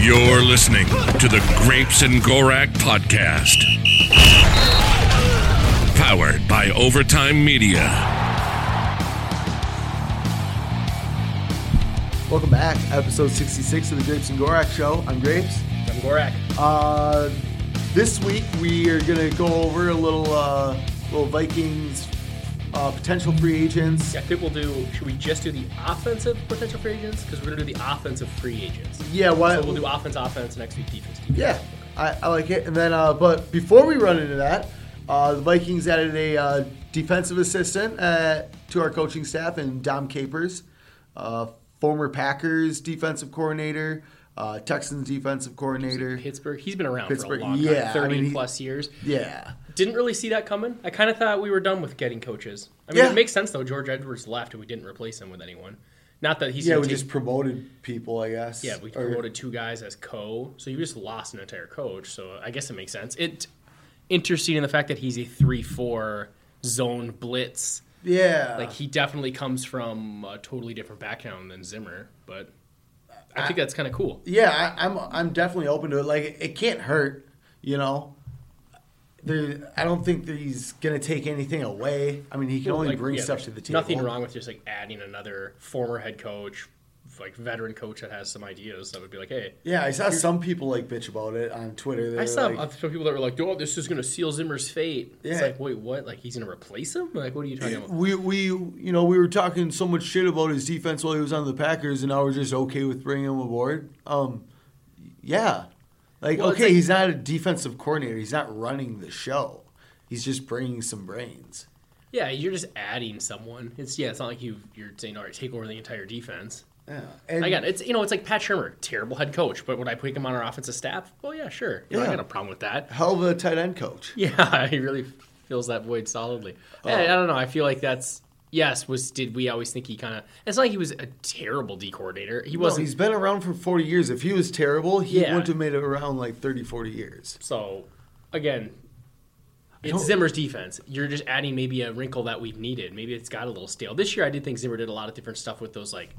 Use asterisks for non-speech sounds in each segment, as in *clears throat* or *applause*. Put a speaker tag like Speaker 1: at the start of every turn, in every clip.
Speaker 1: You're listening to the Grapes and Gorak podcast. Powered by Overtime Media.
Speaker 2: Welcome back, episode 66 of the Grapes and Gorak Show. I'm Grapes.
Speaker 3: I'm Gorak.
Speaker 2: Uh, this week we are going to go over a little uh, little Vikings uh, potential free agents.
Speaker 3: I think we'll do. Should we just do the offensive potential free agents? Because we're gonna do the offensive free agents.
Speaker 2: Yeah, why?
Speaker 3: So we'll do offense, offense next week, defense. defense.
Speaker 2: yeah, I, I like it. And then, uh, but before we run into that, uh, the Vikings added a uh, defensive assistant uh, to our coaching staff, and Dom Capers, uh, former Packers defensive coordinator, uh, Texans defensive coordinator.
Speaker 3: Pittsburgh. He's been around
Speaker 2: Pittsburgh,
Speaker 3: for a long
Speaker 2: yeah, I
Speaker 3: time, thirty
Speaker 2: mean, he-
Speaker 3: plus years.
Speaker 2: Yeah.
Speaker 3: Didn't really see that coming. I kind of thought we were done with getting coaches. I mean,
Speaker 2: Yeah.
Speaker 3: it makes sense though. George Edwards left, and we didn't replace him with anyone. Not that he's
Speaker 2: Yeah,
Speaker 3: gonna
Speaker 2: we
Speaker 3: take-
Speaker 2: just promoted people, I guess.
Speaker 3: yeah we
Speaker 2: Or-
Speaker 3: promoted two guys as co, so you just lost an entire coach. So I guess it makes sense. It interesting in the fact that he's a three-four zone blitz.
Speaker 2: Yeah.
Speaker 3: Like he definitely comes from a totally different background than Zimmer, but I think that's kind of cool.
Speaker 2: yeah, I, I'm I'm definitely open to it. Like it can't hurt, you know. There, I don't think that he's gonna take anything away. I mean, he can only
Speaker 3: Like,
Speaker 2: bring
Speaker 3: yeah,
Speaker 2: stuff
Speaker 3: there's
Speaker 2: to the table.
Speaker 3: Nothing wrong with just like adding another former head coach, like veteran coach that has some ideas that would be like, hey,
Speaker 2: Yeah, I saw some people like bitch about it on Twitter. They
Speaker 3: I
Speaker 2: were
Speaker 3: saw
Speaker 2: like,
Speaker 3: some people that were like, oh, this is gonna seal Zimmer's fate. It's
Speaker 2: Yeah.
Speaker 3: like, wait, what? Like he's gonna replace him? Like, what are you talking about?
Speaker 2: we we you know we were talking so much shit about his defense while he was on the Packers, and now we're just okay with bringing him aboard. Um, yeah, like
Speaker 3: Well, it's
Speaker 2: okay,
Speaker 3: like-
Speaker 2: he's not a defensive coordinator. He's not running the show. He's just bringing some brains.
Speaker 3: Yeah, you're just adding someone. It's yeah, it's not like you you're saying, all right, take over the entire defense.
Speaker 2: Yeah, and
Speaker 3: I got it's you know it's like Pat Shermer, terrible head coach, but would I put him on our offensive staff? Well, yeah, sure. You know,
Speaker 2: Yeah.
Speaker 3: I got no problem with that.
Speaker 2: hell of a tight end coach.
Speaker 3: *laughs* Yeah, he really fills that void solidly.
Speaker 2: Oh.
Speaker 3: I, I don't know. I feel like that's yes. Was did we always think he kind of? It's not like he was a terrible D coordinator. He
Speaker 2: Well,
Speaker 3: wasn't.
Speaker 2: he's been around for 40 years. If he was terrible, he
Speaker 3: Yeah.
Speaker 2: wouldn't have made it around like 30, 40 years.
Speaker 3: so again,
Speaker 2: don't-
Speaker 3: it's Zimmer's defense. You're just adding maybe a wrinkle that we've needed. Maybe it's got a little stale. This year, I did think Zimmer did a lot of different stuff with those like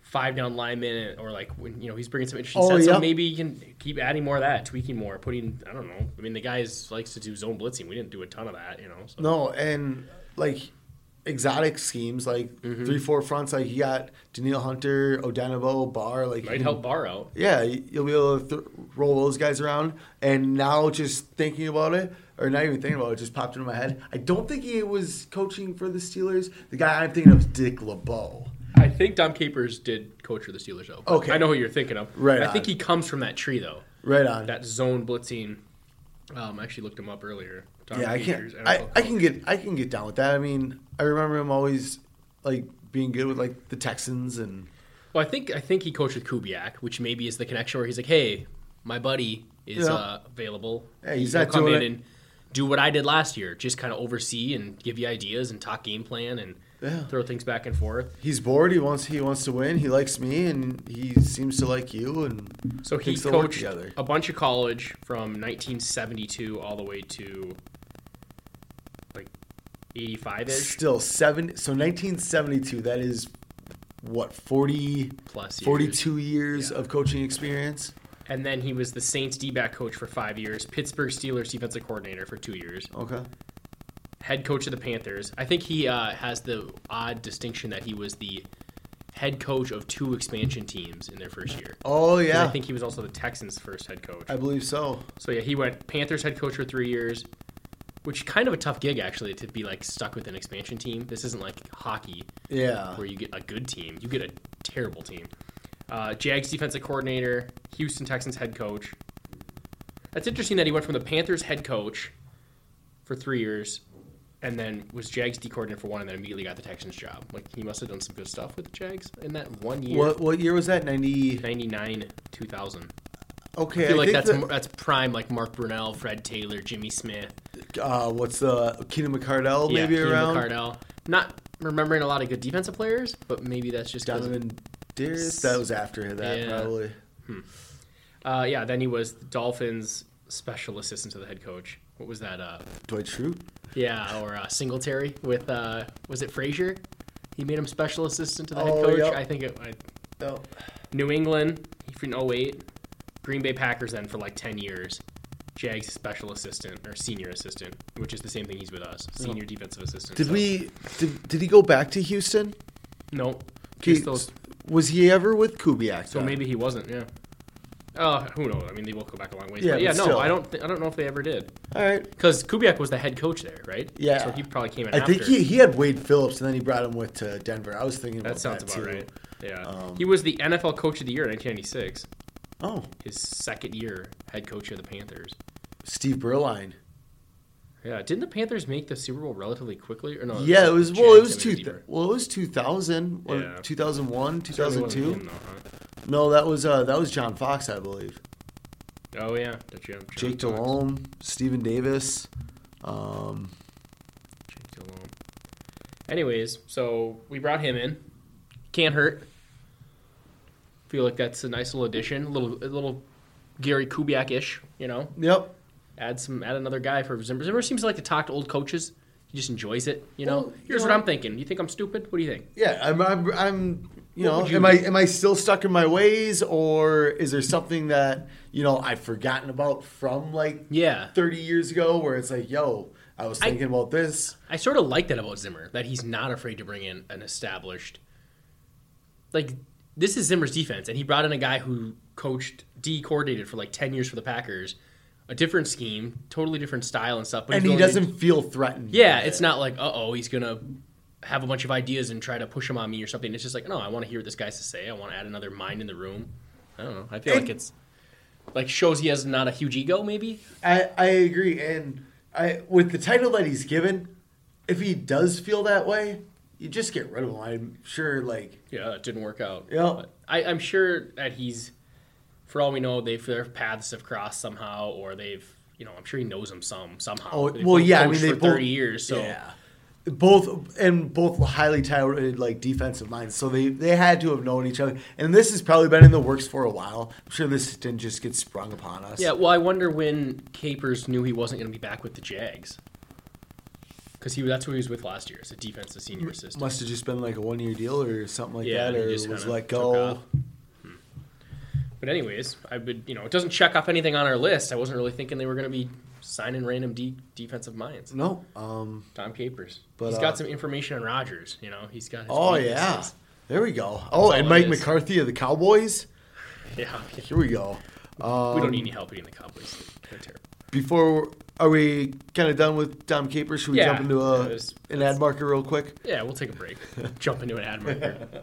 Speaker 3: five down linemen, or like when you know he's bringing some interesting
Speaker 2: Oh,
Speaker 3: sets.
Speaker 2: yeah.
Speaker 3: So maybe you can keep adding more of that, tweaking more, putting. I don't know. I mean, the guys likes to do zone blitzing. We didn't do a ton of that, you know. So.
Speaker 2: No, and like exotic schemes, like
Speaker 3: Mm-hmm.
Speaker 2: three, four fronts, like you got Daniil Hunter, Odenabo, Barr. Like, you
Speaker 3: Might
Speaker 2: can-
Speaker 3: help Barr out.
Speaker 2: Yeah, you'll be able to th- roll those guys around. And now just thinking about it, or not even thinking about it, it just popped into my head. I don't think he was coaching for the Steelers. The guy I'm thinking of is Dick LeBeau.
Speaker 3: I think Dom Capers did coach for the Steelers, though.
Speaker 2: Okay.
Speaker 3: I know who you're thinking of.
Speaker 2: Right
Speaker 3: I
Speaker 2: on.
Speaker 3: think he comes from that tree, though.
Speaker 2: Right on.
Speaker 3: That zone blitzing. Um, I actually looked him up earlier. Dom
Speaker 2: Yeah, I
Speaker 3: Capers,
Speaker 2: can't. I,
Speaker 3: NFL
Speaker 2: I can get I can get down with that. I mean, I remember him always like being good with like the Texans and
Speaker 3: Well, I think I think he coached with Kubiak, which maybe is the connection where he's like, "Hey, my buddy is
Speaker 2: Yeah.
Speaker 3: uh, available.
Speaker 2: Hey, he's
Speaker 3: He'll
Speaker 2: not
Speaker 3: come
Speaker 2: doing
Speaker 3: in
Speaker 2: it-
Speaker 3: and do what I did last year, just kind of oversee and give you ideas and talk game plan and
Speaker 2: Yeah.
Speaker 3: throw things back and forth."
Speaker 2: he's bored. He wants he wants to win. He likes me and he seems to like you and
Speaker 3: So he
Speaker 2: thinks they'll work
Speaker 3: coached
Speaker 2: together.
Speaker 3: a bunch of college from 1972 all the way to like 85 ish
Speaker 2: Still seven. So 1972. That is what 40
Speaker 3: plus years.
Speaker 2: 42 years of coaching experience.
Speaker 3: And then he was the Saints D back coach for five years, Pittsburgh Steelers defensive coordinator for two years,
Speaker 2: Okay.
Speaker 3: head coach of the Panthers. I think he uh, has the odd distinction that he was the head coach of two expansion teams in their first year.
Speaker 2: Oh
Speaker 3: 'Cause
Speaker 2: yeah,
Speaker 3: I think he was also the Texans' first head coach.
Speaker 2: I believe so.
Speaker 3: So yeah, he went Panthers head coach for three years, which kind of a tough gig actually to be like stuck with an expansion team. This isn't like hockey
Speaker 2: Yeah.
Speaker 3: where you get a good team; you get a terrible team. Uh, Jags defensive coordinator, Houston Texans head coach. That's interesting that he went from the Panthers head coach for three years, and then was Jags D coordinator for one, and then immediately got the Texans job. Like he must have done some good stuff with the Jags in that one year.
Speaker 2: What what year was that? 90.
Speaker 3: Ninety nine, two thousand.
Speaker 2: Okay,
Speaker 3: I feel like
Speaker 2: think
Speaker 3: that's
Speaker 2: that-
Speaker 3: m that's prime like Mark Brunell, Fred Taylor, Jimmy Smith,
Speaker 2: uh, what's the Keenan McCardell maybe
Speaker 3: Keenan
Speaker 2: around
Speaker 3: Cardell. Not remembering a lot of good defensive players, but maybe that's just 'cause of-
Speaker 2: Donovan Dearest. That was after that
Speaker 3: Yeah.
Speaker 2: probably.
Speaker 3: Uh, yeah, then he was the Dolphins special assistant to the head coach. What was that? Uh,
Speaker 2: Dwight Schrute.
Speaker 3: yeah, or uh, Singletary with uh, was it Frazier? He made him special assistant to the
Speaker 2: Oh,
Speaker 3: head coach.
Speaker 2: yep.
Speaker 3: I think it, I,
Speaker 2: Oh.
Speaker 3: New England from 08. Green Bay Packers then for like 10 years. Jags special assistant or senior assistant, which is the same thing he's with us. Senior defensive assistant.
Speaker 2: Oh. Did
Speaker 3: So-
Speaker 2: we? Did, did he go back to Houston?
Speaker 3: No.
Speaker 2: He-
Speaker 3: Just those,
Speaker 2: was he ever with Kubiak?
Speaker 3: so
Speaker 2: then?
Speaker 3: maybe he wasn't, yeah. Oh, who knows? I mean, they will go back a long ways.
Speaker 2: Yeah,
Speaker 3: but yeah,
Speaker 2: but
Speaker 3: no,
Speaker 2: still.
Speaker 3: I don't. Th- I don't know if they ever did,
Speaker 2: All right.
Speaker 3: because Kubiak was the head coach there, right?
Speaker 2: Yeah.
Speaker 3: So he probably came in.
Speaker 2: I
Speaker 3: after.
Speaker 2: think he, he had Wade Phillips, and then he brought him with to Denver. I was thinking
Speaker 3: That
Speaker 2: about
Speaker 3: sounds about
Speaker 2: too.
Speaker 3: right. Yeah.
Speaker 2: Um,
Speaker 3: he was the NFL coach of the year in 1996.
Speaker 2: Oh,
Speaker 3: His second year head coach of the Panthers.
Speaker 2: Steve Berline.
Speaker 3: Yeah, didn't the Panthers make the Super Bowl relatively quickly? Or no?
Speaker 2: Yeah, it was
Speaker 3: Jags
Speaker 2: well. It was
Speaker 3: that
Speaker 2: two.
Speaker 3: made deeper.
Speaker 2: well, it was two thousand.
Speaker 3: Yeah.
Speaker 2: Two thousand one, two
Speaker 3: Certainly
Speaker 2: thousand
Speaker 3: wasn't
Speaker 2: two.
Speaker 3: him, though,
Speaker 2: No, that was uh, that was John Fox, I believe.
Speaker 3: huh? Oh yeah, that's Jim.
Speaker 2: Jake Delhomme, Steven Davis. Um,
Speaker 3: Jake Delhomme. Anyways, so we brought him in. Can't hurt. Feel like that's a nice little addition, a little a little Gary Kubiak ish. You know,
Speaker 2: yep.
Speaker 3: add some add another guy for Zimmer. Zimmer seems to like to talk to old coaches. He just enjoys it. You know.
Speaker 2: Well, you
Speaker 3: Here's
Speaker 2: know-
Speaker 3: what I'm thinking. You think I'm stupid? What do you think?
Speaker 2: Yeah, I'm. I'm. I'm you
Speaker 3: What
Speaker 2: know,
Speaker 3: would you
Speaker 2: am I
Speaker 3: do?
Speaker 2: am I still stuck in my ways, or is there something that you know I've forgotten about from like
Speaker 3: Yeah,
Speaker 2: thirty years ago, where it's like, yo, I was thinking about this.
Speaker 3: I sort of like that about Zimmer that he's not afraid to bring in an established. Like this is Zimmer's defense, and he brought in a guy who coached D coordinated for like ten years for the Packers, a different scheme, totally different style and stuff. But
Speaker 2: and
Speaker 3: he's
Speaker 2: he
Speaker 3: willing to-
Speaker 2: doesn't feel threatened.
Speaker 3: yeah,
Speaker 2: by
Speaker 3: it's
Speaker 2: it.
Speaker 3: not like uh oh he's gonna have a bunch of ideas and try to push them on me or something. It's just like no, I want to hear what this guy has to say. I want to add another mind in the room. I don't know. I feel
Speaker 2: And-
Speaker 3: like it's like shows he has not a huge ego. Maybe
Speaker 2: I, I agree, and I with the title that he's given, if he does feel that way, you just get rid of him. I'm sure. Like,
Speaker 3: Yeah, it didn't work out.
Speaker 2: Yeah.
Speaker 3: But I, I'm sure that he's, for all we know, they've their paths have crossed somehow, or they've, you know, I'm sure he knows them some somehow.
Speaker 2: oh
Speaker 3: They've
Speaker 2: well,
Speaker 3: both
Speaker 2: yeah. I mean,
Speaker 3: coached
Speaker 2: they
Speaker 3: for
Speaker 2: both,
Speaker 3: 30 years, so
Speaker 2: yeah, both and both highly touted like defensive minds, so they they had to have known each other. And this has probably been in the works for a while. I'm sure this didn't just get sprung upon us.
Speaker 3: Yeah, Well, I wonder when Capers knew he wasn't going to be back with the Jags, because he that's who he was with last year, as a defensive senior assistant.
Speaker 2: Must have just been like a one year deal or something like
Speaker 3: Yeah,
Speaker 2: that,
Speaker 3: he
Speaker 2: or
Speaker 3: just
Speaker 2: was
Speaker 3: kinda
Speaker 2: let
Speaker 3: took
Speaker 2: go.
Speaker 3: off. But anyways, I would you know it doesn't check off anything on our list. I wasn't really thinking they were going to be signing random de- defensive minds.
Speaker 2: No, um,
Speaker 3: Tom Capers.
Speaker 2: But,
Speaker 3: he's
Speaker 2: uh,
Speaker 3: got some information on Rogers. You know, he's got. His
Speaker 2: Oh
Speaker 3: weaknesses.
Speaker 2: yeah, there we go. Oh,
Speaker 3: all
Speaker 2: and
Speaker 3: it
Speaker 2: Mike
Speaker 3: is.
Speaker 2: McCarthy of the Cowboys.
Speaker 3: *laughs* Yeah,
Speaker 2: Here we go. Um,
Speaker 3: we don't need any help getting the Cowboys. They're terrible.
Speaker 2: Before are we kind of done with Dom Capers? Should we
Speaker 3: Yeah.
Speaker 2: jump into a
Speaker 3: Yeah, there's-
Speaker 2: an ad market real quick?
Speaker 3: Yeah, we'll take
Speaker 2: *laughs*
Speaker 3: a break. Jump into an ad marker.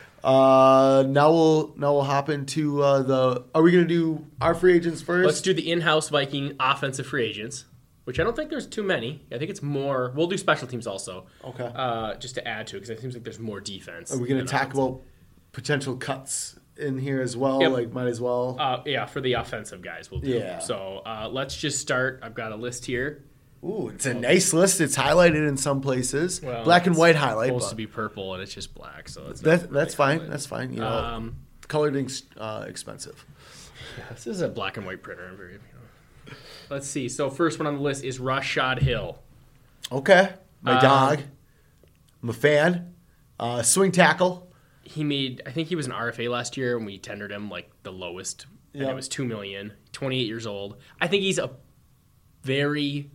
Speaker 2: Uh, now we'll now we'll hop into uh, the. Are we gonna do our free agents 1st
Speaker 3: Let's do the in-house Viking offensive free agents, which I don't think there's too many. I think it's more. We'll do special teams also.
Speaker 2: Okay.
Speaker 3: Uh, just to add to it, because it seems like there's more defense.
Speaker 2: are we gonna
Speaker 3: than
Speaker 2: talk
Speaker 3: offense.
Speaker 2: about potential cuts in here as well?
Speaker 3: Yep.
Speaker 2: Like, might as well.
Speaker 3: Uh, yeah, for the offensive guys, we'll do.
Speaker 2: Yeah.
Speaker 3: So uh, let's just start. I've got a list here.
Speaker 2: Ooh, it's a nice list. It's highlighted in some places,
Speaker 3: Well,
Speaker 2: black and
Speaker 3: Um, it's
Speaker 2: white highlight.
Speaker 3: supposed
Speaker 2: but
Speaker 3: to be purple, and it's just black. So it's not
Speaker 2: That, that's
Speaker 3: really
Speaker 2: fine. That's fine. You know,
Speaker 3: Um,
Speaker 2: coloring's uh, expensive.
Speaker 3: This is a black and white printer. I'm very, you know. Let's see. So first one on the list is Rashad Hill.
Speaker 2: Okay. My
Speaker 3: Uh,
Speaker 2: dog. I'm a fan. Uh, swing tackle.
Speaker 3: He made. I think he was an RFA last year, and we tendered him like the lowest, and
Speaker 2: Yeah.
Speaker 3: it was two million. Twenty eight years old. I think he's a very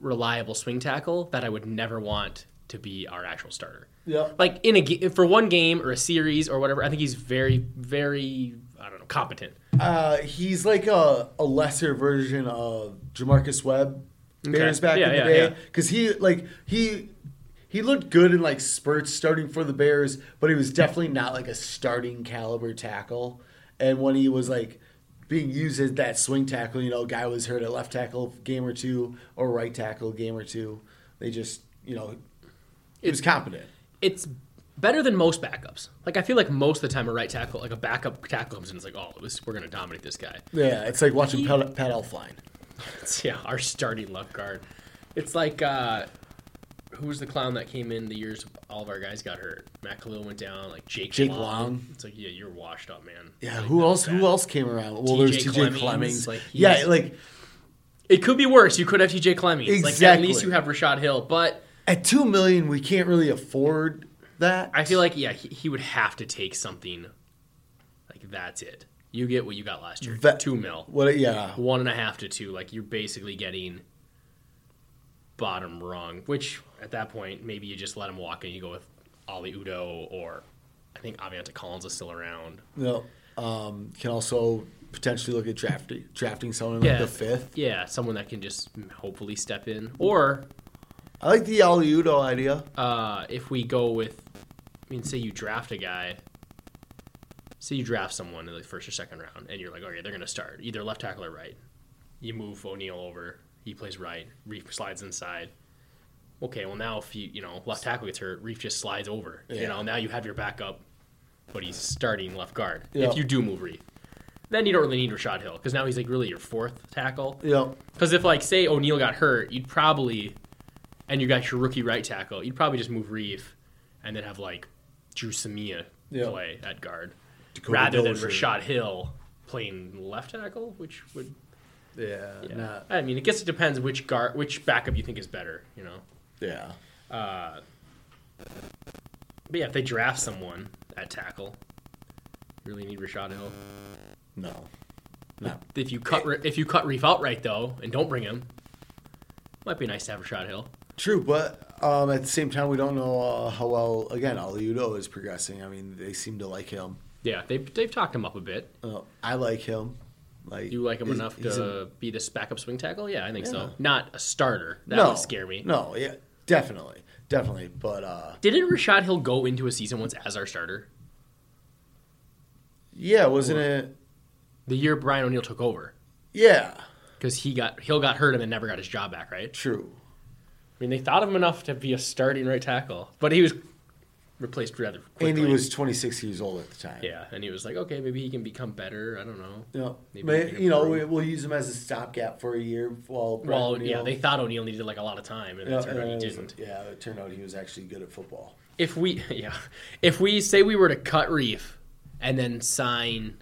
Speaker 3: reliable swing tackle that I would never want to be our actual starter.
Speaker 2: Yeah.
Speaker 3: Like in a ga- for one game or a series or whatever. I think he's very, very. I don't know, competent.
Speaker 2: Uh, he's like a, a lesser version of Jamarcus Webb Bears back
Speaker 3: Yeah,
Speaker 2: in the
Speaker 3: yeah,
Speaker 2: day
Speaker 3: yeah.
Speaker 2: because he like he he looked good in like spurts starting for the Bears, but he was definitely not like a starting caliber tackle. And when he was like being used as that swing tackle, you know, guy was hurt at left tackle game or two or right tackle game or two. They just you know, he was competent.
Speaker 3: it's better than most backups. Like I feel like most of the time a right tackle, like a backup tackle comes in, it's like, oh, this we're gonna dominate this guy.
Speaker 2: Yeah, it's like watching Pat, Pat Elfline.
Speaker 3: It's, *laughs* yeah, our starting left guard. It's like uh, who was the clown that came in the years all of our guys got hurt? Matt Khalil went down, like Jake.
Speaker 2: Jake
Speaker 3: Long.
Speaker 2: Long.
Speaker 3: It's like yeah, you're washed up, man.
Speaker 2: Yeah,
Speaker 3: Like,
Speaker 2: who
Speaker 3: that
Speaker 2: else?
Speaker 3: was bad.
Speaker 2: Who else came around? Well,
Speaker 3: T.J.
Speaker 2: there's T.J.
Speaker 3: Clemmings,
Speaker 2: Clemmings.
Speaker 3: like,
Speaker 2: yeah,
Speaker 3: he's-
Speaker 2: like
Speaker 3: It could be worse. You could have TJ Clemmings. Like at
Speaker 2: Exactly.
Speaker 3: least you have Rashad Hill, but
Speaker 2: at two million, we can't really afford that.
Speaker 3: I feel like yeah, he, he would have to take something. Like that's it. You get what you got last year.
Speaker 2: That-
Speaker 3: two mil.
Speaker 2: what? Yeah,
Speaker 3: one and a half to two. Like you're basically getting bottom rung, which at that point maybe you just let him walk and you go with Ali Udo or I think Avianta Collins is still around.
Speaker 2: no. Um, can also potentially look at drafting drafting someone in like the fifth.
Speaker 3: Yeah, someone that can just hopefully step in. Or
Speaker 2: I like the Aliudo idea.
Speaker 3: uh, if we go with, I mean, say you draft a guy. Say you draft someone in the first or second round, and you're like, okay, they're gonna start either left tackle or right. You move O'Neal over. He plays right. Reef slides inside. Okay, well now if you you know left tackle gets hurt, Reef just slides over. You
Speaker 2: Yeah.
Speaker 3: know now you have your backup, but he's starting left guard.
Speaker 2: Yeah.
Speaker 3: If you do move Reef, then you don't really need Rashad Hill because now he's like really your fourth tackle.
Speaker 2: Yeah,
Speaker 3: Because if like say O'Neal got hurt, you'd probably, and you got your rookie right tackle, you'd probably just move Reeve, and then have like Drew Samia
Speaker 2: Yeah.
Speaker 3: play at guard,
Speaker 2: Dakota
Speaker 3: rather than
Speaker 2: Dozier.
Speaker 3: Rashad Hill playing left tackle, which would.
Speaker 2: yeah,
Speaker 3: Yeah.
Speaker 2: Not,
Speaker 3: I mean, I guess it depends which guard, which backup you think is better, you know.
Speaker 2: yeah.
Speaker 3: But yeah, if they draft someone at tackle, you really need Rashad Hill.
Speaker 2: No, no.
Speaker 3: If you cut Re- if you cut Reef outright though, and don't bring him, might be nice to have Rashad Hill.
Speaker 2: True, but um, at the same time, we don't know uh, how well again Aliudo is progressing. I mean, they seem to like him.
Speaker 3: Yeah, they've they've talked him up a bit.
Speaker 2: Uh, I like him. Like
Speaker 3: You like him
Speaker 2: he's-
Speaker 3: enough
Speaker 2: he's
Speaker 3: to
Speaker 2: a-
Speaker 3: be this backup swing tackle? Yeah, I think so.
Speaker 2: Yeah.
Speaker 3: Not a starter. That would scare me.
Speaker 2: No, yeah, definitely, definitely. But uh,
Speaker 3: Didn't Rashad Hill go into a season once as our starter?
Speaker 2: yeah, wasn't it?
Speaker 3: The year Brian O'Neill took over.
Speaker 2: Yeah,
Speaker 3: Because he got Hill got hurt and then never got his job back, right?
Speaker 2: true.
Speaker 3: I mean, they thought of him enough to be a starting right tackle, but he was replaced rather quickly.
Speaker 2: And he was 26 years old at the time.
Speaker 3: yeah, and he was like, okay, maybe he can become better. I don't know.
Speaker 2: You know,
Speaker 3: Maybe
Speaker 2: may-
Speaker 3: we can
Speaker 2: you know
Speaker 3: improve.
Speaker 2: we, we'll use him as a stopgap for a year while. Brian
Speaker 3: Well,
Speaker 2: O'Neill-
Speaker 3: yeah, they thought O'Neill needed like a lot of time, and
Speaker 2: Yeah,
Speaker 3: it turned out
Speaker 2: and
Speaker 3: he
Speaker 2: it was-
Speaker 3: didn't.
Speaker 2: Yeah, it turned out he was actually good at football.
Speaker 3: if we *laughs* yeah if we say we were to cut reef and then sign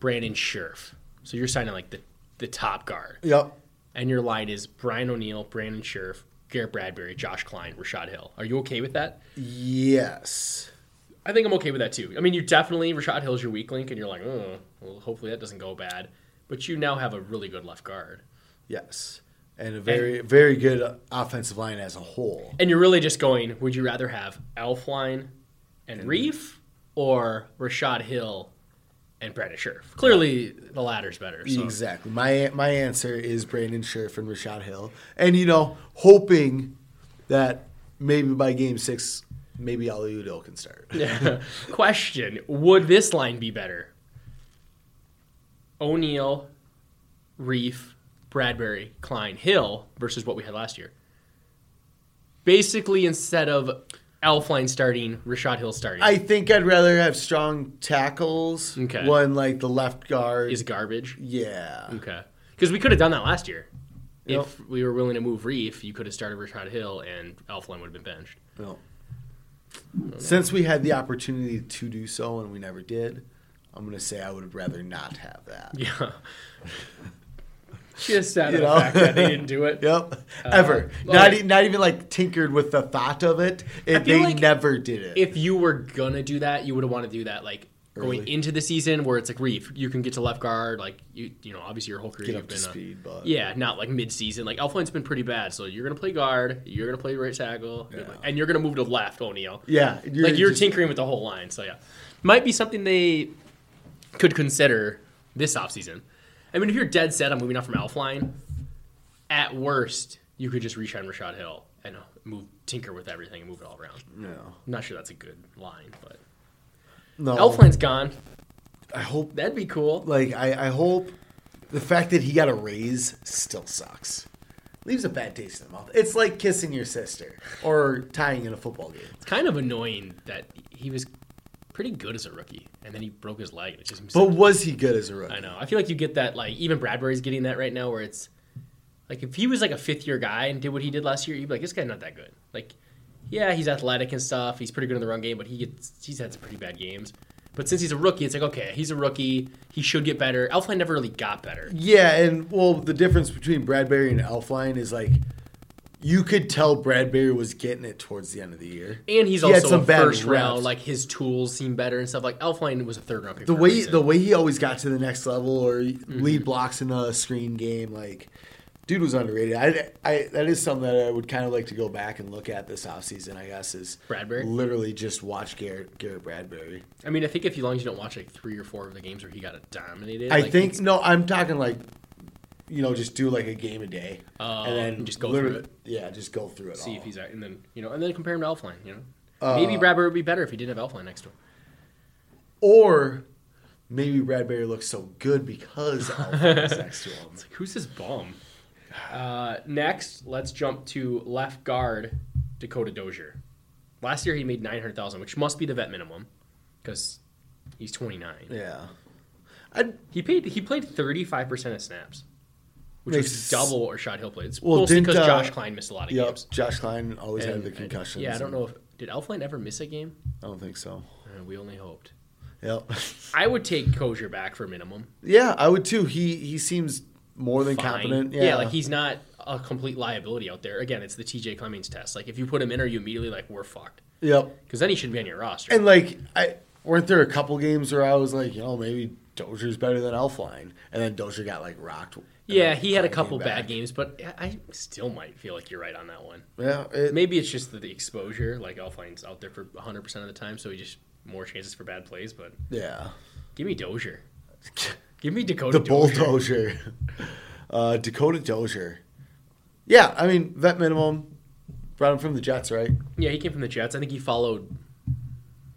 Speaker 3: brandon Scherf, so you're signing like the, the top guard
Speaker 2: Yep.
Speaker 3: and your line is brian o'neill brandon Scherf, garrett bradbury josh klein rashad hill are you okay with that
Speaker 2: Yes.
Speaker 3: i think i'm okay with that too i mean you definitely rashad hill's your weak link and you're like oh well hopefully that doesn't go bad but you now have a really good left guard
Speaker 2: Yes. And a very, very good offensive line as a whole.
Speaker 3: and you're really just going would you rather have elfline and reef or rashad hill and brandon Scherf? clearly the latter's better so.
Speaker 2: Exactly. My my answer is Brandon Scherf and Rashad Hill, and you know, hoping that maybe by game six, maybe Aliudo can start.
Speaker 3: question would this line be better o'neill reef bradbury klein hill versus what we had last year basically instead of elfline starting rashad hill starting
Speaker 2: I think I'd rather have strong tackles.
Speaker 3: Okay.
Speaker 2: One like the left guard.
Speaker 3: is garbage
Speaker 2: yeah.
Speaker 3: Okay. Because we could have done that last year.
Speaker 2: Yep.
Speaker 3: If we were willing to move Reef, you could have started Rashad Hill and Elfline would have been benched.
Speaker 2: No. Since we had the opportunity to do so and we never did, I'm gonna say I would have rather not have that.
Speaker 3: Yeah. Just out
Speaker 2: You know?
Speaker 3: that they didn't do it.
Speaker 2: *laughs* Yep. Ever.
Speaker 3: Uh, well,
Speaker 2: not
Speaker 3: like-
Speaker 2: e- not even like tinkered with the thought of it. It
Speaker 3: feel
Speaker 2: they
Speaker 3: like
Speaker 2: never did it.
Speaker 3: If you were gonna do that, you would have wanted to do that like going
Speaker 2: Early.
Speaker 3: into the season where it's like Reef, you can get to left guard, like you you know, obviously your whole career
Speaker 2: Get
Speaker 3: you've
Speaker 2: up to
Speaker 3: been a-
Speaker 2: speed, but
Speaker 3: yeah, not like mid season. Like Elfline's been pretty bad, so you're gonna play guard, you're gonna play right tackle, you're gonna- and you're gonna move to left, E O'Neal.
Speaker 2: Yeah,
Speaker 3: like you're
Speaker 2: just-
Speaker 3: tinkering with the whole line. So yeah, might be something they could consider this offseason. I mean, if you're dead set on moving up from Elfline, at worst you could just reach on Rashad Hill and move tinker with everything and move it all around.
Speaker 2: No,
Speaker 3: I'm not sure that's a good line, but
Speaker 2: no.
Speaker 3: Elfline's gone.
Speaker 2: I hope.
Speaker 3: That'd be cool.
Speaker 2: Like I, I hope the fact that he got a raise still sucks. leaves a bad taste in the mouth. It's like kissing your sister or tying in a football game.
Speaker 3: It's kind of annoying that he was pretty good as a rookie, and then he broke his leg. And it just
Speaker 2: But was he good as a rookie?
Speaker 3: I know. I feel like you get that. Like even Bradbury's getting that right now, where it's like if he was like a fifth year guy and did what he did last year, you'd be like, this guy's not that good. Like, yeah, he's athletic and stuff. He's pretty good in the run game, but he gets he's had some pretty bad games. But since he's a rookie, it's like okay, he's a rookie. He should get better. Elfline never really got better.
Speaker 2: Yeah, and well, the difference between Bradbury and Elfline is like you could tell Bradbury was getting it towards the end of the year,
Speaker 3: And he's
Speaker 2: He
Speaker 3: also
Speaker 2: had some
Speaker 3: a
Speaker 2: bad
Speaker 3: first
Speaker 2: reps.
Speaker 3: round. Like his tools seem better and stuff. Like Elfline was a third round pick.
Speaker 2: the
Speaker 3: for a
Speaker 2: way
Speaker 3: reason. Mm-hmm.
Speaker 2: the way he always got to the next level or lead blocks in a screen game, like dude was underrated. I, I that is something that I would kind of like to go back and look at this offseason, I guess, is
Speaker 3: Bradbury?
Speaker 2: Literally just watch Garrett Garrett Bradbury.
Speaker 3: I mean, I think if you long as you don't watch like three or four of the games where he got dominated,
Speaker 2: I
Speaker 3: like,
Speaker 2: think
Speaker 3: it's-
Speaker 2: no, I'm talking like you know, just do like a game a day,
Speaker 3: Oh,
Speaker 2: and then
Speaker 3: just go
Speaker 2: literally-
Speaker 3: through it.
Speaker 2: Yeah, just go through it.
Speaker 3: see
Speaker 2: all.
Speaker 3: if he's at, and then you know, and then compare him to Elfline. You know,
Speaker 2: Uh,
Speaker 3: maybe Bradbury would be better if he didn't have Elfline next to him.
Speaker 2: Or maybe Bradbury looks so good because
Speaker 3: *laughs*
Speaker 2: Alfred is next to him.
Speaker 3: Who's his bum? Uh, next, let's jump to left guard Dakota Dozier. Last year he made nine hundred thousand, which must be the vet minimum because he's twenty nine.
Speaker 2: Yeah. I,
Speaker 3: He paid. He played thirty five percent of snaps, which
Speaker 2: Makes
Speaker 3: was
Speaker 2: s-
Speaker 3: double or Shad Hill played. It's
Speaker 2: Well,
Speaker 3: mostly
Speaker 2: didn't,
Speaker 3: because
Speaker 2: uh,
Speaker 3: Josh Klein missed a lot of
Speaker 2: yep,
Speaker 3: games.
Speaker 2: Josh Klein always had
Speaker 3: And-
Speaker 2: the concussions.
Speaker 3: Yeah, I don't
Speaker 2: and-
Speaker 3: know if did Elfline ever miss a game.
Speaker 2: I don't think so.
Speaker 3: Uh, we only hoped.
Speaker 2: Yep. *laughs*
Speaker 3: I would take Kozier back for minimum.
Speaker 2: yeah, I would too. He he seems more than
Speaker 3: fine.
Speaker 2: competent. Yeah.
Speaker 3: like he's not a complete liability out there. Again, it's the TJ Clemmings test. Like if you put him in, are you immediately like we're fucked?
Speaker 2: Yep.
Speaker 3: Because then he should be on your roster.
Speaker 2: And like I weren't there a couple games where I was like, you know, maybe Dozier's better than Elfline, and then Dozier got like rocked. and
Speaker 3: yeah,
Speaker 2: then
Speaker 3: he had a
Speaker 2: Klein
Speaker 3: couple
Speaker 2: came back.
Speaker 3: bad games, but I I still might feel like you're right on that one.
Speaker 2: Yeah. It,
Speaker 3: Maybe it's just the, the exposure. Like Elfline's out there for 100 percent of the time, so he just more chances for bad plays. But
Speaker 2: yeah.
Speaker 3: give me Dozier. *laughs* Give me Dakota.
Speaker 2: the
Speaker 3: Dozier.
Speaker 2: bulldozer, *laughs* uh, Dakota Dozier. Yeah, I mean vet minimum. Brought him from the Jets, right?
Speaker 3: Yeah, he came from the Jets. I think he followed.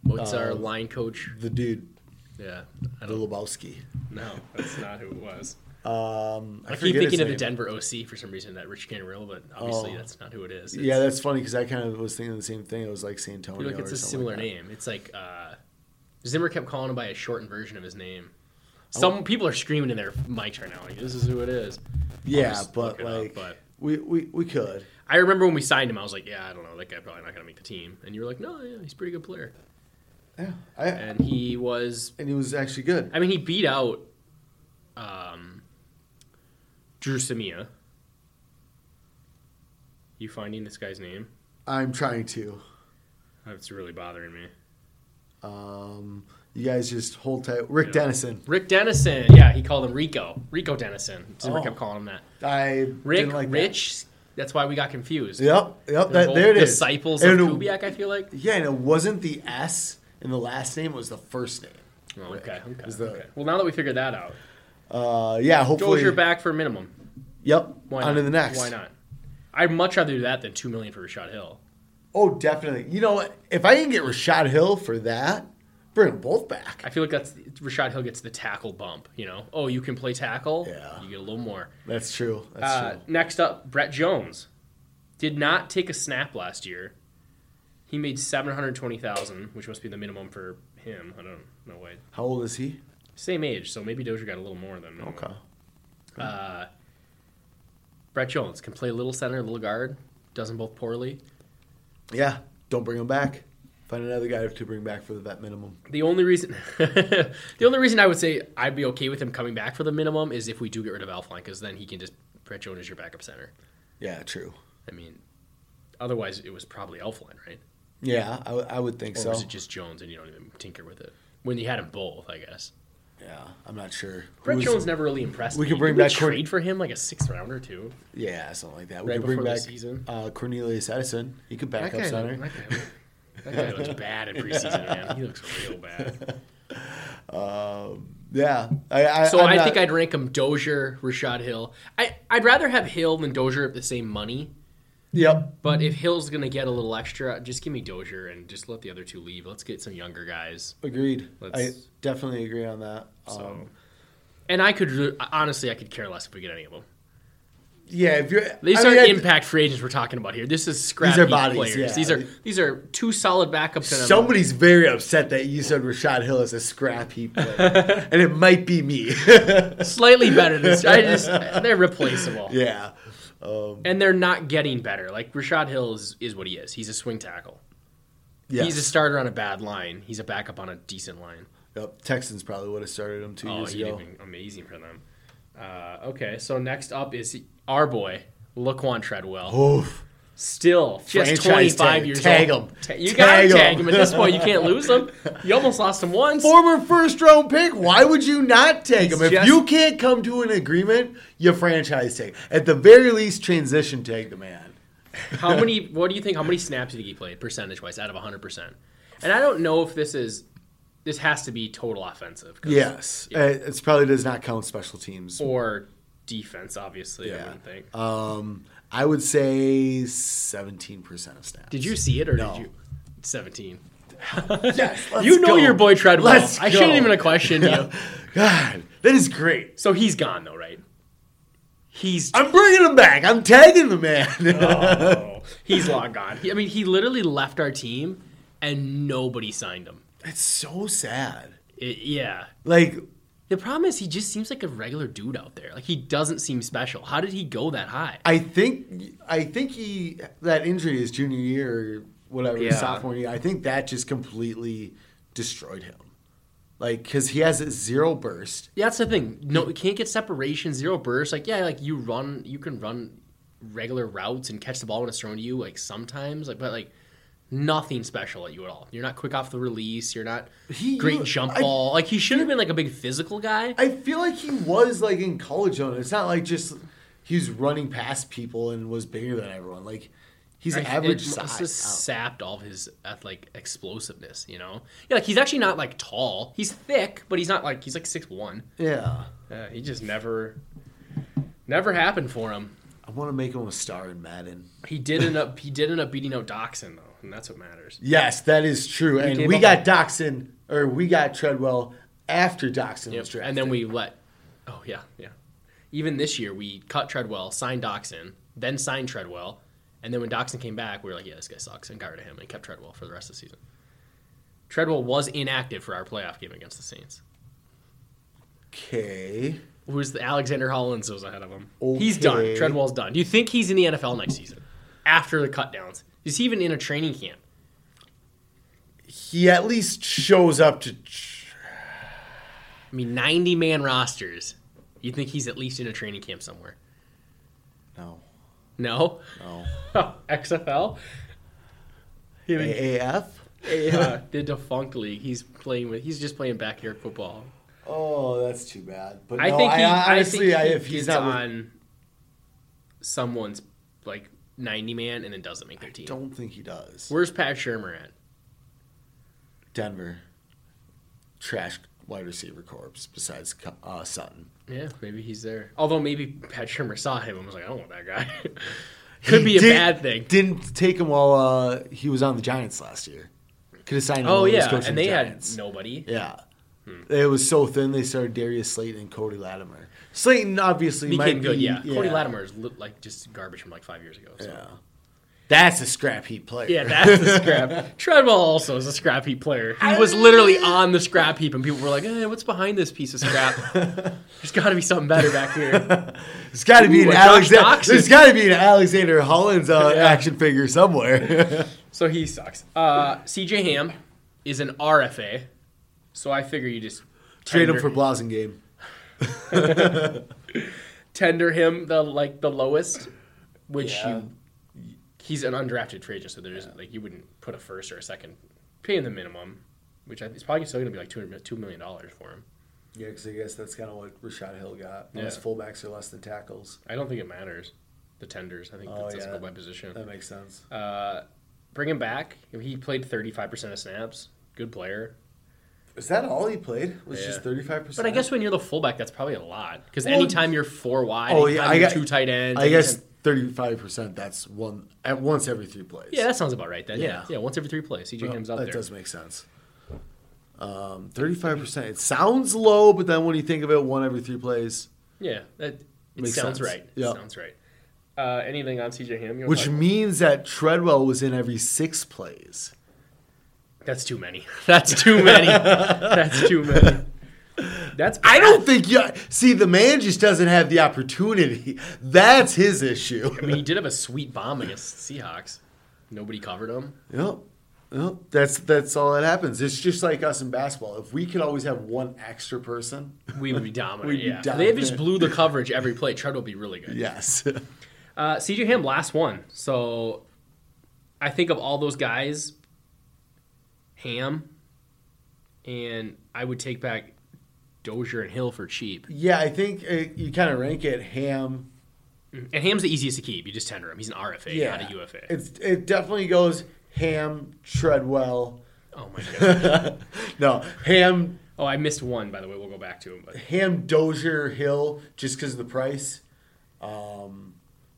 Speaker 3: What's
Speaker 2: Oh.
Speaker 3: our line coach?
Speaker 2: The dude,
Speaker 3: Yeah, I
Speaker 2: the
Speaker 3: don't
Speaker 2: Lebowski. *laughs*
Speaker 3: know. That's not who it was.
Speaker 2: Um,
Speaker 3: I, keep
Speaker 2: forget his
Speaker 3: thinking of the
Speaker 2: name. Oh.
Speaker 3: Denver OC for some reason, that Rich Canarill, but obviously that's not who it is. It's,
Speaker 2: Yeah, that's funny because I kind of was thinking the same thing. It was like San
Speaker 3: I feel
Speaker 2: Antonio.
Speaker 3: like it's
Speaker 2: or
Speaker 3: a
Speaker 2: something
Speaker 3: similar
Speaker 2: like that.
Speaker 3: name. It's like uh, Zimmer kept calling him by a shortened version of his name. Some people are screaming in their mics right now. Like, this is who it is. I'll
Speaker 2: Yeah,
Speaker 3: just look
Speaker 2: but
Speaker 3: it up,
Speaker 2: like
Speaker 3: but-
Speaker 2: we we we could.
Speaker 3: I remember when we signed him, I was like, yeah, I don't know, that guy probably not going to make the team. And you were like, no, yeah, he's a pretty good player.
Speaker 2: Yeah, I,
Speaker 3: And he was
Speaker 2: and he was actually good.
Speaker 3: I mean, he beat out um, Drew Samia. You finding this guy's name?
Speaker 2: I'm trying to.
Speaker 3: That's really bothering me.
Speaker 2: Um, you guys just hold tight. Rick Dennison.
Speaker 3: Rick Dennison. Yeah, he called him Rico. Rico Dennison. Zimmer
Speaker 2: Oh.
Speaker 3: kept calling him that.
Speaker 2: I
Speaker 3: Rick,
Speaker 2: didn't like that.
Speaker 3: Rich. That's why we got confused.
Speaker 2: Yep, yep.
Speaker 3: They're
Speaker 2: That,
Speaker 3: both
Speaker 2: there it is.
Speaker 3: disciples
Speaker 2: And
Speaker 3: of
Speaker 2: it-
Speaker 3: Kubiak, I feel like.
Speaker 2: Yeah, and it wasn't the S in the last name; it was the first name.
Speaker 3: Oh, okay, okay,
Speaker 2: Is the-
Speaker 3: okay. Well, now that we figured that out,
Speaker 2: Uh, yeah, hopefully.
Speaker 3: Dozier back for minimum.
Speaker 2: Yep.
Speaker 3: Why
Speaker 2: on to
Speaker 3: not?
Speaker 2: the next.
Speaker 3: Why not? I'd much rather do that than two million for Rashad Hill.
Speaker 2: Oh, definitely. You know what? If I can get Rashad Hill for that, bring them both back.
Speaker 3: I feel like that's Rashad Hill gets the tackle bump. You know, oh, you can play tackle.
Speaker 2: Yeah.
Speaker 3: you get a little more.
Speaker 2: That's true. That's
Speaker 3: Uh,
Speaker 2: true.
Speaker 3: next up, Brett Jones did not take a snap last year. He made seven hundred twenty thousand, which must be the minimum for him. I don't know why.
Speaker 2: How old is he?
Speaker 3: Same age, so maybe Dozier got a little more than minimum.
Speaker 2: Okay.
Speaker 3: Uh, Brett Jones can play little center, little guard. Does them both poorly.
Speaker 2: Yeah. Don't bring him back. Find another guy to bring back for the vet minimum.
Speaker 3: The only reason, *laughs* the only reason I would say I'd be okay with him coming back for the minimum is if we do get rid of Alfline, because then he can just Brett Jones is your backup center.
Speaker 2: Yeah. True.
Speaker 3: I mean, otherwise it was probably Elfline, right?
Speaker 2: Yeah, I, w- I would think
Speaker 3: Or
Speaker 2: so.
Speaker 3: was it just Jones and you don't even tinker with it? When you had them both, I guess.
Speaker 2: yeah, I'm not sure.
Speaker 3: Brett
Speaker 2: Who's-
Speaker 3: Jones never really impressed.
Speaker 2: We
Speaker 3: me.
Speaker 2: could bring
Speaker 3: Did we
Speaker 2: back Cor-
Speaker 3: trade for him like a sixth rounder too.
Speaker 2: Yeah, something like that. We
Speaker 3: Right
Speaker 2: could bring
Speaker 3: before the
Speaker 2: back
Speaker 3: season.
Speaker 2: uh, Cornelius Edison. He could back up center.
Speaker 3: that
Speaker 2: *laughs*
Speaker 3: guy, that guy looks bad *laughs* in preseason, man. He looks real *laughs* bad.
Speaker 2: Yeah. I, I,
Speaker 3: So
Speaker 2: I'm
Speaker 3: i
Speaker 2: not-
Speaker 3: think I'd rank him Dozier, Rashad Hill. I I'd rather have Hill than Dozier at the same money.
Speaker 2: Yep.
Speaker 3: But if Hill's gonna get a little extra, just give me Dozier and just let the other two leave. Let's get some younger guys.
Speaker 2: Agreed. I
Speaker 3: Let's-
Speaker 2: definitely agree on that. Um,
Speaker 3: And I could re- honestly, I could care less if we get any of them.
Speaker 2: yeah, if you're
Speaker 3: These
Speaker 2: I mean,
Speaker 3: aren't
Speaker 2: I-
Speaker 3: impact free agents we're talking about here. This is scrappy
Speaker 2: bodies,
Speaker 3: players.
Speaker 2: yeah.
Speaker 3: These are these are two solid backups. and a-
Speaker 2: Somebody's very upset that you said Rashad Hill is a scrap heap
Speaker 3: *laughs*
Speaker 2: player, and it might be me. *laughs*
Speaker 3: slightly better this year. I just they're replaceable.
Speaker 2: yeah,
Speaker 3: And they're not getting better. Like Rashad Hill is, is what he is. He's a swing tackle.
Speaker 2: yeah.
Speaker 3: He's a starter on a bad line. He's a backup on a decent line.
Speaker 2: Yep, Texans probably would have started him two
Speaker 3: Oh,
Speaker 2: years
Speaker 3: he'd have
Speaker 2: ago.
Speaker 3: been amazing for them. Uh, okay, so next up is our boy, Laquan Treadwell.
Speaker 2: Oof.
Speaker 3: Still just
Speaker 2: Oh. Franchise
Speaker 3: 25
Speaker 2: tag.
Speaker 3: years
Speaker 2: Tag
Speaker 3: old.
Speaker 2: him.
Speaker 3: Ta- you
Speaker 2: Tag
Speaker 3: gotta
Speaker 2: him.
Speaker 3: tag him at this point. You can't lose him. You
Speaker 2: *laughs*
Speaker 3: almost lost him once.
Speaker 2: Former first round pick. Why would you not take him? If
Speaker 3: just-
Speaker 2: you can't come to an agreement, you franchise tag. At the very least, transition tag the man. *laughs*
Speaker 3: How many? What do you think? How many snaps did he play percentage wise out of 100 percent? And I don't know if this is this has to be total offensive. 'cause-
Speaker 2: Yes,
Speaker 3: yeah,
Speaker 2: Uh, it probably does not count special teams.
Speaker 3: or defense, obviously. I
Speaker 2: Yeah.
Speaker 3: wouldn't think.
Speaker 2: Um, I would say seventeen percent of snaps.
Speaker 3: did you see it or
Speaker 2: no.
Speaker 3: did you? 17.
Speaker 2: Yes, let's
Speaker 3: You know
Speaker 2: go.
Speaker 3: your boy Treadwell.
Speaker 2: Let's
Speaker 3: I shouldn't
Speaker 2: go.
Speaker 3: even have
Speaker 2: *laughs*
Speaker 3: questioned you.
Speaker 2: God, that is great.
Speaker 3: So he's gone though, right? He's
Speaker 2: I'm bringing him back. I'm tagging the man.
Speaker 3: Uh-huh. he's long gone. He- I mean, he literally left our team, and nobody signed him.
Speaker 2: *laughs* It's so sad.
Speaker 3: It- yeah.
Speaker 2: Like
Speaker 3: The problem is he just seems like a regular dude out there. Like he doesn't seem special. How did he go that high?
Speaker 2: I think I think he that injury his junior year, or whatever,
Speaker 3: Yeah.
Speaker 2: sophomore year. I think that just completely destroyed him. Like because he has a zero burst.
Speaker 3: Yeah, that's the thing. No, you can't get separation, zero burst. Like, yeah, like you run, you can run regular routes and catch the ball when it's thrown to you, like sometimes, like, but like nothing special at you at all. You're not quick off the release. You're not
Speaker 2: He-
Speaker 3: great jump
Speaker 2: I-
Speaker 3: ball. Like he should have been like a big physical guy.
Speaker 2: I feel like he was like in college on it. It's not like just he was running past people and was bigger than everyone. Like he's
Speaker 3: Like,
Speaker 2: average
Speaker 3: it must
Speaker 2: size. Oh.
Speaker 3: have sapped all of his athletic explosiveness. You know, yeah, like he's actually not like tall. He's thick, but he's not like he's like six one.
Speaker 2: Oh, yeah,
Speaker 3: Uh, he just never, never happened for him.
Speaker 2: I want to make him a star in Madden.
Speaker 3: He did end up he did end up beating out Doxson though, and that's what matters.
Speaker 2: Yes, that is true.
Speaker 3: gave
Speaker 2: and we
Speaker 3: up
Speaker 2: got Doxson or we got Treadwell after Doxson was drafted.
Speaker 3: And then we let oh yeah, yeah. Even this year we cut Treadwell, signed Doxson, then signed Treadwell, and then when Doxson came back, we were like, Yeah, this guy sucks and got rid of him and kept Treadwell for the rest of the season. Treadwell was inactive for our playoff game against the Saints.
Speaker 2: okay.
Speaker 3: Who was the Alexander Hollins was ahead of him. He's done.
Speaker 2: Okay.
Speaker 3: Treadwell's done. Do you think he's in the NFL next season? After the cut downs. Is he even in a training camp?
Speaker 2: he at least shows up to. tr-
Speaker 3: I mean, 90 man rosters. You think he's at least in a training camp somewhere?
Speaker 2: No,
Speaker 3: No?
Speaker 2: no.
Speaker 3: *laughs* XFL? Him and-
Speaker 2: AAF.
Speaker 3: uh, the defunct league. He's playing with. He's just playing backyard football.
Speaker 2: Oh, that's too bad. But
Speaker 3: I
Speaker 2: no,
Speaker 3: think. He,
Speaker 2: I, honestly, I
Speaker 3: I think he
Speaker 2: if he's
Speaker 3: gets
Speaker 2: not, with-
Speaker 3: on someone's like ninety man and then doesn't make their team.
Speaker 2: don't think he does.
Speaker 3: Where's Pat Shermer at?
Speaker 2: Denver, trash wide receiver corpse besides uh, Sutton.
Speaker 3: Yeah, maybe he's there. Although maybe Pat Shermer saw him and was like, I don't want that guy. *laughs* Could
Speaker 2: He
Speaker 3: be a
Speaker 2: did-
Speaker 3: bad thing.
Speaker 2: Didn't take him while uh, he was on the Giants last year. Could have signed him.
Speaker 3: Oh
Speaker 2: while he was
Speaker 3: yeah,
Speaker 2: coaching
Speaker 3: and
Speaker 2: the
Speaker 3: they had Hmm.
Speaker 2: Giants.
Speaker 3: nobody.
Speaker 2: Yeah. It was so thin. They started Darius Slayton and Cody Latimer. Slayton obviously
Speaker 3: Became
Speaker 2: might
Speaker 3: good,
Speaker 2: be,
Speaker 3: yeah. Cody Latimer is li- like just garbage from like five years ago. So.
Speaker 2: Yeah. That's a scrap heap player.
Speaker 3: Yeah, that's the
Speaker 2: *laughs*
Speaker 3: scrap. Treadwell also is a scrap heap player. He was literally on the scrap heap, and people were like, eh, "What's behind this piece
Speaker 2: *laughs*
Speaker 3: of scrap? There's got to be something better back here."
Speaker 2: It's got to be
Speaker 3: Ooh,
Speaker 2: an
Speaker 3: a Josh
Speaker 2: Alexander.
Speaker 3: Doxson.
Speaker 2: There's got to be an Alexander Hollins uh,
Speaker 3: Yeah.
Speaker 2: action figure
Speaker 3: *laughs*
Speaker 2: somewhere.
Speaker 3: So he sucks. Uh, C.J. Ham is an RFA, so I figure you just
Speaker 2: Trade him
Speaker 3: tender-
Speaker 2: for Blossom game.
Speaker 3: tender him the like the lowest, which
Speaker 2: Yeah.
Speaker 3: you he's an undrafted free agent, so there's like you wouldn't put a first or a second, pay him the minimum, which I, it's probably still going to be like two hundred two million dollars for him.
Speaker 2: Yeah, because I guess that's kind of what Rashad Hill got.
Speaker 3: Most Yeah.
Speaker 2: fullbacks are less than tackles.
Speaker 3: I don't think it matters. The tenders, I think
Speaker 2: Oh,
Speaker 3: that's
Speaker 2: yeah.
Speaker 3: by position.
Speaker 2: makes sense.
Speaker 3: Uh, bring him back. He played 35% of snaps. Good player.
Speaker 2: Is that all he played? Was
Speaker 3: Yeah.
Speaker 2: just thirty five percent.
Speaker 3: But I guess when you're the fullback, that's probably a lot. Because
Speaker 2: Well-
Speaker 3: anytime you're four wide,
Speaker 2: Oh,
Speaker 3: anytime
Speaker 2: yeah, I
Speaker 3: you're
Speaker 2: got-
Speaker 3: two tight ends.
Speaker 2: I guess
Speaker 3: anytime-
Speaker 2: thirty five percent. That's one at once every three plays.
Speaker 3: Yeah, that sounds about right then. Yeah.
Speaker 2: Yeah.
Speaker 3: Yeah, once every three plays. CJ Ham's out
Speaker 2: that
Speaker 3: there.
Speaker 2: does make sense. Thirty five percent. It sounds low, but then when you think of it, one every three plays.
Speaker 3: Yeah, that it
Speaker 2: Makes
Speaker 3: sounds
Speaker 2: sense.
Speaker 3: right. It
Speaker 2: Yeah.
Speaker 3: sounds right. uh, anything on CJ Ham. You wanna
Speaker 2: Which
Speaker 3: talk-
Speaker 2: means that Treadwell was in every six plays.
Speaker 3: that's too many. *laughs* That's too
Speaker 2: *laughs*
Speaker 3: many. that's too many. That's
Speaker 2: I don't think you see the man just doesn't have the opportunity. That's his issue.
Speaker 3: I mean, he did have a sweet bomb against Seahawks. Nobody covered him.
Speaker 2: Yep. Yep. That's that's all that happens. It's just like us in basketball. If we could always have one extra person,
Speaker 3: We would be dominant.
Speaker 2: We'd be
Speaker 3: yeah. They
Speaker 2: dominant.
Speaker 3: just blew the coverage every play. Tread will be really good.
Speaker 2: yes.
Speaker 3: Uh, CJ Ham last one. So I think of all those guys, Ham, and I would take back Dozier and Hill for cheap.
Speaker 2: *laughs* yeah, I think uh you kind of rank it ham.
Speaker 3: And Ham's the easiest to keep. You just tender him. He's an RFA,
Speaker 2: Yeah,
Speaker 3: not a UFA.
Speaker 2: It's it definitely goes ham Treadwell.
Speaker 3: oh
Speaker 2: *laughs*
Speaker 3: my god.
Speaker 2: No, ham
Speaker 3: oh, I missed one by the way. We'll go back to him. But
Speaker 2: ham Dozier Hill just because of the price.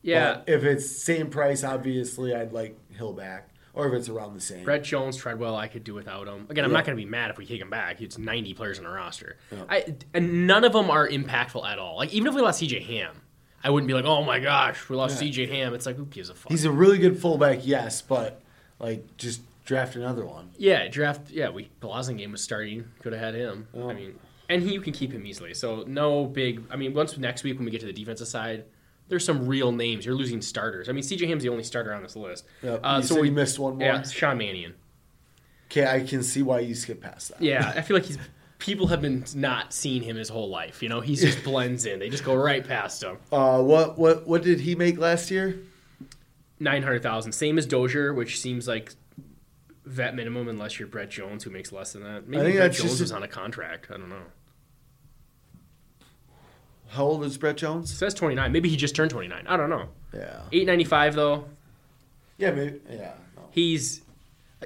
Speaker 3: yeah,
Speaker 2: But if it's same price, obviously I'd like Hill back, or if it's around the same.
Speaker 3: Brett Jones, Treadwell, I could do without him. Again, I'm not going to be mad if we kick him back. It's 90 players on our roster. I, and none of them are impactful at all. Like, even if we lost CJ Ham, I wouldn't be like, oh my gosh, we lost CJ Ham. It's like, who gives a fuck?
Speaker 2: He's a really good fullback, yes, but like just draft another one.
Speaker 3: yeah, draft. Yeah, we Blazing game was starting. Could have had him. I mean, and he, you can keep him easily. So, no big. I mean, once next week when we get to the defensive side, there's some real names. You're losing starters. I mean, CJ Ham's the only starter on this list. Uh,
Speaker 2: Yep. You said you missed one more.
Speaker 3: Yeah, Sean Mannion.
Speaker 2: Okay, I can see why you skip past that.
Speaker 3: Yeah, I feel like he's people have been not seeing him his whole life. You know,
Speaker 2: *laughs*
Speaker 3: he just blends in. They just go right past him.
Speaker 2: Uh, what what what did he make last year?
Speaker 3: Nine hundred thousand, same as Dozier, which seems like vet minimum unless you're Brett Jones, who makes less than that. Maybe
Speaker 2: I think
Speaker 3: Brett
Speaker 2: that's
Speaker 3: Jones
Speaker 2: just a-
Speaker 3: was on a contract. I
Speaker 2: *laughs*
Speaker 3: don't know.
Speaker 2: How old is Brett
Speaker 3: It
Speaker 2: Jones?
Speaker 3: says twenty nine. Maybe he just turned twenty nine. I don't know.
Speaker 2: Yeah.
Speaker 3: Eight ninety five though.
Speaker 2: Yeah, maybe. Yeah. no.
Speaker 3: He's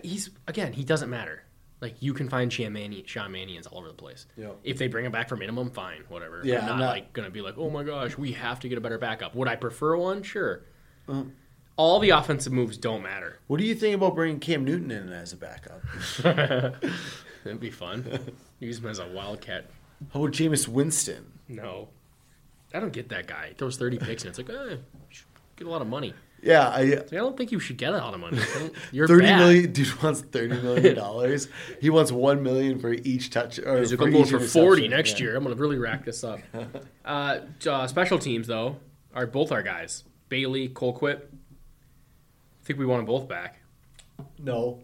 Speaker 3: he's again. He doesn't matter. Like you can find Sean, Mannion, Sean Mannions all over the place.
Speaker 2: Yep.
Speaker 3: If they bring him back for minimum, fine, whatever.
Speaker 2: Yeah,
Speaker 3: I'm not,
Speaker 2: I'm not-
Speaker 3: like gonna be like, oh my gosh, we have to get a better backup. Would I prefer one? Sure.
Speaker 2: Uh-huh.
Speaker 3: all the offensive moves don't matter.
Speaker 2: *laughs* What do you think about bringing Cam Newton in as a backup?
Speaker 3: That'd be fun. Use him as a wildcat.
Speaker 2: How about Jameis Winston?
Speaker 3: No, I don't get that guy. He throws thirty picks and it's like, eh, you should get a lot of money.
Speaker 2: Yeah, I,
Speaker 3: Like, I don't think you should get a lot
Speaker 2: *laughs*
Speaker 3: of money. You're
Speaker 2: thirty
Speaker 3: bad.
Speaker 2: million- *laughs* Dude wants thirty million dollars. he wants one million for each touch. Or
Speaker 3: He's like,
Speaker 2: for
Speaker 3: I'm going
Speaker 2: each
Speaker 3: for 40
Speaker 2: interception.
Speaker 3: next
Speaker 2: Yeah.
Speaker 3: year. I'm going to really rack this up. uh, uh, special teams, though, are both our guys. Bailey, Colquitt. I think we want them both back.
Speaker 2: No,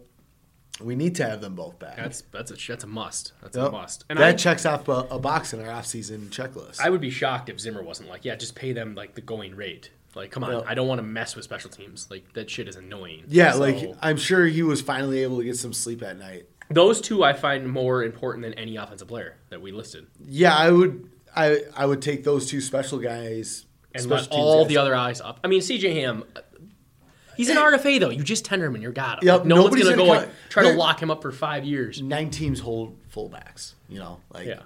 Speaker 2: we need to have them both back.
Speaker 3: That's that's a that's a must. That's a
Speaker 2: Yep.
Speaker 3: must. And
Speaker 2: That
Speaker 3: I,
Speaker 2: checks off a, a box in our offseason checklist.
Speaker 3: I would be shocked if Zimmer wasn't like, yeah, just pay them like the going rate. Like, come on,
Speaker 2: Yep.
Speaker 3: I don't want to mess with special teams. Like that shit is annoying.
Speaker 2: yeah,
Speaker 3: So,
Speaker 2: like I'm sure he was finally able to get some sleep at night.
Speaker 3: those two, I find more important than any offensive player that we listed,
Speaker 2: Yeah, I would. I I would take those two special guys
Speaker 3: and
Speaker 2: special teams
Speaker 3: let all
Speaker 2: guys.
Speaker 3: the other eyes up. I mean, C.J. Ham. uh, He's an RFA though. You just tender him and you're got him.
Speaker 2: Yep,
Speaker 3: Like, no one's
Speaker 2: nobody's
Speaker 3: gonna,
Speaker 2: gonna
Speaker 3: go
Speaker 2: cut-
Speaker 3: and try to
Speaker 2: they're-
Speaker 3: lock him up for five years.
Speaker 2: nine teams hold fullbacks. You know, like
Speaker 3: Yeah.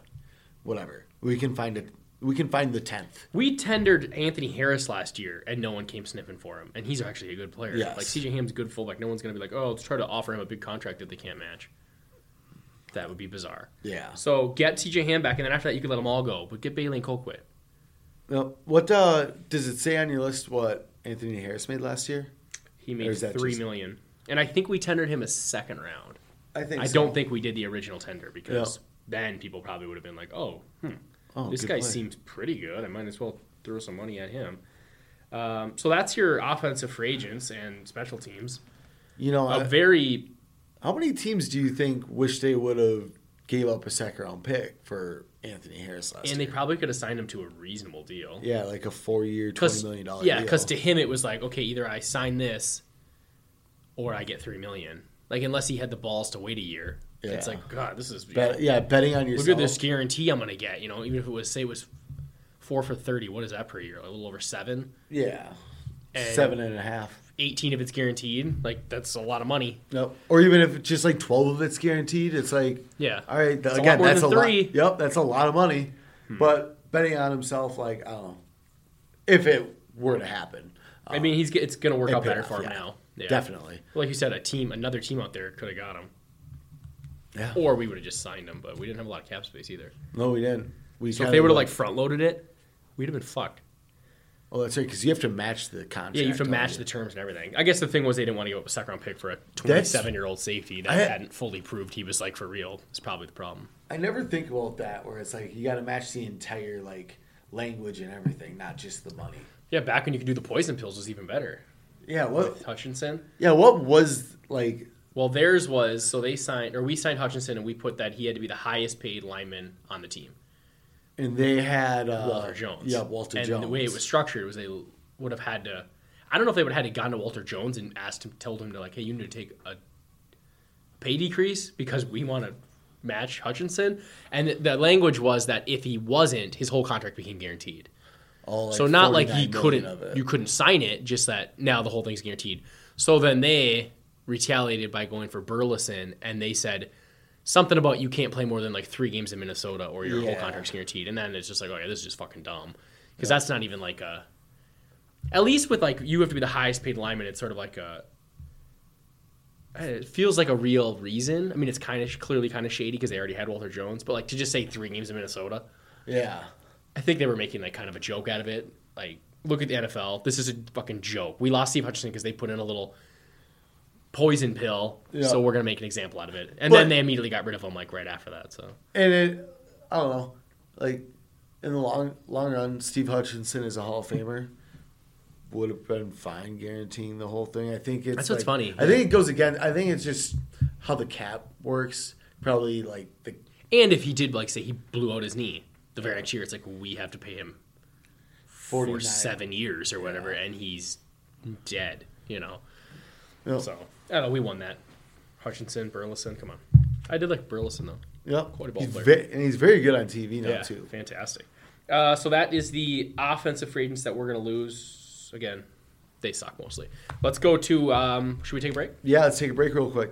Speaker 2: whatever. We can find it. We can find the tenth.
Speaker 3: We tendered Anthony Harris last year, and no one came sniffing for him. And he's actually a good player.
Speaker 2: Yes.
Speaker 3: Like C.J. Ham's a good fullback. No one's gonna be like, oh, let's try to offer him a big contract that they can't match. That would be bizarre.
Speaker 2: Yeah.
Speaker 3: So get C.J. Ham back, and then after that, you can let them all go. But get Bailey and Colquitt.
Speaker 2: Now, what uh, does it say on your list? What Anthony Harris made last year?
Speaker 3: He
Speaker 2: Or
Speaker 3: made
Speaker 2: is that
Speaker 3: three
Speaker 2: just-
Speaker 3: million, and I think we tendered him a second round.
Speaker 2: I think
Speaker 3: I
Speaker 2: so.
Speaker 3: don't think we did the original tender because
Speaker 2: Yeah.
Speaker 3: then people probably would have been like, "Oh, hmm,
Speaker 2: Oh,
Speaker 3: this
Speaker 2: good
Speaker 3: guy
Speaker 2: play.
Speaker 3: seems pretty good. I might as well throw some money at him." Um, so that's your offensive free agents and special teams.
Speaker 2: You know,
Speaker 3: A
Speaker 2: I-
Speaker 3: very
Speaker 2: how many teams do you think wish they would have gave up a second round pick for Anthony Harris last
Speaker 3: and
Speaker 2: year?
Speaker 3: they probably could assign him to a reasonable deal.
Speaker 2: yeah, like a four year, twenty million dollar.
Speaker 3: yeah,
Speaker 2: deal.
Speaker 3: because to him it was like, okay, either I sign this, or I get three million. Like unless he had the balls to wait a year, it's
Speaker 2: Yeah.
Speaker 3: like God, this is
Speaker 2: Bet- yeah, betting on yourself.
Speaker 3: look at this guarantee I'm gonna get. You know, even if it was say it was four for thirty, what is that per year? A little over seven.
Speaker 2: Yeah,
Speaker 3: And-
Speaker 2: seven and a half.
Speaker 3: Eighteen if it's guaranteed. Like that's a lot of money.
Speaker 2: Nope. Or even if it's just like twelve of it's guaranteed, it's like
Speaker 3: Yeah.
Speaker 2: All right,
Speaker 3: a lot
Speaker 2: again,
Speaker 3: more
Speaker 2: that's a
Speaker 3: than three. Hmm.
Speaker 2: lot. Yep, that's a lot of money. But betting on himself, like I don't know, if it were to happen,
Speaker 3: I mean, he's it's gonna work
Speaker 2: It
Speaker 3: out
Speaker 2: paid
Speaker 3: better
Speaker 2: off,
Speaker 3: for him
Speaker 2: yeah.
Speaker 3: now. Yeah.
Speaker 2: definitely.
Speaker 3: Like you said, a team, another team out there could have got him,
Speaker 2: Yeah.
Speaker 3: or we would have just signed him. But we didn't have a lot of cap space either.
Speaker 2: No, we didn't. We
Speaker 3: So if they would have like front loaded it, we'd have been fucked.
Speaker 2: Oh, that's right, because you have to match the contract.
Speaker 3: Yeah, you have to
Speaker 2: don't
Speaker 3: match the terms and everything. I guess the thing was they didn't want to give up a second round pick for a
Speaker 2: That's-
Speaker 3: 27 year old safety that
Speaker 2: I-
Speaker 3: hadn't fully proved he was like for real. It's probably the problem.
Speaker 2: I never think about that, where it's like you got to match the entire like language and everything, not just the money.
Speaker 3: Yeah, back when you could do the poison pills was even better.
Speaker 2: Yeah. What?
Speaker 3: Hutchinson.
Speaker 2: Yeah. What was like?
Speaker 3: Well, theirs was so they signed or we signed Hutchinson and we put that he had to be the highest paid lineman on the team.
Speaker 2: And they had uh,
Speaker 3: Walter Jones.
Speaker 2: Yeah, Walter
Speaker 3: and
Speaker 2: Jones.
Speaker 3: The way it was structured was they would have had to. I don't know if they would have had to gone to Walter Jones and asked him, told him to like, hey, you need to take a pay decrease because we want to match Hutchinson. And the, the language was that if he wasn't, his whole contract became guaranteed.
Speaker 2: All, like,
Speaker 3: so not like
Speaker 2: 49
Speaker 3: he
Speaker 2: million of
Speaker 3: couldn't,
Speaker 2: it.
Speaker 3: you couldn't sign it, just that now the whole thing's guaranteed. So then they retaliated by going for Burleson, and they said. Something about you can't play more than like three games in Minnesota, or your whole
Speaker 2: Yeah.
Speaker 3: contract's guaranteed. And then it's just like, okay, this is just fucking dumb because that's not even like a. At least with like you have to be the highest paid lineman. It's sort of like a. It feels like a real reason. I mean, it's kind of clearly kind of shady because they already had Walter Jones, but like to just say three games in Minnesota,
Speaker 2: yeah.
Speaker 3: I think they were making like kind of a joke out of it. Like, look at the NFL. This is a fucking joke. We lost Steve Hutchinson because they put in a little poison pill,
Speaker 2: Yeah.
Speaker 3: so we're gonna make an example out of it. And
Speaker 2: But-
Speaker 3: then they immediately got rid of him like right after that. So
Speaker 2: And it, I don't know, like in the long long run, Steve Hutchinson is a Hall of Famer. Would have been fine guaranteeing the whole thing. I think it's
Speaker 3: That's what's
Speaker 2: like-
Speaker 3: funny.
Speaker 2: I think it goes again. I think it's just how the cap works. Probably like the
Speaker 3: And if he did, like, say he blew out his knee the very next year, it's like we have to pay him
Speaker 2: forty
Speaker 3: for seven years or whatever, and he's dead, you know?
Speaker 2: Yeah.
Speaker 3: So, I don't know, we won that. Hutchinson, Burleson, come on. I did like Burleson, though.
Speaker 2: Yep.
Speaker 3: Quite a ball
Speaker 2: he's
Speaker 3: player.
Speaker 2: ve- and he's very good on TV now too.
Speaker 3: fantastic. Uh, so that is the offensive free agents that we're going to lose. Again, they suck mostly. Let's go to, um, should we take a break?
Speaker 2: Yeah, let's take a break real quick.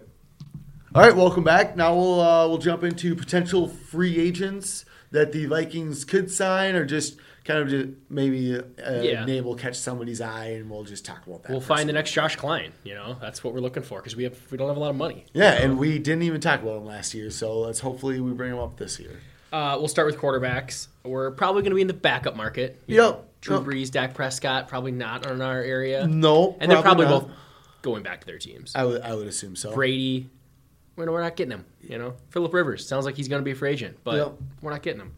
Speaker 2: All right, welcome back. Now we'll uh, we'll jump into potential free agents that the Vikings could sign, or just kind of just maybe uh,
Speaker 3: Yeah.
Speaker 2: name will catch somebody's eye, and we'll just talk about that.
Speaker 3: We'll
Speaker 2: for a
Speaker 3: find the
Speaker 2: second.
Speaker 3: next Josh Klein. You know, that's what we're looking for because we have we don't have a lot of money.
Speaker 2: Yeah, and we didn't even talk about him last year, so let's hopefully we bring him up this year.
Speaker 3: Uh, we'll start with quarterbacks. We're probably going to be in the backup market. You
Speaker 2: Yep.
Speaker 3: know, Drew
Speaker 2: Yep.
Speaker 3: Brees, Dak Prescott, probably not in our area.
Speaker 2: No,
Speaker 3: and they're probably
Speaker 2: not.
Speaker 3: both going back to their teams.
Speaker 2: I would I would assume so.
Speaker 3: Brady, we're, we're not getting him. You know, Philip Rivers sounds like he's going to be a free agent, but
Speaker 2: Yep.
Speaker 3: we're not getting him.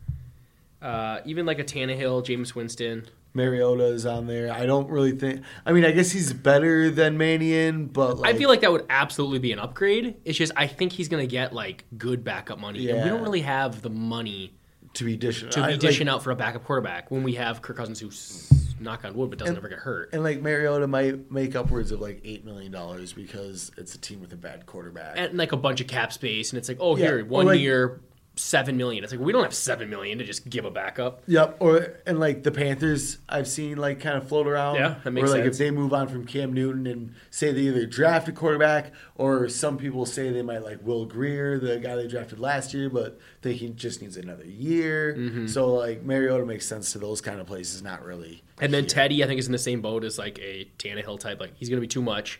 Speaker 3: Uh, even like a Tannehill, James Winston.
Speaker 2: Mariota is on there. I don't really think. I mean, I guess he's better than Mannion, but like,
Speaker 3: I feel like that would absolutely be an upgrade. It's just I think he's going to get like good backup money, and
Speaker 2: Yeah.
Speaker 3: we don't really have the money
Speaker 2: to be dishing
Speaker 3: to be
Speaker 2: I- like,
Speaker 3: dishing out for a backup quarterback when we have Kirk Cousins, who s- knock on wood, but doesn't ever get hurt.
Speaker 2: And like Mariota might make upwards of like eight million dollars because it's a team with a bad quarterback.
Speaker 3: at like a bunch of cap space, and it's like, oh,
Speaker 2: Yeah,
Speaker 3: here,
Speaker 2: or
Speaker 3: one
Speaker 2: like-
Speaker 3: year, seven million. It's like we don't have seven million to just give a backup.
Speaker 2: yep. Or and like the Panthers, I've seen like kind of float around.
Speaker 3: Yeah, that makes
Speaker 2: Or like if
Speaker 3: sense.
Speaker 2: they move on from Cam Newton and say they either draft a quarterback or some people say they might like Will Greer, the guy they drafted last year, but think he just needs another year.
Speaker 3: Mm-hmm.
Speaker 2: So like Mariota makes sense to those kind of places, not really.
Speaker 3: And then Teddy, I think, is in the same boat as like a Tannehill type. Like he's going to be too much,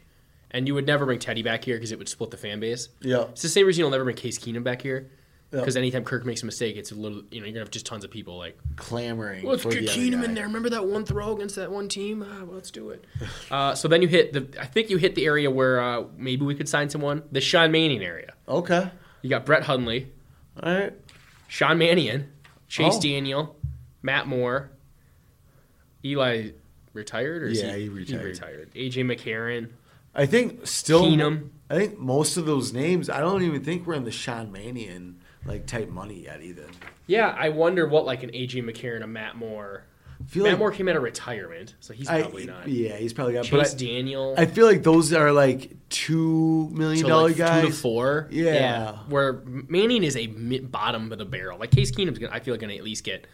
Speaker 3: and you would never bring Teddy back here because it would split the fan base.
Speaker 2: Yeah.
Speaker 3: it's the same reason you'll never bring Case Keenum back here
Speaker 2: Yeah.
Speaker 3: because anytime Kirk makes a mistake, it's a little you know you're gonna have just tons of people like
Speaker 2: Clamoring.
Speaker 3: let's
Speaker 2: for
Speaker 3: get
Speaker 2: the other
Speaker 3: Keenum
Speaker 2: guy.
Speaker 3: in there. Remember that one throw against that one team? Ah, well, let's do
Speaker 2: *laughs*
Speaker 3: it. uh, so then you hit the I think you hit the area where uh, maybe we could sign someone the Sean Manning area.
Speaker 2: Okay.
Speaker 3: You got Brett Hundley.
Speaker 2: All right.
Speaker 3: Sean Mannion, Chase
Speaker 2: Oh.
Speaker 3: Daniel, Matt Moore, Eli retired or is
Speaker 2: Yeah, he retired.
Speaker 3: retired. AJ McCarron.
Speaker 2: I think still
Speaker 3: Keenum.
Speaker 2: I think most of those names. I don't even think we're in the Sean Manion like type money yet either.
Speaker 3: Yeah, I wonder what like an AJ McCarron, a Matt Moore.
Speaker 2: Feel
Speaker 3: Matt
Speaker 2: like-
Speaker 3: Moore came out of retirement, so he's probably
Speaker 2: I,
Speaker 3: not.
Speaker 2: Yeah, he's probably got.
Speaker 3: Chase
Speaker 2: But
Speaker 3: Daniel.
Speaker 2: I, I feel like those are like two million
Speaker 3: so,
Speaker 2: dollar
Speaker 3: like,
Speaker 2: guys.
Speaker 3: two to four.
Speaker 2: Yeah.
Speaker 3: where Manning is a mid, bottom of the barrel. Like Case Keenum's gonna, I feel like gonna at least get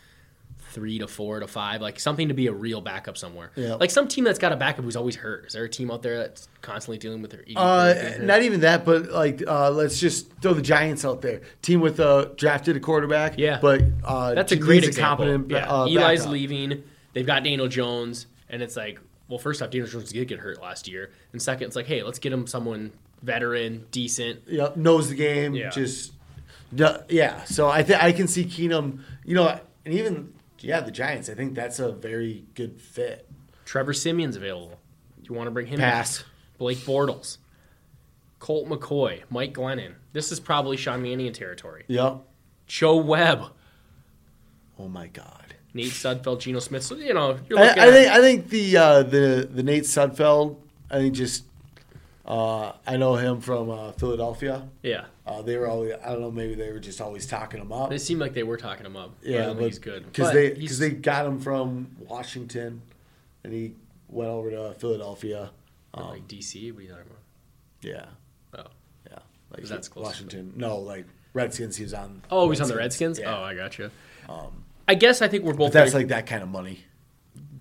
Speaker 3: three to four to five, like something to be a real backup somewhere.
Speaker 2: Yeah.
Speaker 3: Like some team that's got a backup who's always hurt. Is there a team out there that's constantly dealing with their? E
Speaker 2: Uh, not even that, but like, uh, let's just throw the Giants out there. Team with uh, drafted a quarterback.
Speaker 3: Yeah.
Speaker 2: but uh,
Speaker 3: That's a
Speaker 2: needs
Speaker 3: great example.
Speaker 2: competent,
Speaker 3: yeah.
Speaker 2: uh,
Speaker 3: Eli's
Speaker 2: backup.
Speaker 3: leaving. They've got Daniel Jones, and it's like, well, first off, Daniel Jones did get hurt last year, and second, it's like, hey, let's get him someone veteran, decent.
Speaker 2: Yeah, knows the game.
Speaker 3: Yeah.
Speaker 2: Just yeah, yeah. So I think I can see Keenum. You know, and even yeah, the Giants. I think that's a very good fit.
Speaker 3: Trevor Simeon's available. Do you want to bring him?
Speaker 4: Pass.
Speaker 3: back? Blake Bortles, Colt McCoy, Mike Glennon. This is probably Sean Mannion territory.
Speaker 4: Yep.
Speaker 3: Joe Webb,
Speaker 4: Oh my God.
Speaker 3: Nate Sudfeld, Geno Smith. So you know you're
Speaker 2: I,
Speaker 3: looking.
Speaker 2: I
Speaker 3: at,
Speaker 2: think I think the uh, the the Nate Sudfeld. I think just uh, I know him from uh, Philadelphia.
Speaker 3: yeah.
Speaker 2: Uh, they were always I don't know maybe they were just always talking him up.
Speaker 3: They seemed like they were talking him up. but I
Speaker 2: Yeah,
Speaker 3: don't
Speaker 2: but
Speaker 3: think he's good
Speaker 2: because
Speaker 3: But
Speaker 2: they
Speaker 3: he's-
Speaker 2: because they got him from Washington, and he went over to Philadelphia.
Speaker 3: like DC. What are you talking
Speaker 2: Yeah,
Speaker 3: about? Oh.
Speaker 2: yeah, like
Speaker 3: 'Cause that's close to
Speaker 2: Washington. No, like Redskins. He was on.
Speaker 3: Oh, he's on the Redskins.
Speaker 2: Yeah. Um,
Speaker 3: Oh, I gotcha. I guess I think we're both
Speaker 2: That's
Speaker 3: very-
Speaker 2: like that kind of money.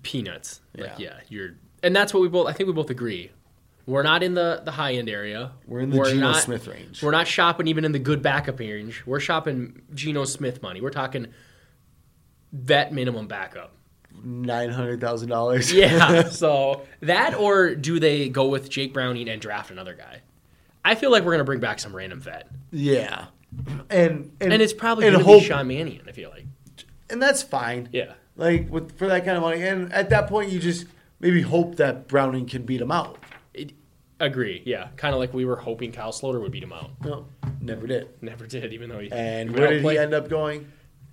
Speaker 3: peanuts. Like,
Speaker 2: Yeah.
Speaker 3: yeah, you're, and that's what we both. I think we both agree. We're not in the the high end area.
Speaker 2: We're in the Geno
Speaker 3: not-
Speaker 2: Smith range.
Speaker 3: We're not shopping even in the good backup range. We're shopping Geno Smith money. We're talking vet
Speaker 2: *laughs*
Speaker 3: minimum backup.
Speaker 2: Nine hundred thousand dollars.
Speaker 3: Yeah. so that, or do they go with Jake Browning and draft another guy? I feel like we're gonna bring back some random vet,
Speaker 2: *laughs* yeah, and and,
Speaker 3: and it's probably
Speaker 2: and
Speaker 3: gonna
Speaker 2: hope-
Speaker 3: be Sean Mannion. I feel like.
Speaker 2: and that's fine.
Speaker 3: Yeah.
Speaker 2: like with for that kind of money, and at that point you just maybe hope that Browning can beat him out.
Speaker 3: It, agree. Yeah. Kind of like we were hoping Kyle Sloter would beat him out.
Speaker 2: No, never did.
Speaker 3: Never did, even though he
Speaker 2: And
Speaker 3: even
Speaker 2: where
Speaker 3: though
Speaker 2: did he
Speaker 3: played-
Speaker 2: end up going?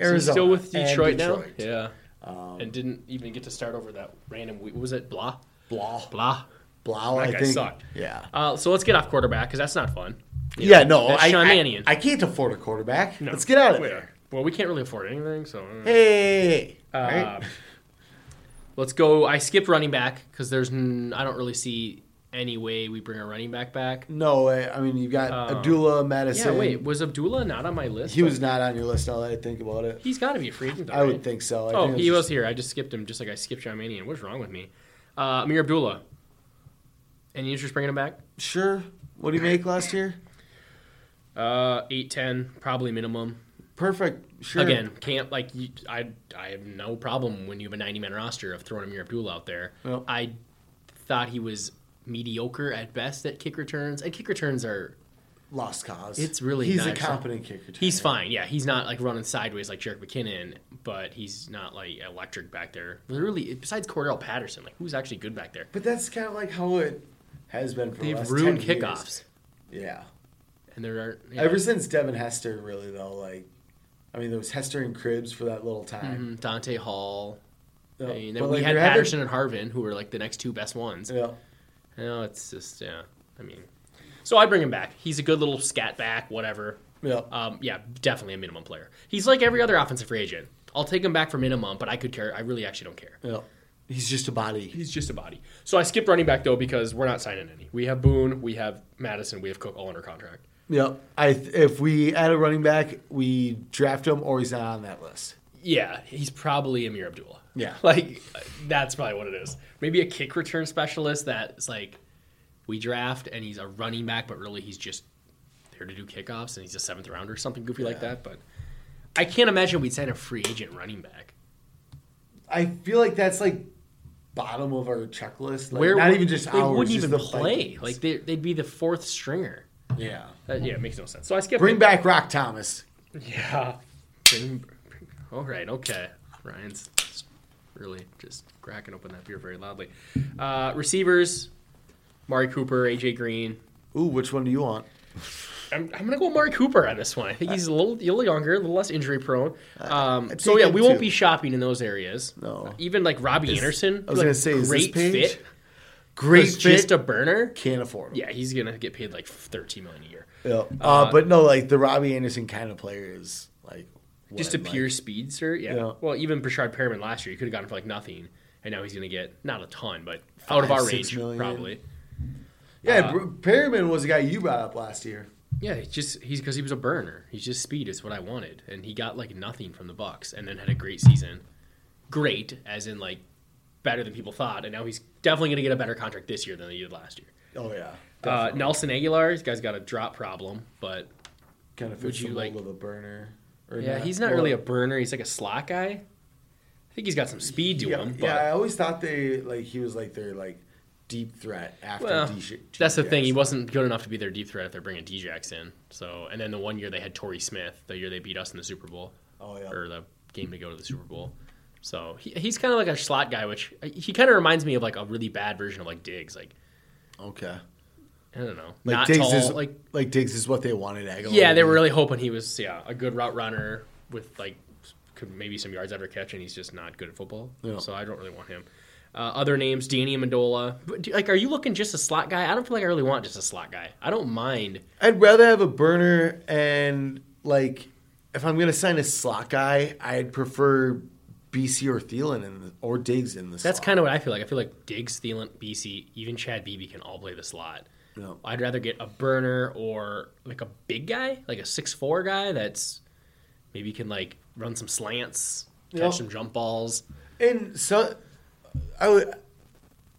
Speaker 3: So
Speaker 2: Arizona.
Speaker 3: he's still with
Speaker 2: and
Speaker 3: Detroit, Um,
Speaker 2: Detroit.
Speaker 3: now. Yeah. and didn't even get to start over that random week. What was it? Blah.
Speaker 2: Blah.
Speaker 3: Blah.
Speaker 2: Blau,
Speaker 3: That
Speaker 2: I
Speaker 3: guy
Speaker 2: think.
Speaker 3: sucked.
Speaker 2: Yeah.
Speaker 3: Uh, so let's get off quarterback because that's not fun. You
Speaker 2: Yeah,
Speaker 3: know,
Speaker 2: no,
Speaker 3: that's
Speaker 2: I,
Speaker 3: Sean
Speaker 2: I-
Speaker 3: Mannion.
Speaker 2: I, can't afford a quarterback.
Speaker 3: No.
Speaker 2: Let's get out of
Speaker 3: Wait.
Speaker 2: there.
Speaker 3: Well, we can't really afford anything, so. uh,
Speaker 2: Hey,
Speaker 3: uh, Let's go. I skip running back because there's. N- I don't really see any way we bring a running back back.
Speaker 2: no, I, I mean you got Abdullah Madison.
Speaker 3: Oh. Yeah. Wait. Was Abdullah not on my list?
Speaker 2: he was not on your list. Now that I think about it,
Speaker 3: He's got to be a free agent.
Speaker 2: I
Speaker 3: right?
Speaker 2: would think so. I
Speaker 3: Oh,
Speaker 2: think it
Speaker 3: he was
Speaker 2: just-
Speaker 3: here. I just skipped him, just like I skipped John Mannion. What's wrong with me? Uh, Amir Abdullah. And you just bringing him back?
Speaker 2: sure. What did he make last year?
Speaker 3: Uh, eight ten, probably minimum.
Speaker 2: Perfect. Sure.
Speaker 3: Again, can't like you, I. I have no problem when you have a ninety man roster of throwing Amir Abdullah out there.
Speaker 2: Yep.
Speaker 3: I thought he was mediocre at best at kick returns, and kick returns are
Speaker 2: lost cause.
Speaker 3: It's really
Speaker 2: he's
Speaker 3: not
Speaker 2: a
Speaker 3: exciting.
Speaker 2: competent kicker.
Speaker 3: He's
Speaker 2: returner.
Speaker 3: fine. Yeah, he's not like running sideways like Jarek McKinnon, but he's not like electric back there. Literally, besides Cordell Patterson, like who's actually good back there?
Speaker 2: But that's kind of like how it has been for the
Speaker 3: They've
Speaker 2: last
Speaker 3: ruined
Speaker 2: 10 years.
Speaker 3: kickoffs,
Speaker 2: Yeah.
Speaker 3: and there are yeah.
Speaker 2: Ever since Devin Hester, really though, like, I mean, there was Hester and Cribs for that little time.
Speaker 3: Mm, Dante Hall.
Speaker 2: Yeah.
Speaker 3: I mean,
Speaker 2: But,
Speaker 3: then we
Speaker 2: like,
Speaker 3: had
Speaker 2: you're having-
Speaker 3: Patterson and Harvin, who were like the next two best ones.
Speaker 2: Yeah.
Speaker 3: No, it's just yeah. I mean, so I bring him back. He's a good little scat back, whatever.
Speaker 2: Yeah.
Speaker 3: Um, yeah, definitely a minimum player. He's like every other offensive free agent. I'll take him back for minimum, but I could care. I really actually don't care.
Speaker 2: yeah. He's just a body.
Speaker 3: He's just a body. So I skip running back though because we're not signing any. We have Boone, we have Madison, we have Cook all under contract.
Speaker 2: Yeah. I if we add a running back, we draft him or he's not on that list.
Speaker 3: Yeah, he's probably Amir Abdullah.
Speaker 2: Yeah.
Speaker 3: *laughs* Like, that's probably what it is. Maybe a kick return specialist that's like, we draft and he's a running back, but really he's just there to do kickoffs and he's a seventh rounder or something goofy like that. But I can't imagine we'd sign a free agent running back.
Speaker 2: I feel like that's like bottom of our checklist. Like,
Speaker 3: Where
Speaker 2: not
Speaker 3: would-
Speaker 2: even just
Speaker 3: they
Speaker 2: ours,
Speaker 3: wouldn't
Speaker 2: just
Speaker 3: even
Speaker 2: the
Speaker 3: play.
Speaker 2: Vikings.
Speaker 3: Like they, they'd be the fourth stringer.
Speaker 2: yeah.
Speaker 3: That- yeah, it makes no sense. So I skipped.
Speaker 2: Bring
Speaker 3: it.
Speaker 2: back Rock Thomas.
Speaker 3: Yeah. Bring- bring- all right. Okay. Ryan's really just cracking open that beer very loudly. Uh, receivers: Mari Cooper, AJ Green.
Speaker 2: Ooh, which one do you want?
Speaker 3: I'm, I'm gonna go Mari Cooper on this one. I think he's a little, a little younger, a little less injury prone. Um,
Speaker 2: I'd
Speaker 3: so
Speaker 2: take
Speaker 3: yeah,
Speaker 2: him
Speaker 3: we won't
Speaker 2: too.
Speaker 3: be shopping in those areas.
Speaker 2: No.
Speaker 3: Even like Robbie Anderson.
Speaker 2: I was
Speaker 3: like,
Speaker 2: gonna say, is this
Speaker 3: great
Speaker 2: page?
Speaker 3: fit.
Speaker 2: Great
Speaker 3: was
Speaker 2: fit.
Speaker 3: just a burner.
Speaker 2: can't afford him.
Speaker 3: Yeah, he's gonna get paid like 13 million a year.
Speaker 2: Yeah. Uh, but no, like the Robbie Anderson kind of player is like what
Speaker 3: Just a
Speaker 2: I'd like.
Speaker 3: pure speedster, yeah.
Speaker 2: Yeah.
Speaker 3: Well, even Brashard Perriman last year, you could have gotten him for like nothing, and now he's going to get not a ton, but out of
Speaker 2: Five,
Speaker 3: our
Speaker 2: six
Speaker 3: range
Speaker 2: million.
Speaker 3: probably. uh,
Speaker 2: Yeah, Br Perryman was the guy you brought up last year.
Speaker 3: Yeah, it's just he's because he was a burner. He's just speed is what I wanted, and he got like nothing from the Bucks, and then had a great season. Great, as in like better than people thought, and now he's definitely going to get a better contract this year than he did last year.
Speaker 2: Oh yeah,
Speaker 3: Uh, Nelson Aguilar, this guy's got a drop problem, but
Speaker 2: kind of
Speaker 3: would
Speaker 2: fits
Speaker 3: you
Speaker 2: the mold
Speaker 3: like-
Speaker 2: of a burner. Or
Speaker 3: yeah, he's not
Speaker 2: Well,
Speaker 3: really a burner. He's like a slot guy. I think he's got some speed to
Speaker 2: Yeah,
Speaker 3: him. But
Speaker 2: yeah, I always thought they like he was like their like deep threat after.
Speaker 3: Well,
Speaker 2: D-
Speaker 3: that's the thing. He
Speaker 2: Jackson.
Speaker 3: wasn't good enough to be their deep threat if they're bringing Djax in. So, and then the one year they had Torrey Smith, the year they beat us in the Super Bowl,
Speaker 2: Oh yeah.
Speaker 3: or the game to go to the Super Bowl. So he, he's kind of like a slot guy, which uh, he kind of reminds me of like a really bad version of like Diggs. Like
Speaker 2: Okay.
Speaker 3: I don't know,
Speaker 2: Like
Speaker 3: not
Speaker 2: Diggs
Speaker 3: tall.
Speaker 2: is
Speaker 3: like
Speaker 2: like like Diggs is what they wanted. Aguilar.
Speaker 3: yeah, they
Speaker 2: to
Speaker 3: were
Speaker 2: be.
Speaker 3: really hoping he was yeah a good route runner with like could maybe some yards after catch, and he's just not good at football.
Speaker 2: Yeah.
Speaker 3: So I don't really want him. Uh, other names, Danny Amendola. But do- Like, are you looking just a slot guy? I don't feel like I really want just a slot guy. I don't mind.
Speaker 2: I'd rather have a burner and like if I'm gonna sign a slot guy, I'd prefer BC or Thielen in the, or Diggs in the.
Speaker 3: That's kind of what I feel like. I feel like Diggs, Thielen, BC, even Chad Beebe can all play the slot.
Speaker 2: Yeah.
Speaker 3: I'd rather get a burner or like a big guy, like a six four guy that's maybe can like run some slants, catch
Speaker 2: Yeah.
Speaker 3: some jump balls.
Speaker 2: And so, I would,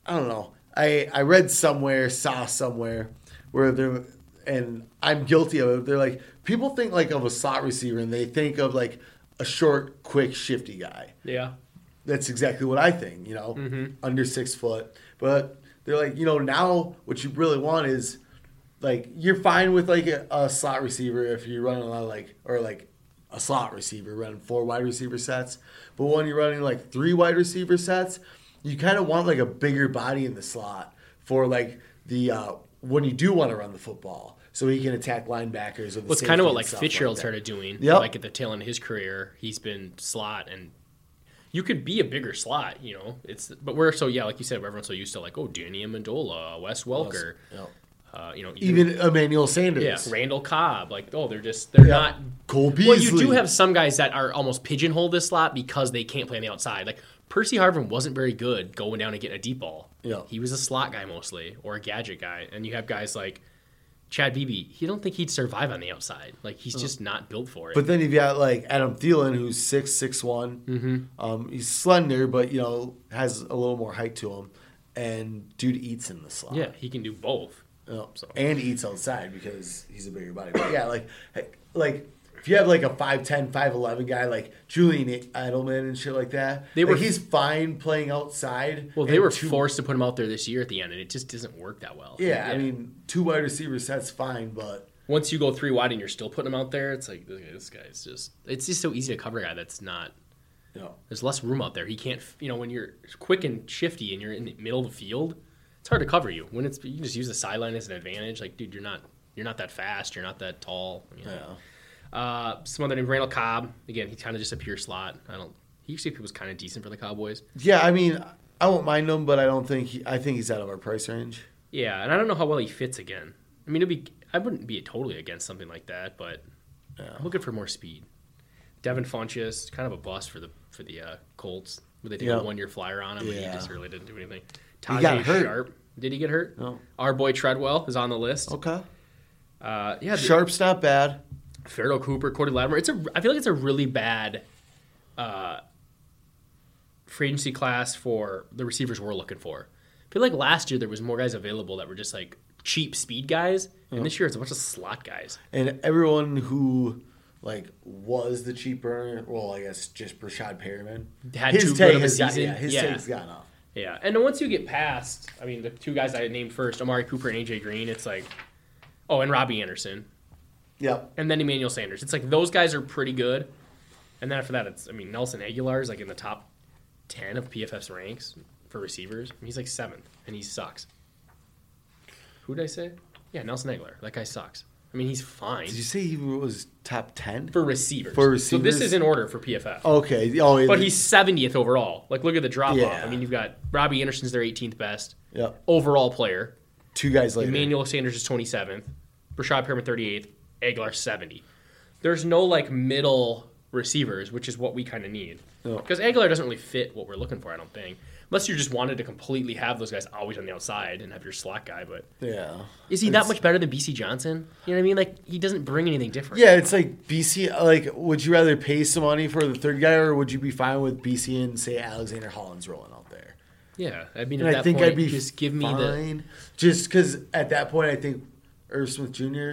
Speaker 2: I don't know. I I read somewhere, saw somewhere, where they're, and I'm guilty of it. They're like people think like of a slot receiver, and they think of like a short, quick, shifty guy.
Speaker 3: Yeah.
Speaker 2: That's exactly what I think. You know,
Speaker 3: Mm-hmm.
Speaker 2: under six foot. But they're like, you know, now what you really want is like you're fine with like a, a slot receiver if you're running a lot of like or like a slot receiver running four wide receiver sets. But when you're running like three wide receiver sets, you kind of want like a bigger body in the slot for like the uh, when you do want to run the football, so he can attack linebackers. Or the
Speaker 3: Well, it's
Speaker 2: safety
Speaker 3: kind of what
Speaker 2: and
Speaker 3: like
Speaker 2: stuff
Speaker 3: Fitzgerald
Speaker 2: that.
Speaker 3: started doing.
Speaker 2: Yep.
Speaker 3: Like at the tail end of his career, he's been slot, and you could be a bigger slot. You know, it's but we're so yeah, like you said, everyone's so used to like oh Danny Amendola, Wes Welker,
Speaker 2: Yep.
Speaker 3: uh, you know,
Speaker 2: Even Emmanuel Sanders,
Speaker 3: yeah, Randall Cobb. Like oh, they're just they're
Speaker 2: Yeah.
Speaker 3: not.
Speaker 2: Cole
Speaker 3: Well, you do
Speaker 2: Beasley.
Speaker 3: have some guys that are almost pigeonholed this slot because they can't play on the outside. Like Percy Harvin wasn't very good going down and getting a deep ball.
Speaker 2: Yeah.
Speaker 3: he was a slot guy mostly or a gadget guy, and you have guys like. Chad Beebe, he don't think he'd survive on the outside. Like he's just not built for it.
Speaker 2: Uh. But then you've got like Adam Thielen, who's six six one.
Speaker 3: Mm-hmm.
Speaker 2: Um, he's slender, but you know has a little more height to him. And dude eats in the slot.
Speaker 3: Yeah, he can do both.
Speaker 2: Oh,
Speaker 3: So-
Speaker 2: and eats outside because he's a bigger body. But yeah, like like if you have like a 5'10", 5'11 guy like Julian Edelman and shit like that,
Speaker 3: They
Speaker 2: they
Speaker 3: were-
Speaker 2: were he's fine playing outside.
Speaker 3: Well, they
Speaker 2: and
Speaker 3: were
Speaker 2: two-
Speaker 3: forced to put him out there this year at the end, and it just doesn't work that well.
Speaker 2: Yeah, I mean two wide receivers, that's fine, but
Speaker 3: once you go three wide and you're still putting him out there, it's like okay, this guy's just—it's just so easy to cover a guy that's not.
Speaker 2: you know.
Speaker 3: There's less room out there. He can't, you know, when you're quick and shifty and you're in the middle of the field, it's hard to cover you. When it's you can just use the sideline as an advantage. Like, dude, you're not you're not that fast. You're not that tall. you know.
Speaker 2: Yeah.
Speaker 3: Uh, some other name, Randall Cobb. Again, he kind of just a pure slot. I don't. He actually was kind of decent for the Cowboys.
Speaker 2: Yeah, I mean I won't mind him, but I don't think he, I think he's out of our price range.
Speaker 3: Yeah, and I don't know how well he fits again. I mean, it'd be I wouldn't be totally against something like that, but uh, I'm looking for more speed. Devin Funches, kind of a bust for the for the uh, Colts. Where they did
Speaker 2: Yeah.
Speaker 3: a one year flyer on him, and he
Speaker 2: Yeah.
Speaker 3: just really didn't do anything.
Speaker 2: got
Speaker 3: Tajay
Speaker 2: hurt.
Speaker 3: Sharp, did he get hurt?
Speaker 2: No. Oh.
Speaker 3: Our boy Treadwell is on the list.
Speaker 2: Okay.
Speaker 3: Uh, yeah, the,
Speaker 2: Sharp's not bad.
Speaker 3: Farrell Cooper, Cordy Latimer. It's a. I feel like it's a really bad uh, free agency class for the receivers we're looking for. I feel like last year there was more guys available that were just like cheap speed guys, and this year it's a bunch of slot guys.
Speaker 2: And everyone who like was the cheap burner, well, I guess just Brashad Perryman.
Speaker 3: Had too good of a
Speaker 2: has got-
Speaker 3: season?
Speaker 2: yeah, his
Speaker 3: Yeah.
Speaker 2: take's gone off.
Speaker 3: Yeah, and then once you get past, I mean, the two guys I named first, Amari Cooper and AJ Green, it's like, oh, and Robbie Anderson,
Speaker 2: Yep.
Speaker 3: and then Emmanuel Sanders. It's like those guys are pretty good, and then after that, it's I mean Nelson Aguilar is like in the top ten of PFF's ranks for receivers. I mean, he's like seventh, and he sucks. Who did I say? Yeah, Nelson Aguilar. That guy sucks. I mean, he's fine
Speaker 2: Did you say he was top ten?
Speaker 3: for receivers.
Speaker 2: For
Speaker 3: so this
Speaker 2: receivers?
Speaker 3: is in order for PFF.
Speaker 2: Okay. Oh,
Speaker 3: But he's 70th overall. Like, look at the drop off.
Speaker 2: Yeah.
Speaker 3: I mean, you've got Robbie Anderson's their 18th best
Speaker 2: Yep.
Speaker 3: overall player.
Speaker 2: two guys later.
Speaker 3: Emmanuel Sanders is 27th. Brashad Perriman 38th. Aguilar 70. There's no like middle receivers, which is what we kind of need.
Speaker 2: No.
Speaker 3: Because Aguilar doesn't really fit what we're looking for, I don't think. Unless you just wanted to completely have those guys always on the outside and have your slot guy, but
Speaker 2: yeah.
Speaker 3: is he that much better than BC Johnson? You know what I mean? Like he doesn't bring anything different.
Speaker 2: Yeah, it's like BC. Like, would you rather pay some money for the third guy, or would you be fine with BC and say Alexander Holland's rolling out there?
Speaker 3: yeah. I mean, at
Speaker 2: And
Speaker 3: that
Speaker 2: I think
Speaker 3: point,
Speaker 2: I'd be
Speaker 3: just give me the.
Speaker 2: fine. Just because at that point, I think Irv Smith Jr.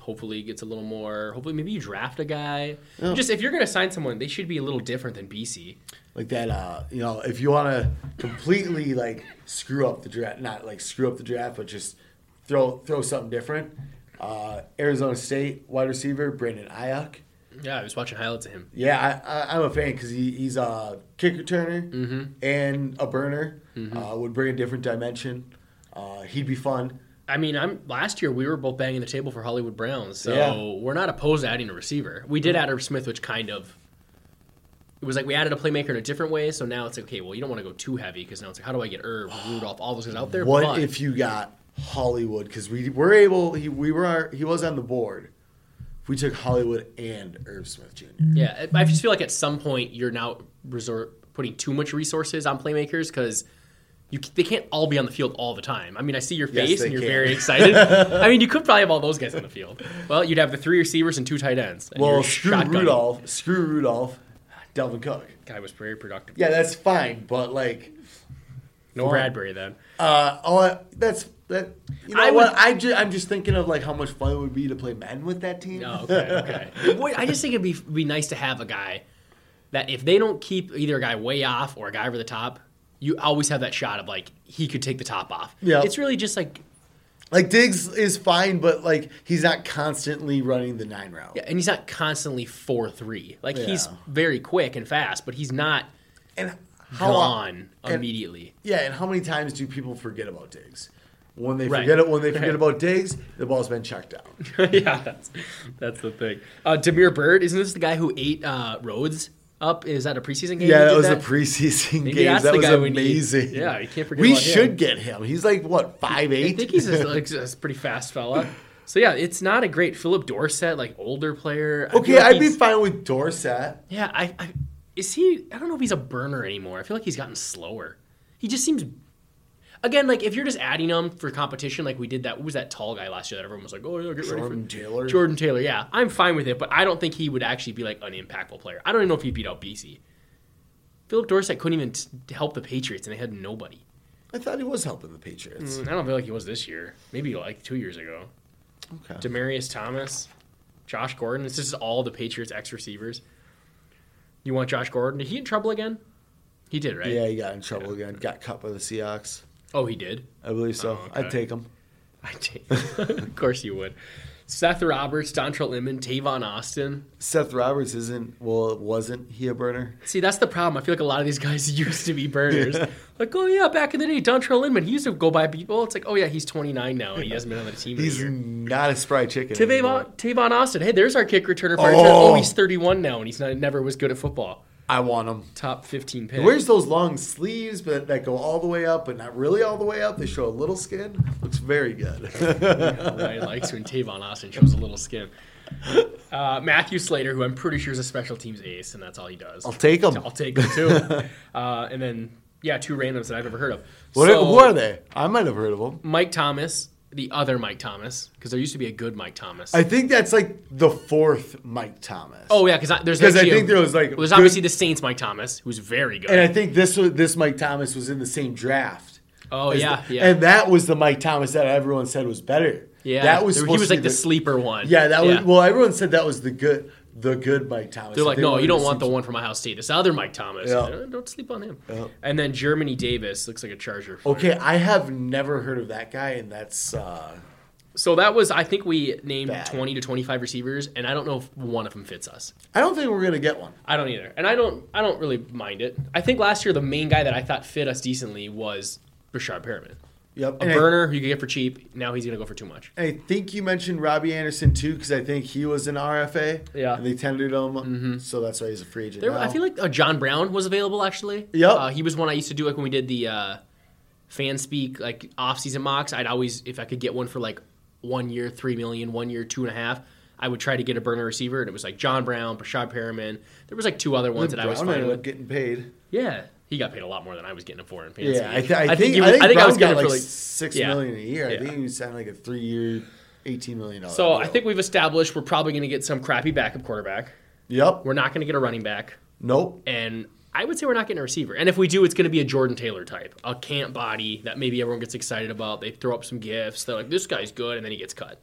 Speaker 3: Hopefully, he gets a little more. Hopefully, maybe you draft a guy. Just if you're gonna sign someone, they should be a little different than BC.
Speaker 2: like that uh you know if you want to completely like screw up the draft not like screw up the draft but just throw throw something different uh arizona state wide receiver brandon ayuk
Speaker 3: Yeah, I was watching highlights of him.
Speaker 2: Yeah, I, I, I'm a fan because he, he's a kick returner and a burner. Uh, would bring a different dimension. Uh, he'd be fun.
Speaker 3: I mean, I'm last year we were both banging the table for Hollywood Browns, so
Speaker 2: Yeah.
Speaker 3: we're not opposed to adding a receiver. We did add a Smith, which kind of it was like we added a playmaker in a different way. So now it's like, okay, well, you don't want to go too heavy because now it's like, how do I get Irv, Rudolph, all those guys out there?
Speaker 2: What
Speaker 3: But-
Speaker 2: if you got Hollywood? Because we were able. He we were he was on the board. If we took Hollywood and Irv Smith Jr.
Speaker 3: Yeah, I I just feel like at some point you're now resort putting too much resources on playmakers because you c- they can't all be on the field all the time. I mean, I see your
Speaker 2: Yes,
Speaker 3: face
Speaker 2: they
Speaker 3: and you're
Speaker 2: can.
Speaker 3: very
Speaker 2: *laughs*
Speaker 3: excited. I mean, you could probably have all those guys on the field. Well, you'd have the three receivers and two tight ends. and
Speaker 2: Well,
Speaker 3: you're
Speaker 2: screw
Speaker 3: shotgunning.
Speaker 2: Rudolph. Screw Rudolph. Delvin Cook.
Speaker 3: Guy was very productive.
Speaker 2: Yeah, that's fine, but like,
Speaker 3: no Bradbury then.
Speaker 2: uh, all I, that's that. You know
Speaker 3: I
Speaker 2: what?
Speaker 3: would-
Speaker 2: I ju- I'm just thinking of like how much fun it would be to play Madden with that team.
Speaker 3: Oh, okay, okay. *laughs* Boy, I just think it'd be be nice to have a guy that if they don't keep either a guy way off or a guy over the top, you always have that shot of like he could take the top off.
Speaker 2: Yeah.
Speaker 3: it's really just like
Speaker 2: Like Diggs is fine, but like he's not constantly running the nine route.
Speaker 3: Yeah, and he's not constantly four three. Like he's
Speaker 2: Yeah.
Speaker 3: very quick and fast, but he's not
Speaker 2: And how
Speaker 3: gone
Speaker 2: and-
Speaker 3: immediately.
Speaker 2: Yeah, and how many times do people forget about Diggs? When they
Speaker 3: Right.
Speaker 2: forget it, when they forget
Speaker 3: Right.
Speaker 2: about Diggs, the ball's been checked out.
Speaker 3: *laughs* yeah, that's that's the thing. Uh, Demir Bird, isn't this the guy who ate uh, Rhodes up? Is that a preseason game?
Speaker 2: Yeah,
Speaker 3: *laughs* he
Speaker 2: that
Speaker 3: did
Speaker 2: was the preseason
Speaker 3: Maybe
Speaker 2: game.
Speaker 3: that's
Speaker 2: That
Speaker 3: the
Speaker 2: was
Speaker 3: guy we need.
Speaker 2: amazing.
Speaker 3: Yeah, you can't forget
Speaker 2: We
Speaker 3: about him.
Speaker 2: should get him. He's like what five
Speaker 3: I
Speaker 2: eight.
Speaker 3: think he's a, like, a pretty fast fella. So yeah, it's not a great Philip Dorset, like older player. I feel
Speaker 2: okay,
Speaker 3: like
Speaker 2: I'd be
Speaker 3: he's-
Speaker 2: fine with Dorset.
Speaker 3: Yeah, I, I is he? I don't know if he's a burner anymore. I feel like he's gotten slower. He just seems. Again, like if you're just adding him for competition, like we did that. What was that tall guy last year that everyone was like, "Oh yeah, get ready
Speaker 2: Jordan
Speaker 3: for
Speaker 2: Taylor.
Speaker 3: Jordan Taylor." Yeah, I'm fine with it, but I don't think he would actually be like an impactful player. I don't even know if he beat out BC. Philip Dorset couldn't even t- help the Patriots, and they had nobody.
Speaker 2: I thought he was helping the Patriots.
Speaker 3: I don't feel like he was this year. Maybe like two years ago. Mm,
Speaker 2: Okay.
Speaker 3: Demarius Thomas, Josh Gordon. This is all the Patriots ex receivers. You want Josh Gordon? Did he in trouble again? He did, right?
Speaker 2: Yeah, he got in trouble again. Got cut by the Seahawks.
Speaker 3: Oh, he did. *laughs*
Speaker 2: I believe so.
Speaker 3: Oh, okay.
Speaker 2: I'd take him.
Speaker 3: I did. *laughs* of course you would. Seth Roberts, Dontrell Inman, Tavon Austin.
Speaker 2: Seth Roberts isn't. Well, wasn't he a burner?
Speaker 3: See, that's the problem. I feel like a lot of these guys *laughs* used to be burners. Like, oh yeah, back in the day, Dontrell Inman, he used to go by people. It's like, oh yeah, he's 29 now, and he hasn't been on the team. in a
Speaker 2: He's
Speaker 3: year.
Speaker 2: not a spry chicken. anymore.
Speaker 3: Tavon, Tavon Austin. Hey, there's our kick returner. for our turn. Oh,
Speaker 2: Oh.
Speaker 3: he's 31 now, and he's not, never was good at football.
Speaker 2: I want him.
Speaker 3: Top 15 pick.
Speaker 2: Where's those long sleeves but that go all the way up, but not really all the way up? They show a little skin. Looks very good.
Speaker 3: Everybody likes when Tavon Austin shows a little skin. Uh, Matthew Slater, who I'm pretty sure is a special teams ace, and that's all he does.
Speaker 2: I'll take him.
Speaker 3: *laughs* I'll take him too. *laughs* uh, and then yeah, two randoms that I've never heard of.
Speaker 2: What
Speaker 3: So,
Speaker 2: who are they? I might have heard of them.
Speaker 3: Mike Thomas, the other Mike Thomas, because there used to be a good Mike Thomas.
Speaker 2: I think that's like the fourth Mike Thomas.
Speaker 3: oh yeah, because there's
Speaker 2: 'Cause I
Speaker 3: actually a-
Speaker 2: think there was, like,
Speaker 3: it was
Speaker 2: good-
Speaker 3: obviously the Saints Mike Thomas, who's very good.
Speaker 2: and I think this was, this Mike Thomas was in the same draft.
Speaker 3: oh
Speaker 2: as
Speaker 3: yeah,
Speaker 2: the-
Speaker 3: yeah,
Speaker 2: And that was the Mike Thomas that everyone said was better.
Speaker 3: yeah.
Speaker 2: that was
Speaker 3: There- he
Speaker 2: supposed
Speaker 3: was
Speaker 2: to be
Speaker 3: like the, sleeper one.
Speaker 2: Yeah, that was. Well, everyone said that was the good, the good Mike Thomas.
Speaker 3: They're like,
Speaker 2: They
Speaker 3: no,
Speaker 2: wanted
Speaker 3: you don't
Speaker 2: to
Speaker 3: want
Speaker 2: see-
Speaker 3: the one from Ohio State. This other Mike Thomas.
Speaker 2: Yeah.
Speaker 3: Uh, Don't sleep on him. And then Germany Davis looks like a Charger. fan.
Speaker 2: Okay, I have never heard of that guy, and that's uh,
Speaker 3: So that was, I think we named
Speaker 2: Bad.
Speaker 3: 20 to 25 receivers, and I don't know if one of them fits us.
Speaker 2: I don't think we're gonna get one.
Speaker 3: I don't either, and I don't. I don't really mind it. I think last year the main guy that I thought fit us decently was Rashard Perriman,
Speaker 2: Yep,
Speaker 3: a
Speaker 2: and I-
Speaker 3: burner who you could get for cheap. Now he's gonna go for too much.
Speaker 2: I think you mentioned Robbie Anderson too, because I think he was an RFA.
Speaker 3: Yeah. Mm-hmm.
Speaker 2: and they tendered him, so that's why he's a free agent.
Speaker 3: There,
Speaker 2: now.
Speaker 3: I feel like uh, John Brown was available actually.
Speaker 2: Yep.
Speaker 3: uh, he was one I used to do like when we did the uh, fan speak like off season mocks. I'd always if I could get one for like one year three million, one year two and a half. I would try to get a burner receiver, and it was like John Brown, Rashad Perriman. There was like two other ones that I was
Speaker 2: Brown
Speaker 3: fine
Speaker 2: ended
Speaker 3: with.
Speaker 2: up getting paid.
Speaker 3: Yeah, he got paid a lot more than I was getting him for in fantasy.
Speaker 2: Yeah, I, th- I, think,
Speaker 3: he
Speaker 2: I
Speaker 3: was-
Speaker 2: think Brown got
Speaker 3: getting
Speaker 2: like,
Speaker 3: it
Speaker 2: six
Speaker 3: yeah.
Speaker 2: million a year.
Speaker 3: Yeah.
Speaker 2: I think he signed like a three-year, eighteen million dollars.
Speaker 3: So I think we've established we're probably going to get some crappy backup quarterback.
Speaker 2: Yep.
Speaker 3: We're not going to get a running back,
Speaker 2: Nope.
Speaker 3: and I would say we're not getting a receiver. And if we do, it's going to be a Jordan Taylor type, a camp body that maybe everyone gets excited about. They throw up some gifts. They're like, "This guy's good," and then he gets cut.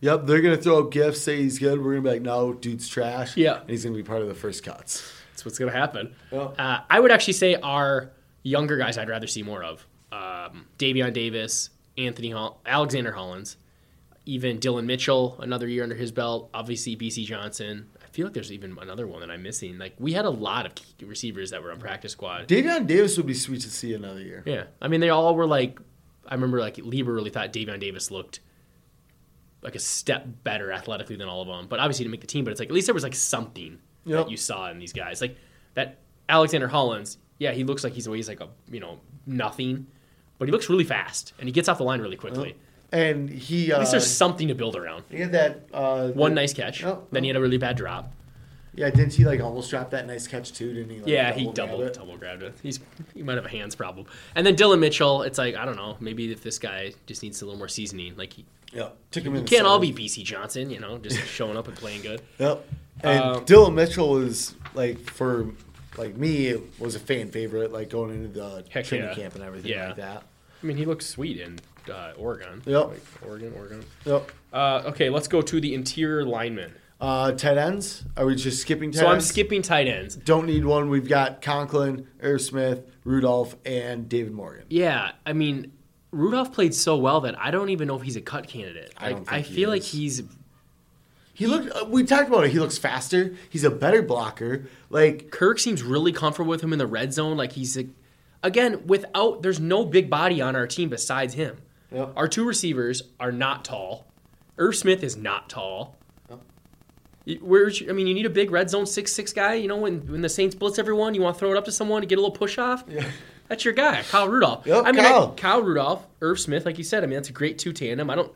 Speaker 2: Yep, they're gonna throw up gifts, say he's good. We're gonna be like, no, dude's trash.
Speaker 3: Yeah.
Speaker 2: and he's gonna be part of the first cuts.
Speaker 3: That's what's going to happen.
Speaker 2: Well-
Speaker 3: Uh, I would actually say our younger guys I'd rather see more of. Um, Davion Davis, Anthony Hall, Alexander Hollins, even Dylan Mitchell, another year under his belt. Obviously, BC Johnson. I feel like there's even another one that I'm missing. Like we had a lot of key receivers that were on practice squad.
Speaker 2: Davion Davis would be sweet to see another year.
Speaker 3: Yeah, I mean they all were like, I remember like Lieber really thought Davion Davis looked like a step better athletically than all of them, but obviously he didn't make the team. But it's like at least there was like something
Speaker 2: Yep.
Speaker 3: that you saw in these guys. Like that Alexander Hollins, yeah, he looks like he's always like a you know nothing, but he looks really fast and he gets off the line really quickly.
Speaker 2: And he uh,
Speaker 3: At least there's something to build around.
Speaker 2: he had that uh,
Speaker 3: One nice catch,
Speaker 2: Yep.
Speaker 3: then he had a really bad drop.
Speaker 2: Yeah, didn't he like almost drop that nice catch too? Didn't he? Like,
Speaker 3: Yeah, he
Speaker 2: double grab
Speaker 3: double
Speaker 2: it?
Speaker 3: double grabbed it. He's he might have a hands problem. And then Dylan Mitchell, it's like I don't know, maybe if this guy just needs a little more seasoning. Like he
Speaker 2: Yeah, took him in. the
Speaker 3: can't all be
Speaker 2: seventh.
Speaker 3: BC Johnson, you know, just showing up and playing good.
Speaker 2: Yep. And
Speaker 3: Um,
Speaker 2: Dylan Mitchell was like for like me it was a fan favorite like going into the
Speaker 3: Heck
Speaker 2: training
Speaker 3: yeah.
Speaker 2: camp and everything
Speaker 3: Yeah.
Speaker 2: like that.
Speaker 3: I mean, he looks sweet in uh, Oregon.
Speaker 2: Yep.
Speaker 3: Like, Oregon, Oregon.
Speaker 2: Yep.
Speaker 3: Uh, okay, let's go to the interior linemen.
Speaker 2: Uh, tight ends? Are we just skipping tight
Speaker 3: So I'm
Speaker 2: ends?
Speaker 3: skipping tight ends.
Speaker 2: Don't need one. We've got Conklin, Air Smith, Rudolph, and David Morgan.
Speaker 3: Yeah, I mean, Rudolph played so well that I don't even know if he's a cut candidate.
Speaker 2: I don't
Speaker 3: Like, I
Speaker 2: think he
Speaker 3: feel like
Speaker 2: is.
Speaker 3: he's
Speaker 2: He looked. Uh, we talked about it. He looks faster. He's a better blocker. Like
Speaker 3: Kirk seems really comfortable with him in the red zone. Like he's like, again without there's no big body on our team besides him.
Speaker 2: Yep.
Speaker 3: Our two receivers are not tall. Irv Smith is not tall. Y- Where's your- I mean, you need a big red zone six six guy. You know, when when the Saints blitz everyone, you want to throw it up to someone to get a little push off. Yeah. That's your guy, Kyle Rudolph.
Speaker 2: Yep,
Speaker 3: I mean,
Speaker 2: Kyle.
Speaker 3: I, Kyle Rudolph, Irv Smith, like you said. I mean, that's a great two tandem. I don't.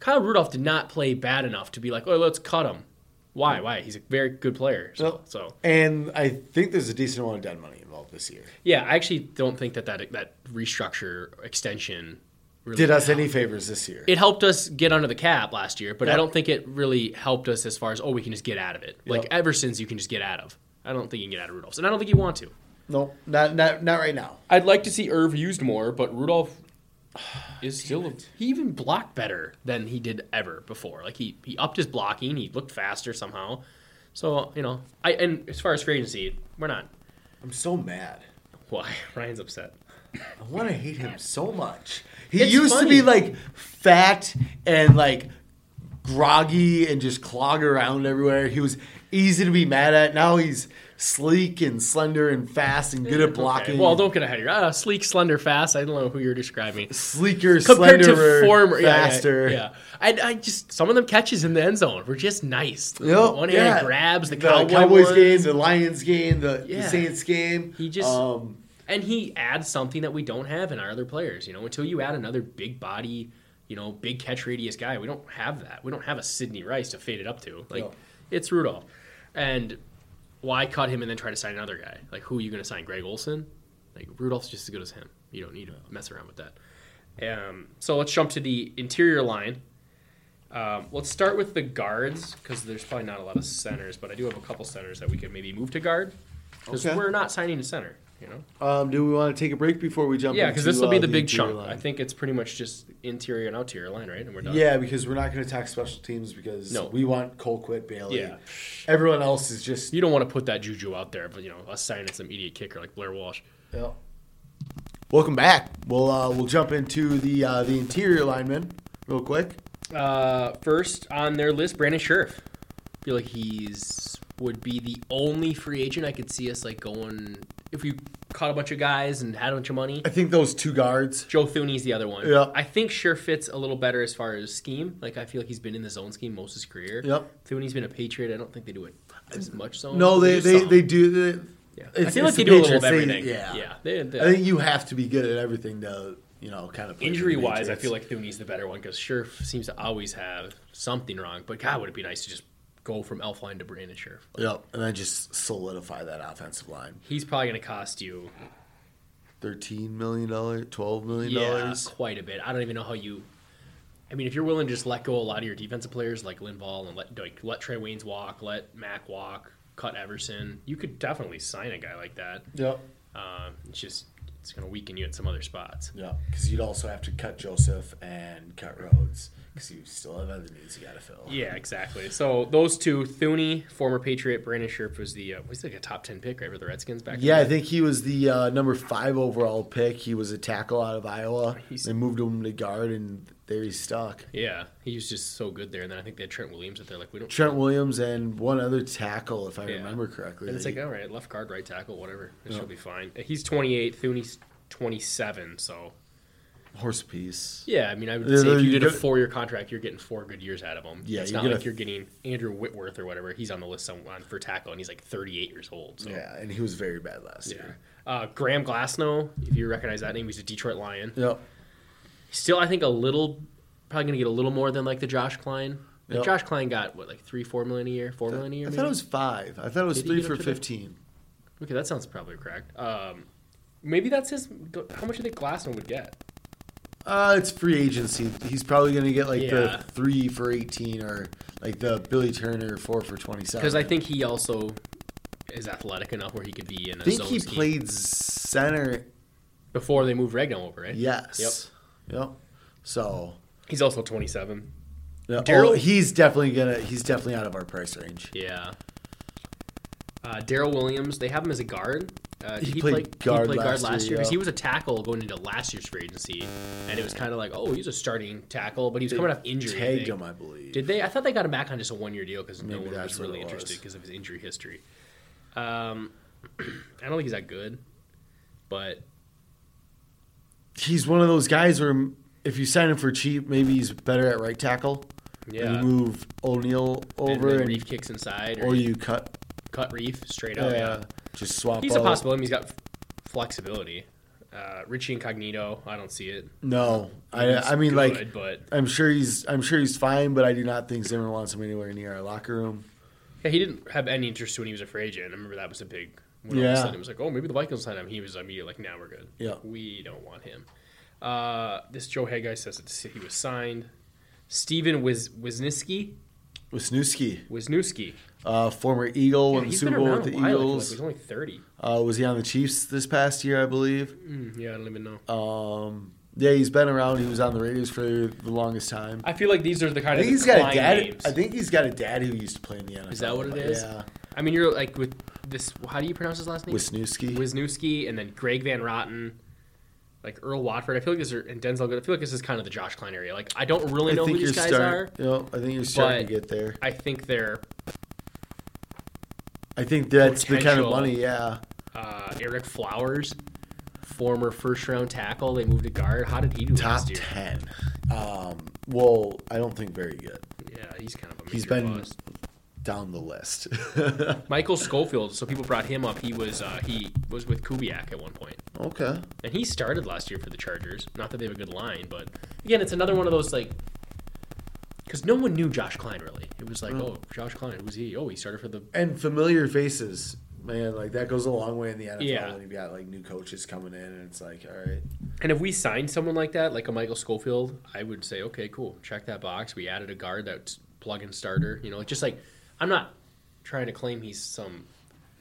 Speaker 3: Kyle Rudolph did not play bad enough to be like, oh, let's cut him. Why? Why? He's a very good player. So,
Speaker 2: Yep.
Speaker 3: so
Speaker 2: And I think there's a decent amount of dead money involved this year.
Speaker 3: yeah, I actually don't think that that, that restructure extension really
Speaker 2: Did us any favors this year?
Speaker 3: It helped us get under the cap last year, but I don't think it really helped us as far as oh we can just get out of it. Like
Speaker 2: Yeah.
Speaker 3: Everson's, you can just get out of. I don't think you can get out of Rudolph's, and I don't think you want to.
Speaker 2: no, not not not right now.
Speaker 3: I'd like to see Irv used more, but *sighs* Rudolph is still he even blocked better than he did ever before. Like he he upped his blocking, he looked faster somehow. So you know, I and as far as free agency, we're not.
Speaker 2: I'm so mad.
Speaker 3: Why *laughs* Ryan's upset.
Speaker 2: I want to hate him so much. He
Speaker 3: It's
Speaker 2: used
Speaker 3: funny.
Speaker 2: to be like fat and like groggy and just clog around everywhere. He was easy to be mad at. Now he's sleek and slender and fast and good at blocking.
Speaker 3: Okay, Well, don't get ahead of your uh, sleek, slender, fast. I don't know who you're describing.
Speaker 2: sleeker,
Speaker 3: Compared
Speaker 2: slenderer,
Speaker 3: to former, yeah, yeah,
Speaker 2: faster.
Speaker 3: Yeah, I, I just some of them catches in the end zone were just nice. The
Speaker 2: Yep,
Speaker 3: one
Speaker 2: yeah.
Speaker 3: hand grabs the,
Speaker 2: the
Speaker 3: cowboy
Speaker 2: Cowboys
Speaker 3: ones.
Speaker 2: game, the Lions game, the, the
Speaker 3: Yeah.
Speaker 2: Saints game.
Speaker 3: He just-
Speaker 2: um,
Speaker 3: and he adds something that we don't have in our other players. You know, until you add another big body, you know, big catch radius guy, we don't have that. We don't have a Sidney Rice to fade it up to. Like,
Speaker 2: No.
Speaker 3: it's Rudolph, and why cut him and then try to sign another guy? Like, who are you going to sign? Greg Olson? Like Rudolph's just as good as him. You don't need to mess around with that. Um, so let's jump to the interior line. Um, let's start with the guards because there's probably not a lot of centers, but I do have a couple centers that we could maybe move to guard because
Speaker 2: Okay.
Speaker 3: we're not signing a center. You know.
Speaker 2: um, do we want to take a break before we jump?
Speaker 3: Yeah, because
Speaker 2: into,
Speaker 3: this will be
Speaker 2: uh,
Speaker 3: the big
Speaker 2: interior
Speaker 3: chunk.
Speaker 2: line?
Speaker 3: I think it's pretty much just interior and outerior line, right? And we're done.
Speaker 2: Yeah, because we're not going to talk special teams because
Speaker 3: No.
Speaker 2: we want Colquitt Bailey.
Speaker 3: Yeah.
Speaker 2: Everyone else is just
Speaker 3: You don't want to put that juju out there, but you know, us signing some idiot kicker like Blair Walsh.
Speaker 2: Yeah. Welcome back. We'll uh, we'll jump into the uh, the interior lineman real quick.
Speaker 3: Uh, first on their list, Brandon Scherf. I feel like he's would be the only free agent I could see us like going if we caught a bunch of guys and had a bunch of money.
Speaker 2: I think those two guards.
Speaker 3: Joe Thuney's the other one.
Speaker 2: Yeah.
Speaker 3: I think Scherf fits a little better as far as scheme. Like I feel like he's been in the zone scheme most of his career.
Speaker 2: Yep.
Speaker 3: Thuney's been a Patriot. I don't think they do it as much zone.
Speaker 2: No, they
Speaker 3: do
Speaker 2: they,
Speaker 3: some.
Speaker 2: they do. They,
Speaker 3: Yeah. I
Speaker 2: it's-
Speaker 3: feel like
Speaker 2: it's
Speaker 3: they
Speaker 2: the
Speaker 3: do a little of
Speaker 2: Patriots. They-
Speaker 3: everything.
Speaker 2: yeah.
Speaker 3: yeah. They, they,
Speaker 2: I think you have to be good at everything to you know kind of play for the
Speaker 3: injury wise, I
Speaker 2: Patriots.
Speaker 3: feel like Thuney's the better one because Scherf seems to always have something wrong. But God, would it be nice to just go from Elf line to Brandon Scherf?
Speaker 2: Yep, and then just solidify that offensive line.
Speaker 3: He's probably going to cost you
Speaker 2: Thirteen million dollars, twelve million
Speaker 3: yeah,
Speaker 2: dollars.
Speaker 3: quite a bit. I don't even know how you. I mean, if you're willing to just let go a lot of your defensive players like Linval and let like let Trey Waynes walk, let Mac walk, cut Everson, you could definitely sign a guy like that.
Speaker 2: Yep.
Speaker 3: Um, it's just it's going to weaken you at some other spots.
Speaker 2: Yeah, because you'd also have to cut Joseph and cut Rhodes, because you still have other needs you got to fill.
Speaker 3: Yeah, exactly. So those two, Thuney, former Patriot, Brandon Scherf was the uh, was like a top ten pick right for the Redskins back.
Speaker 2: Yeah, I
Speaker 3: then.
Speaker 2: think he was the uh, number five overall pick. He was a tackle out of Iowa.
Speaker 3: He's-
Speaker 2: They moved him to guard, and there he's stuck.
Speaker 3: yeah, he was just so good there. And then I think they had Trent Williams that they're like, we don't.
Speaker 2: Trent Williams and one other tackle, if I
Speaker 3: Yeah.
Speaker 2: remember correctly.
Speaker 3: And it's like, all right, left guard, right tackle, whatever. It should be fine. Uh, He's 28, Thuney's 27. So
Speaker 2: horse piece.
Speaker 3: yeah, I mean, I would
Speaker 2: Yeah,
Speaker 3: say if you
Speaker 2: you
Speaker 3: did a
Speaker 2: get-
Speaker 3: four year contract, you're getting four good years out of him.
Speaker 2: Yeah,
Speaker 3: it's
Speaker 2: you
Speaker 3: not
Speaker 2: get a-
Speaker 3: like you're getting Andrew Whitworth or whatever. He's on the list some- on for tackle, and he's like 38 years old. So
Speaker 2: Yeah, and he was very bad last
Speaker 3: yeah.
Speaker 2: year.
Speaker 3: Uh, Graham Glasnow, if you recognize that name, he's a Detroit Lion.
Speaker 2: Yep.
Speaker 3: Still, I think a little, probably going to get a little more than like the Josh Klein. Like,
Speaker 2: Yep.
Speaker 3: Josh Klein got what, like three, four million a year, four million a year.
Speaker 2: I
Speaker 3: Maybe?
Speaker 2: thought it was five. I thought it was
Speaker 3: Did he
Speaker 2: three
Speaker 3: get
Speaker 2: for
Speaker 3: up to that?
Speaker 2: fifteen.
Speaker 3: okay, that sounds probably correct. Um, maybe that's his. How much do you think Glasnow would get?
Speaker 2: Uh, it's free agency. He's probably going to get like
Speaker 3: Yeah.
Speaker 2: the three for eighteen or like the Billy Turner four for twenty seven.
Speaker 3: Because I think he also is athletic enough where he could be in a
Speaker 2: I think
Speaker 3: zone
Speaker 2: he
Speaker 3: scheme.
Speaker 2: played center.
Speaker 3: before they moved Regno over, right?
Speaker 2: Yes. Yep. Yep. So
Speaker 3: He's also 27.
Speaker 2: Yeah,
Speaker 3: Daryl-
Speaker 2: oh, he's definitely gonna. He's definitely out of our price range.
Speaker 3: Yeah. Uh, Daryl Williams, they have him as a guard. Uh, did
Speaker 2: He
Speaker 3: he,
Speaker 2: played
Speaker 3: play,
Speaker 2: guard
Speaker 3: he played guard
Speaker 2: last
Speaker 3: last
Speaker 2: year,
Speaker 3: year because
Speaker 2: yeah.
Speaker 3: he was a tackle going into last year's free agency, and it was kind of like, oh, he's a starting tackle, but he was coming off injury. I
Speaker 2: Tagged
Speaker 3: think.
Speaker 2: him, I believe.
Speaker 3: Did they? I thought they got him back on just a one-year deal because no
Speaker 2: Maybe
Speaker 3: one was
Speaker 2: that's what
Speaker 3: really
Speaker 2: it was.
Speaker 3: interested because of his injury history. Um, *clears throat* I don't think he's that good, but
Speaker 2: he's one of those guys where if you sign him for cheap, maybe he's better at right tackle.
Speaker 3: Yeah.
Speaker 2: And you move O'Neal
Speaker 3: over
Speaker 2: over,
Speaker 3: and
Speaker 2: and
Speaker 3: then Reef kicks inside or,
Speaker 2: or you cut.
Speaker 3: cut Reef straight
Speaker 2: Yeah.
Speaker 3: up. Oh, yeah.
Speaker 2: Just swap.
Speaker 3: He's a
Speaker 2: out.
Speaker 3: possibility. I mean, He's got f- flexibility. Uh, Richie Incognito, I don't see it.
Speaker 2: No, I.
Speaker 3: He's
Speaker 2: I mean,
Speaker 3: good,
Speaker 2: like,
Speaker 3: but
Speaker 2: I'm sure he's. I'm sure he's fine, but I do not think Zimmer wants him anywhere near our locker room.
Speaker 3: yeah, he didn't have any interest when he was a free agent. I remember that was a big. When all of
Speaker 2: Yeah.
Speaker 3: a sudden it was like, oh, maybe the Vikings signed him. He was immediately like, now we're good.
Speaker 2: Yeah.
Speaker 3: we don't want him. Uh, this Joe Hay guy says that he was signed. Steven Wiz- Wisniewski,
Speaker 2: Wisniewski,
Speaker 3: Wisniewski.
Speaker 2: uh, former Eagle,
Speaker 3: Yeah,
Speaker 2: won the
Speaker 3: he's
Speaker 2: Super
Speaker 3: been
Speaker 2: Bowl
Speaker 3: around
Speaker 2: with the
Speaker 3: a while. I feel like
Speaker 2: Eagles.
Speaker 3: He's only thirty.
Speaker 2: Uh, was he on the Chiefs this past year? I believe.
Speaker 3: Mm, yeah, I don't even know.
Speaker 2: Mm-hmm. Um, yeah, he's been around. He was on the Raiders for the longest time.
Speaker 3: I feel like these are the kind
Speaker 2: I think
Speaker 3: of
Speaker 2: he's got a
Speaker 3: decline
Speaker 2: dad.
Speaker 3: names.
Speaker 2: I think he's got a dad who used to play in the NFL.
Speaker 3: Is that what it is?
Speaker 2: Yeah,
Speaker 3: I mean, you're like with this. How do you pronounce his last name?
Speaker 2: Wisniewski.
Speaker 3: Wisniewski, and then Greg Van Rotten, like Earl Watford. I feel like this are and Denzel Good. I feel like this is kind of the Josh Klein area. Like I don't really
Speaker 2: I
Speaker 3: know who
Speaker 2: think you're
Speaker 3: these guys
Speaker 2: starting. You
Speaker 3: are.
Speaker 2: know, I think you're starting to get
Speaker 3: but-
Speaker 2: there.
Speaker 3: I think they're
Speaker 2: I think that's the kind
Speaker 3: potential.
Speaker 2: of money. Yeah,
Speaker 3: uh, Eric Flowers, former first round tackle. They moved to guard. How did he do
Speaker 2: top
Speaker 3: last year?
Speaker 2: ten. Um, well, I don't think very good
Speaker 3: Yeah, he's kind of a major
Speaker 2: He's been-
Speaker 3: bust.
Speaker 2: down the list. *laughs*
Speaker 3: Michael Schofield. So people brought him up. He was uh, he was with Kubiak at one point.
Speaker 2: okay,
Speaker 3: And he started last year for the Chargers. Not that they have a good line, but again, it's another one of those like because no one knew Josh Klein really. It was like,
Speaker 2: Mm.
Speaker 3: oh, Josh Klein, who's he? Oh, he started for the
Speaker 2: and familiar faces, man. Like that goes a long way in the NFL
Speaker 3: Yeah.
Speaker 2: when you've got like new coaches coming in, and it's like, all right,
Speaker 3: And if we signed someone like that, like a Michael Schofield, I would say, okay, cool, check that box. We added a guard that's plug and starter. You know, like just like I'm not trying to claim he's some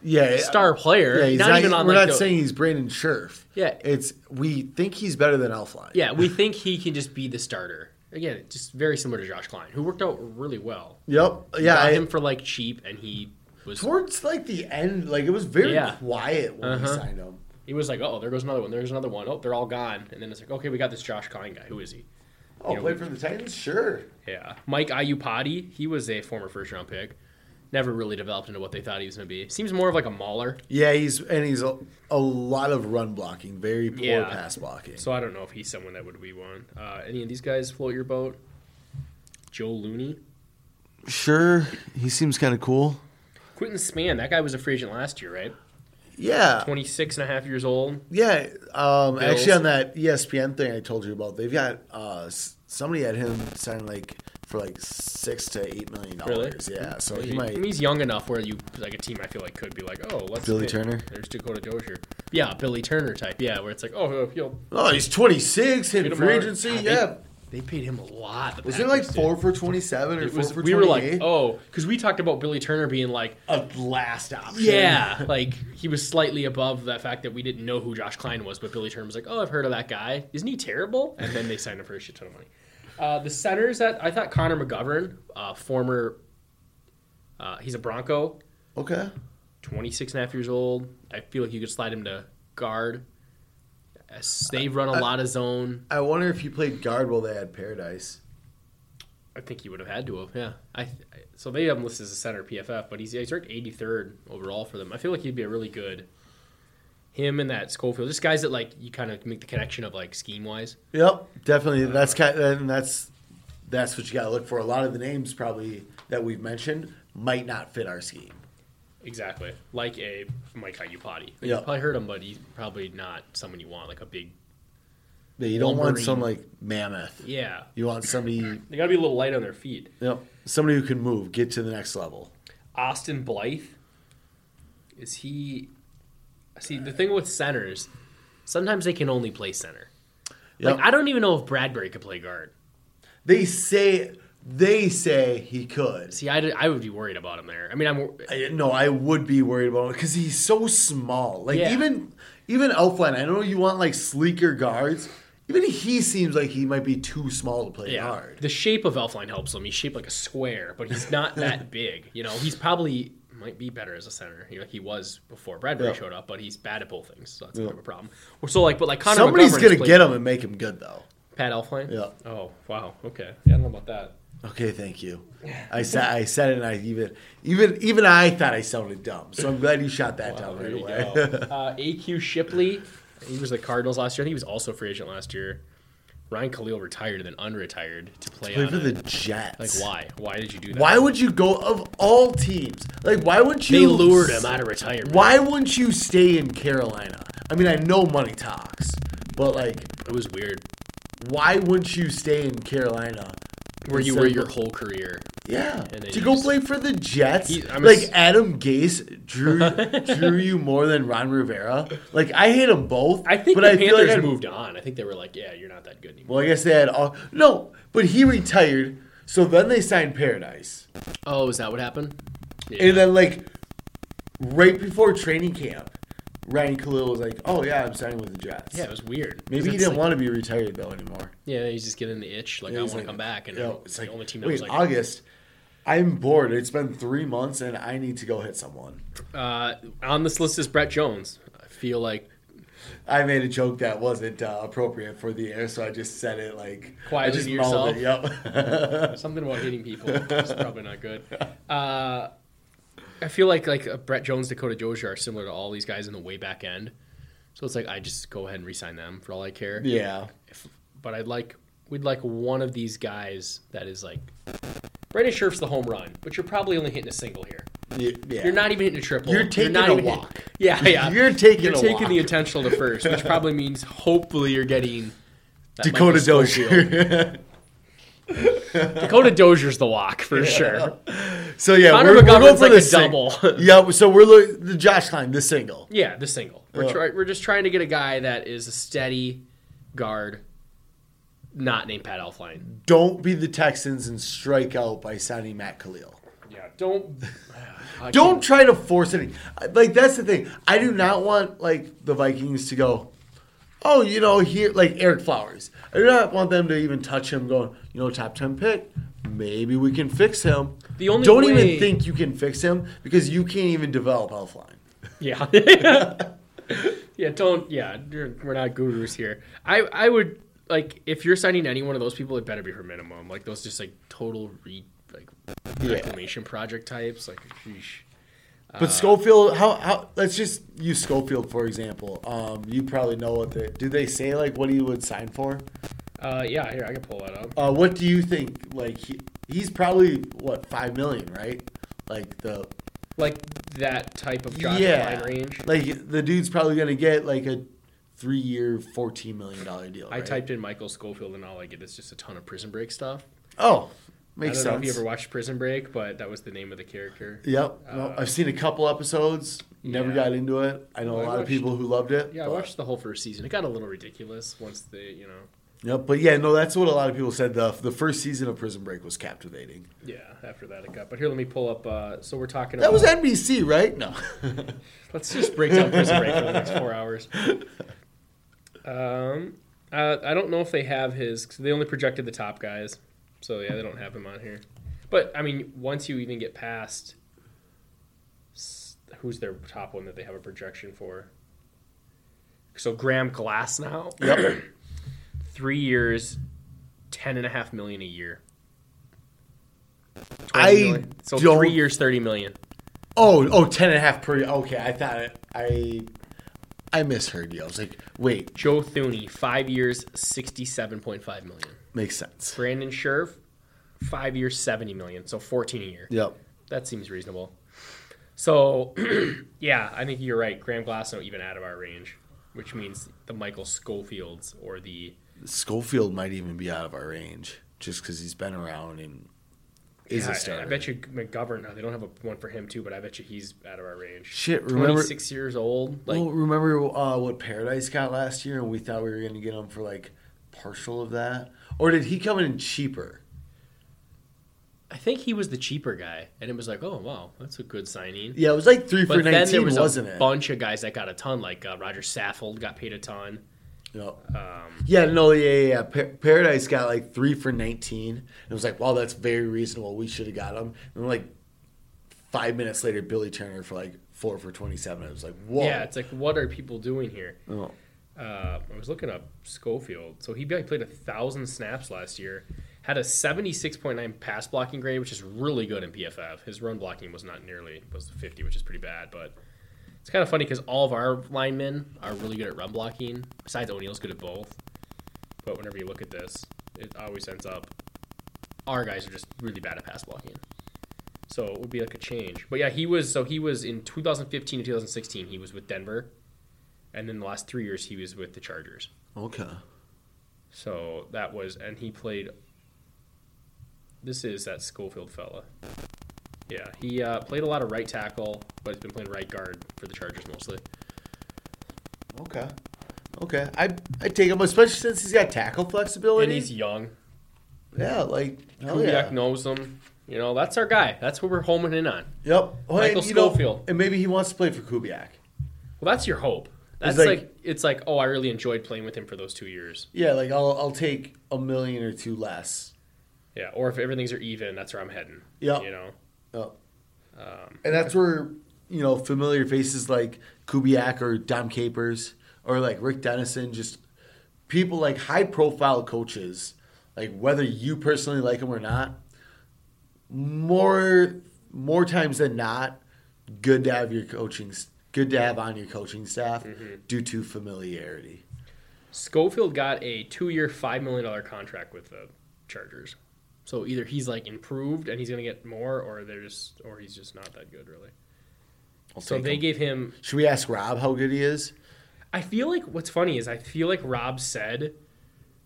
Speaker 2: yeah,
Speaker 3: star player.
Speaker 2: Yeah, he's
Speaker 3: not,
Speaker 2: not-
Speaker 3: even on
Speaker 2: we're
Speaker 3: like
Speaker 2: not
Speaker 3: the-
Speaker 2: saying he's Brandon Scherf.
Speaker 3: Yeah.
Speaker 2: it's we think he's better than Elfline.
Speaker 3: Yeah, we think he can just be the starter. Again, just very similar to Josh Klein, who worked out really well.
Speaker 2: Yep. Yeah.
Speaker 3: Got
Speaker 2: I-
Speaker 3: him for like cheap, and he was
Speaker 2: towards like the end, like it was very
Speaker 3: Yeah.
Speaker 2: quiet when we
Speaker 3: Uh-huh.
Speaker 2: signed him.
Speaker 3: he was like, oh, there goes another one. There goes another one. Oh, they're all gone. And then it's like, okay, we got this Josh Klein guy. Who is he?
Speaker 2: Oh,
Speaker 3: You know,
Speaker 2: played for the Titans, sure.
Speaker 3: Yeah. Mike Ayupati, he was a former first round pick. Never really developed into what they thought he was going to be. Seems more of like a mauler.
Speaker 2: Yeah, he's and he's a, a lot of run blocking, very poor
Speaker 3: Yeah.
Speaker 2: pass blocking.
Speaker 3: So I don't know if he's someone that would be one. Uh, any of these guys float your boat? Joe Looney?
Speaker 2: Sure, he seems kind of cool.
Speaker 3: Quentin Span, that guy was a free agent last year, right?
Speaker 2: Yeah,
Speaker 3: 26 and a half years old.
Speaker 2: yeah. Um,
Speaker 3: Bills.
Speaker 2: actually, on that ESPN thing I told you about, they've got uh, s- somebody had him sign like for like six to eight million dollars. Yeah, so
Speaker 3: He-
Speaker 2: he
Speaker 3: I mean,
Speaker 2: might.
Speaker 3: he's young enough where you like a team. I feel like could be like, oh, let's
Speaker 2: Billy
Speaker 3: pick-
Speaker 2: Turner?
Speaker 3: There's Dakota Dozier. Yeah, Billy Turner type. Yeah, where it's like, oh, he'll
Speaker 2: Oh, he's twenty six,
Speaker 3: get
Speaker 2: hit
Speaker 3: him
Speaker 2: free
Speaker 3: out.
Speaker 2: agency.
Speaker 3: God, they-
Speaker 2: Yeah,
Speaker 3: they, paid him a lot. the
Speaker 2: was it like
Speaker 3: Packers did.
Speaker 2: four for twenty seven or
Speaker 3: It
Speaker 2: four
Speaker 3: was,
Speaker 2: for
Speaker 3: we
Speaker 2: twenty eight?
Speaker 3: were like, oh, because we talked about Billy Turner being like,
Speaker 2: a last option.
Speaker 3: yeah, *laughs* like he was slightly above the fact that we didn't know who Josh Klein was, but Billy Turner was like, oh, I've heard of that guy. Isn't he terrible? And then they signed him for a shit ton of money. Uh, the centers that I thought Connor McGovern, uh, former, uh, he's a Bronco,
Speaker 2: Okay.
Speaker 3: 26 and a half years old. I feel like you could slide him to guard. As they run a lot of zone.
Speaker 2: I wonder if you played guard while they had Paradise.
Speaker 3: I think he would have had to have. Yeah. I, I so they have him listed as a center PFF, but he's he's ranked 83rd overall for them. I feel like he'd be a really good. Him and that Schofield, just guys that like you kind of make the connection of like scheme wise.
Speaker 2: Yep,
Speaker 3: Uh,
Speaker 2: definitely. That's kind and that's that's what you got to look for. A lot of the names probably that we've mentioned might not fit our scheme.
Speaker 3: Exactly. Like a Mike Iupati. Like,
Speaker 2: Yeah.
Speaker 3: You probably heard him, but he's probably not someone you want, like a big.
Speaker 2: But you don't want
Speaker 3: Wolverine.
Speaker 2: some like mammoth.
Speaker 3: Yeah.
Speaker 2: You want
Speaker 3: *laughs*
Speaker 2: somebody,
Speaker 3: They got to be a little light on their feet.
Speaker 2: yep, somebody who can move, get to the next level.
Speaker 3: Austin Blythe. Is he. See, the thing with centers, sometimes they can only play center.
Speaker 2: Yep.
Speaker 3: Like, I don't even know if Bradbury could play guard.
Speaker 2: they say they say he could.
Speaker 3: See, I, I would be worried about him there. I mean, I'm.
Speaker 2: I, no, I would be worried about him because he's so small. Like
Speaker 3: Yeah.
Speaker 2: even even Elfline, I know you want like sleeker guards. Even he seems like he might be too small to play
Speaker 3: Yeah.
Speaker 2: guard.
Speaker 3: The shape of Elfline helps him. He's shaped like a square, but he's
Speaker 2: *laughs*
Speaker 3: not that big. You know, he's probably might be better as a center. You know, he was before Bradbury
Speaker 2: Yeah.
Speaker 3: showed up, but he's bad at both things, so that's kind of a problem. Well, So like, but like Connor
Speaker 2: Somebody's
Speaker 3: McGovern
Speaker 2: gonna
Speaker 3: has played-
Speaker 2: get him and make him good though.
Speaker 3: Pat Elfline.
Speaker 2: Yeah.
Speaker 3: Oh wow. Okay. Yeah, I don't know about that.
Speaker 2: Okay, thank you. I said I said it, and I even even even I thought I sounded dumb. So I'm glad you shot that down
Speaker 3: There
Speaker 2: right
Speaker 3: you go.
Speaker 2: away.
Speaker 3: uh, AQ Shipley. He was the Cardinals last year. I think he was also a free agent last year. Ryan Khalil retired and then unretired to
Speaker 2: *laughs*
Speaker 3: play,
Speaker 2: Play
Speaker 3: on
Speaker 2: for
Speaker 3: a-
Speaker 2: the
Speaker 3: like
Speaker 2: Jets.
Speaker 3: why? Why did you do that?
Speaker 2: Why would you go of all teams? Like why wouldn't you?
Speaker 3: they lured him out of retirement?
Speaker 2: Why wouldn't you stay in Carolina? I mean, I know money talks, but like,
Speaker 3: It was weird.
Speaker 2: why wouldn't you stay in Carolina?
Speaker 3: Where you
Speaker 2: Instead
Speaker 3: were
Speaker 2: of-
Speaker 3: your whole career.
Speaker 2: Yeah,
Speaker 3: then
Speaker 2: to
Speaker 3: you
Speaker 2: go
Speaker 3: just-
Speaker 2: play for the Jets,
Speaker 3: He- I'm
Speaker 2: like
Speaker 3: ass-
Speaker 2: Adam Gase drew
Speaker 3: *laughs*
Speaker 2: drew you more than Ron Rivera. Like I hate them both.
Speaker 3: I think
Speaker 2: but
Speaker 3: the
Speaker 2: I feel
Speaker 3: Panthers
Speaker 2: like I'd-
Speaker 3: moved on. I think they were like, yeah, you're not that good anymore.
Speaker 2: Well, I guess they had all. No, but he retired. So then they signed Paradise,
Speaker 3: Oh, is that what happened? Yeah.
Speaker 2: and then like right before training camp, Ryan Khalil was like, "Oh yeah, I'm signing with the Jets."
Speaker 3: yeah, it was weird.
Speaker 2: maybe he
Speaker 3: It's
Speaker 2: didn't
Speaker 3: like-
Speaker 2: want to be retired though anymore.
Speaker 3: Yeah, he's just getting the itch. Like
Speaker 2: he's
Speaker 3: I want to
Speaker 2: like,
Speaker 3: come back, and
Speaker 2: you know,
Speaker 3: it's the only team that
Speaker 2: wait,
Speaker 3: was like
Speaker 2: August. I'm bored. It's been three months, and I need to go hit someone.
Speaker 3: Uh, on this list is Brett Jones. I feel like
Speaker 2: I made a joke that wasn't uh, appropriate for the air, so I just said it like
Speaker 3: Quietly
Speaker 2: I just
Speaker 3: to
Speaker 2: mouthed *laughs* It. Yep.
Speaker 3: something about hitting
Speaker 2: *laughs*
Speaker 3: people is probably not good. Uh, I feel like like uh, Brett Jones, Dakota Dozier are similar to all these guys in the way back end. So it's like I just go ahead and resign them for all I care.
Speaker 2: yeah.
Speaker 3: If, but I'd like we'd like one of these guys that is like Brandon Scherf's the home run, but you're probably only hitting a single here.
Speaker 2: Y- yeah.
Speaker 3: You're not even hitting a triple.
Speaker 2: You're taking
Speaker 3: not
Speaker 2: a
Speaker 3: even hitting-
Speaker 2: walk.
Speaker 3: *laughs* yeah, yeah.
Speaker 2: *laughs* You're taking
Speaker 3: You're
Speaker 2: a
Speaker 3: taking
Speaker 2: walk.
Speaker 3: the intentional to first,
Speaker 2: *laughs*
Speaker 3: which probably means hopefully you're getting that
Speaker 2: Dakota
Speaker 3: Michael
Speaker 2: Dozier. *laughs*
Speaker 3: Schofield. Dakota Dozier's the walk for sure.
Speaker 2: So yeah,
Speaker 3: Connor
Speaker 2: we're, we're going
Speaker 3: McGovern's
Speaker 2: for
Speaker 3: like
Speaker 2: the
Speaker 3: a
Speaker 2: sing-
Speaker 3: double.
Speaker 2: yeah, so we're look, the Josh Klein, the single.
Speaker 3: Yeah, the single. We're,
Speaker 2: Yeah.
Speaker 3: try- we're just trying to get a guy that is a steady guard, not named Pat Elfline.
Speaker 2: Don't be the Texans and strike out by signing Matt Khalil.
Speaker 3: Yeah, don't.
Speaker 2: Don't try to force any. Like that's the thing. I do not want like the Vikings to go. Oh, you know here like Eric Flowers. I do not want them to even touch him. Going, you know, top ten pick. Maybe we can fix him.
Speaker 3: The only
Speaker 2: don't
Speaker 3: way-
Speaker 2: even think you can fix him because you can't even develop Elfline. *laughs*
Speaker 3: Yeah. yeah, don't. Yeah, you're, we're not gurus here. I, I would, like, if you're signing any one of those people, it better be for minimum. Like, those just, like, total re, like, reclamation project types. Like, sheesh.
Speaker 2: But Schofield, how, how? Let's just use Schofield for example. Um, you probably know what they do. They say like what he would sign for.
Speaker 3: Uh, yeah, here, I can pull that up.
Speaker 2: Uh, what do you think? Like he, he's probably what five million, right? Like the
Speaker 3: Like, that type of job
Speaker 2: yeah,
Speaker 3: line range.
Speaker 2: like the dude's probably gonna get like a three-year, fourteen million dollar deal.
Speaker 3: I
Speaker 2: right?
Speaker 3: typed in Michael Schofield, and all I get is just a ton of Prison Break stuff.
Speaker 2: Oh,
Speaker 3: I don't
Speaker 2: makes
Speaker 3: know if
Speaker 2: sense.
Speaker 3: you ever watched Prison Break, but that was the name of the character.
Speaker 2: Yep, no, I've seen a couple episodes. Never
Speaker 3: Uh, Yeah.
Speaker 2: got into it. I know
Speaker 3: Well,
Speaker 2: a
Speaker 3: I
Speaker 2: lot
Speaker 3: watched-
Speaker 2: of people who loved it.
Speaker 3: Yeah, I
Speaker 2: but-
Speaker 3: watched the whole first season. It got a little ridiculous once they, you know.
Speaker 2: Yep, but yeah, no, that's what a lot of people said. The the first season of Prison Break was captivating.
Speaker 3: Yeah, after that it got. But here, let me pull up. Uh, so we're talking.
Speaker 2: That
Speaker 3: about,
Speaker 2: was NBC, right? No. *laughs*
Speaker 3: Let's just break down Prison Break for the next four hours. Um, Uh, I don't know if they have his. 'cause they only projected the top guys, so yeah, they don't have him on here. But I mean, once you even get past, s- who's their top one that they have a projection for? So Graham Glass now. Yep. *clears throat* Three years, ten and a half million a year. 20
Speaker 2: I
Speaker 3: million. so three
Speaker 2: don't-
Speaker 3: years, thirty million.
Speaker 2: Oh, oh, 10
Speaker 4: and a half per. Okay, I thought it. I
Speaker 2: I misheard you. I was like, wait,
Speaker 3: Joe Thuney, five years, sixty-seven point five million.
Speaker 2: makes sense.
Speaker 3: Brandon Scherf, five years, seventy million. So fourteen a year.
Speaker 2: Yep.
Speaker 3: That seems reasonable. So, *clears throat* yeah, I think you're right. Graham Glassnow even out of our range, which means the Michael Schofields or the
Speaker 2: Schofield might even be out of our range just because he's been around and is
Speaker 3: Yeah,
Speaker 2: a
Speaker 3: I,
Speaker 2: starter.
Speaker 3: I bet you McGovern. No, they don't have a one for him too, but I bet you he's out of our range.
Speaker 2: Shit, remember-
Speaker 3: 26 years old. Like
Speaker 2: well, remember uh, what Paradise got last year, and we thought we were going to get him for like partial of that, or did he come in cheaper?
Speaker 3: I think he was the cheaper guy, and it was like, oh wow, that's a good signing.
Speaker 2: Yeah, it was like three for
Speaker 3: But then there
Speaker 2: nineteen,
Speaker 3: was
Speaker 2: wasn't
Speaker 3: a
Speaker 2: it?
Speaker 3: bunch of guys that got a ton, like uh, Roger Saffold got paid a ton.
Speaker 2: No.
Speaker 3: Um,
Speaker 2: yeah, no, yeah, yeah. yeah. Pa- Paradise got like three for nineteen, and it was like, wow, that's very reasonable. We should have got him. And like five minutes later, Billy Turner for like four for twenty-seven. It was like, whoa.
Speaker 3: Yeah, it's like, what are people doing here?
Speaker 2: Oh.
Speaker 3: Uh, I was looking up Schofield. So he barely played a thousand snaps last year. Had a seventy-six point nine pass blocking grade, which is really good in PFF. His run blocking was not nearly was fifty, which is pretty bad. But it's kind of funny because all of our linemen are really good at run blocking. Besides O'Neill's good at both. But whenever you look at this, it always ends up our guys are just really bad at pass blocking. So it would be like a change. But yeah, he was so he was in 2015 to 2016 he was with Denver, and then the last three years he was with the Chargers.
Speaker 2: Okay.
Speaker 3: So that was and he played. This is that Schofield fella. Yeah, he uh, played a lot of right tackle, but he's been playing right guard for the Chargers mostly.
Speaker 2: Okay. Okay. I I take him, especially since he's got tackle flexibility.
Speaker 3: And he's young.
Speaker 2: yeah, like hell
Speaker 3: Kubiak
Speaker 2: Oh, yeah.
Speaker 3: knows him. You know, that's our guy. That's what we're homing in on.
Speaker 2: Yep. Well,
Speaker 3: Michael
Speaker 2: and, you know,
Speaker 3: Schofield.
Speaker 2: and maybe he wants to play for Kubiak.
Speaker 3: Well, that's your hope. That's
Speaker 2: like-
Speaker 3: like, it's like, oh, I really enjoyed playing with him for those two years.
Speaker 2: Yeah, like I'll I'll take a million or two less.
Speaker 3: Yeah, or if everything's are even, that's where I'm heading.
Speaker 2: Yeah.
Speaker 3: you know,
Speaker 2: Yep. and that's where you know familiar faces like Kubiak or Dom Capers or like Rick Dennison, just people like high profile coaches, like whether you personally like them or not, more more times than not, good to have your coaching, s- good to have on your coaching staff
Speaker 3: Mm-hmm.
Speaker 2: due to familiarity.
Speaker 3: Schofield got a two-year, five million dollar contract with the Chargers. So either he's like improved and he's gonna get more, or they're just, or he's just not that good really. so
Speaker 2: take
Speaker 3: they
Speaker 2: him.
Speaker 3: gave him.
Speaker 2: Should we ask Rob how good he is?
Speaker 3: I feel like what's funny is I feel like Rob said.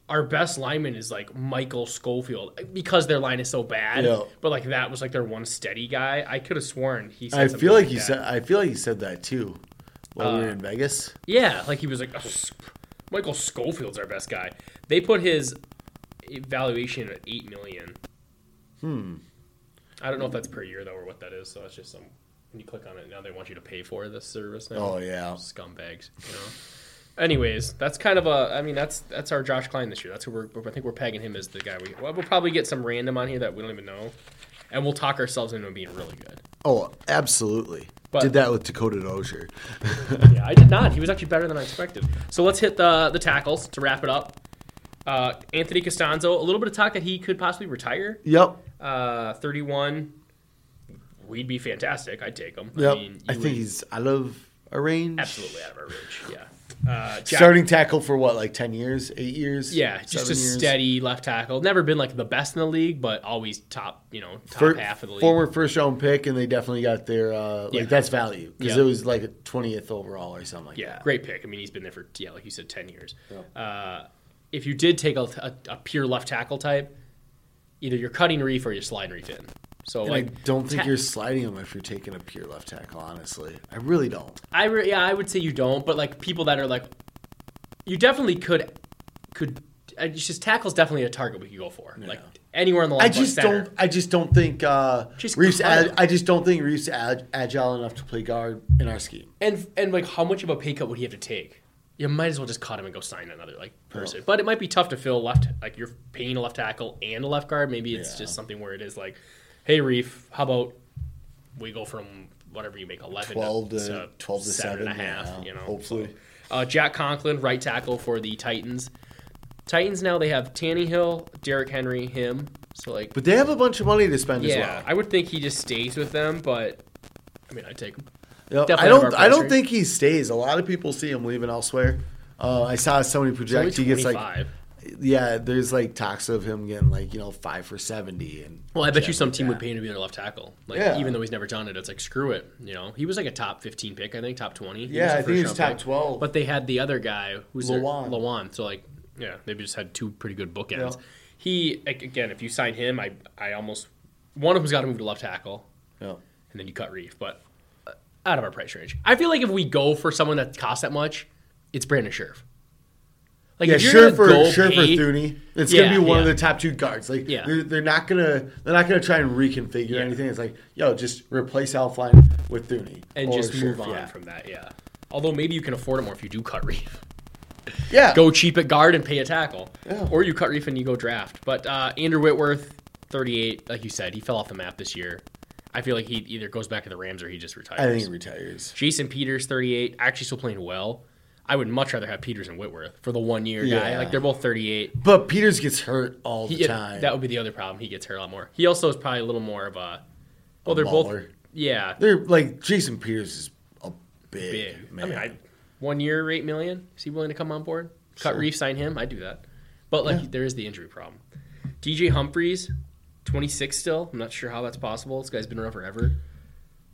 Speaker 3: Our best lineman is like Michael Schofield because their line is so bad.
Speaker 2: Yeah.
Speaker 3: But like that was like their one steady guy. I could have sworn he. Said
Speaker 2: I
Speaker 3: something
Speaker 2: feel like he
Speaker 3: that. Uh,
Speaker 2: said. I feel like he said that too while we were in Vegas.
Speaker 3: Yeah, like he was like, "Oh, Sc- Michael Schofield's our best guy. They put his valuation at eight million. Hmm. I don't know if that's per year though, or what that is. So it's just some. When you click on it now, they want you to pay for this service now.
Speaker 2: Oh, yeah.
Speaker 3: scumbags. You know. Anyways, that's kind of a. I mean, that's that's our Josh Klein this year. That's who we're. I think we're pegging him as the guy. We well, we'll probably get some random on here that we don't even know, and we'll talk ourselves into him being really good.
Speaker 2: Oh, absolutely.
Speaker 3: But-
Speaker 2: Did that with Dakota Dozier.
Speaker 3: Yeah, I did not. He was actually better than I expected. So let's hit the the tackles to wrap it up. Uh, Anthony Costanzo, a little bit of talk that he could possibly retire.
Speaker 2: Yep.
Speaker 3: Uh, 31, we'd be fantastic. I'd take him.
Speaker 2: Yep. I,
Speaker 3: mean, you
Speaker 2: think
Speaker 3: would-
Speaker 2: he's out of a range.
Speaker 3: absolutely out of our reach. Yeah. Uh, Jack-
Speaker 2: Starting tackle for what, like 10 years, eight years?
Speaker 3: Yeah, just
Speaker 2: seven
Speaker 3: a
Speaker 2: years?
Speaker 3: steady left tackle. Never been like the best in the league, but always top, you know, top
Speaker 2: Fir-
Speaker 3: half of the league.
Speaker 2: Former first round pick, and they definitely got their, uh, like,
Speaker 3: Yeah.
Speaker 2: that's value because
Speaker 3: Yeah.
Speaker 2: it was like a 20th overall or something like
Speaker 3: Yeah,
Speaker 2: that.
Speaker 3: great pick. I mean, he's been there for yeah, like you said, ten years. Uh, if you did take a, a, a pure left tackle type, either you're cutting Reef or you're sliding Reef in. So
Speaker 2: And
Speaker 3: like,
Speaker 2: I don't think
Speaker 3: ta-
Speaker 2: you're sliding him if you're taking a pure left tackle, honestly. I really don't.
Speaker 3: I re- yeah, I would say you don't, but like people that are like, you definitely could could. uh, It's just tackles definitely a target we could go for. Like anywhere on the line.
Speaker 2: I
Speaker 3: but
Speaker 2: just
Speaker 3: center.
Speaker 2: don't. I just don't think uh,
Speaker 3: Just
Speaker 2: Reeves.
Speaker 3: cut
Speaker 2: Ag-
Speaker 3: him.
Speaker 2: I just don't think Reeves ag- agile enough to play guard in our scheme.
Speaker 3: And and like how much of a pay cut would he have to take? you might as well just cut him and go sign another like person. But it might be tough to fill left like you're paying a left tackle and a left guard. Maybe it's just something where it is like, hey Reef, how about we go from whatever you make eleven
Speaker 2: 12 to,
Speaker 3: to
Speaker 2: 12 to 7,
Speaker 3: seven and a half.
Speaker 2: yeah,
Speaker 3: You know,
Speaker 2: hopefully.
Speaker 3: Uh, Jack Conklin, right tackle for the Titans. Titans now they have Tannehill, Derrick Henry, him. So like,
Speaker 2: But they have a bunch of money to spend as
Speaker 3: yeah,
Speaker 2: well.
Speaker 3: I would think he just stays with them, but I mean, I would take him.
Speaker 2: Yep, I
Speaker 3: Definitely
Speaker 2: don't.
Speaker 3: of our
Speaker 2: I don't
Speaker 3: country.
Speaker 2: think he stays. A lot of people see him leaving elsewhere. Uh, I saw somebody project he gets like, yeah. There's like talks of him getting like you know five for seventy, and
Speaker 3: Well, I bet you some team would pay him to be their left tackle. Like
Speaker 2: Yeah.
Speaker 3: even though he's never done it, it's like screw it. You know, he was like a top fifteen pick, I think, top twenty. He
Speaker 2: Yeah,
Speaker 3: was a
Speaker 2: I think he was
Speaker 3: first-round
Speaker 2: top 12.
Speaker 3: But they had the other guy who's
Speaker 2: Lawan.
Speaker 3: Lawan. Lawan. So like, yeah, they just had two pretty good bookends. He like, again, if you sign him, I I almost one of them's got to move to left tackle,
Speaker 2: you know,
Speaker 3: and then you cut Reef, but uh, out of our price range. I feel like if we go for someone that costs that much, it's Brandon Scherf. Like
Speaker 2: yeah,
Speaker 3: if you're
Speaker 2: sure
Speaker 3: gonna
Speaker 2: for
Speaker 3: go
Speaker 2: sure for
Speaker 3: pay-
Speaker 2: Thuney, it's
Speaker 3: Yeah,
Speaker 2: gonna be one of
Speaker 3: yeah.
Speaker 2: the top two guards. Like
Speaker 3: Yeah.
Speaker 2: they're, they're not gonna they're not gonna try and reconfigure
Speaker 3: Yeah.
Speaker 2: anything. It's like yo, just replace Alfline with Thuney
Speaker 3: and
Speaker 2: Or
Speaker 3: just move
Speaker 2: Scherf,
Speaker 3: on
Speaker 2: yeah.
Speaker 3: from that. Yeah. Although maybe you can afford it more if you do cut Reef. *laughs*
Speaker 2: yeah.
Speaker 3: Go cheap at guard and pay a tackle,
Speaker 2: Yeah.
Speaker 3: or you cut Reef and you go draft. But uh, Andrew Whitworth, 38, like you said, he fell off the map this year. I feel like he either goes back to the Rams or he just retires.
Speaker 2: I think he retires.
Speaker 3: Jason Peters, 38, actually still playing well. I would much rather have Peters and Whitworth for the one year guy.
Speaker 2: Yeah.
Speaker 3: Like they're both 38.
Speaker 2: But Peters gets hurt all the
Speaker 3: He-
Speaker 2: time.
Speaker 3: that would be the other problem. He gets hurt a lot more. He also is probably a little more of a. Well, they're both.
Speaker 2: baller.
Speaker 3: Yeah,
Speaker 2: they're like Jason Peters is a big,
Speaker 3: big.
Speaker 2: man.
Speaker 3: I mean, I, one year, eight million. Is he willing to come on board? Cut Reef, sign him. I do that. But like, there is the injury problem. DJ Humphreys, 26 still. I'm not sure how that's possible. This guy's been around forever.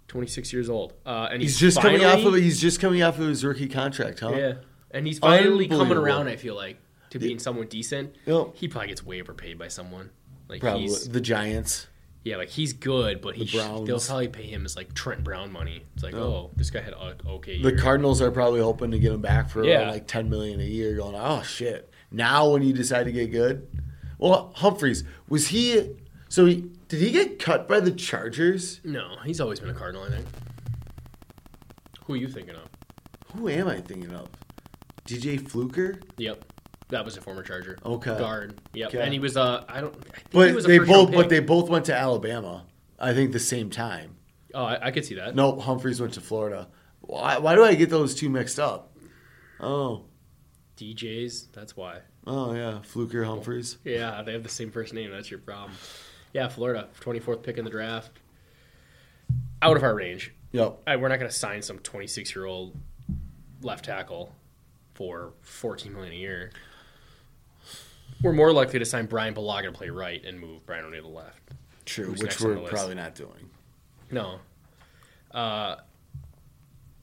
Speaker 3: 26 years old, uh, and he's,
Speaker 2: he's just coming off of
Speaker 3: finally-
Speaker 2: he's just coming off of his rookie contract, huh?
Speaker 3: yeah, and he's finally coming
Speaker 2: Unbelievable.
Speaker 3: around. I feel like to being someone decent.
Speaker 2: Yep.
Speaker 3: He probably gets way overpaid by someone. Like
Speaker 2: Probably
Speaker 3: he's
Speaker 2: the Giants.
Speaker 3: yeah, like he's good, but he
Speaker 2: The
Speaker 3: sh- they'll
Speaker 2: Browns.
Speaker 3: probably pay him as like Trent Brown money. It's like oh, this guy had a okay.
Speaker 2: The
Speaker 3: year.
Speaker 2: Cardinals are probably hoping to get him back for
Speaker 3: Yeah.
Speaker 2: like ten million a year. Going, oh shit! Now when you decide to get good, well, Humphreys was he? So he, did he get cut by the Chargers?
Speaker 3: No, he's always been a Cardinal, I think. Who are you thinking of?
Speaker 2: Who am I thinking of? DJ Fluker?
Speaker 3: Yep. That was a former Charger.
Speaker 2: Okay.
Speaker 3: Guard. Yep.
Speaker 2: Okay.
Speaker 3: And he was uh I don't I think he
Speaker 2: But
Speaker 3: was a
Speaker 2: they
Speaker 3: first round
Speaker 2: both, but
Speaker 3: pick.
Speaker 2: they both went to Alabama. I think the same time.
Speaker 3: Oh, I, I could see that.
Speaker 2: Nope, Humphreys went to Florida. Why, why do I get those two mixed up? Oh,
Speaker 3: DJs, that's why.
Speaker 2: oh yeah, Fluker Humphreys.
Speaker 3: Yeah, they have the same first name, that's your problem. Yeah, Florida, twenty fourth pick in the draft. Out of our range.
Speaker 2: Yep.
Speaker 3: I, we're not gonna sign some twenty six year old left tackle for fourteen million a year. We're more likely to sign Brian Balaga to play right and move Brian O'Neill to left.
Speaker 2: True,
Speaker 3: Who's
Speaker 2: which
Speaker 3: next on
Speaker 2: we're
Speaker 3: the list?
Speaker 2: probably not doing.
Speaker 3: No. Uh,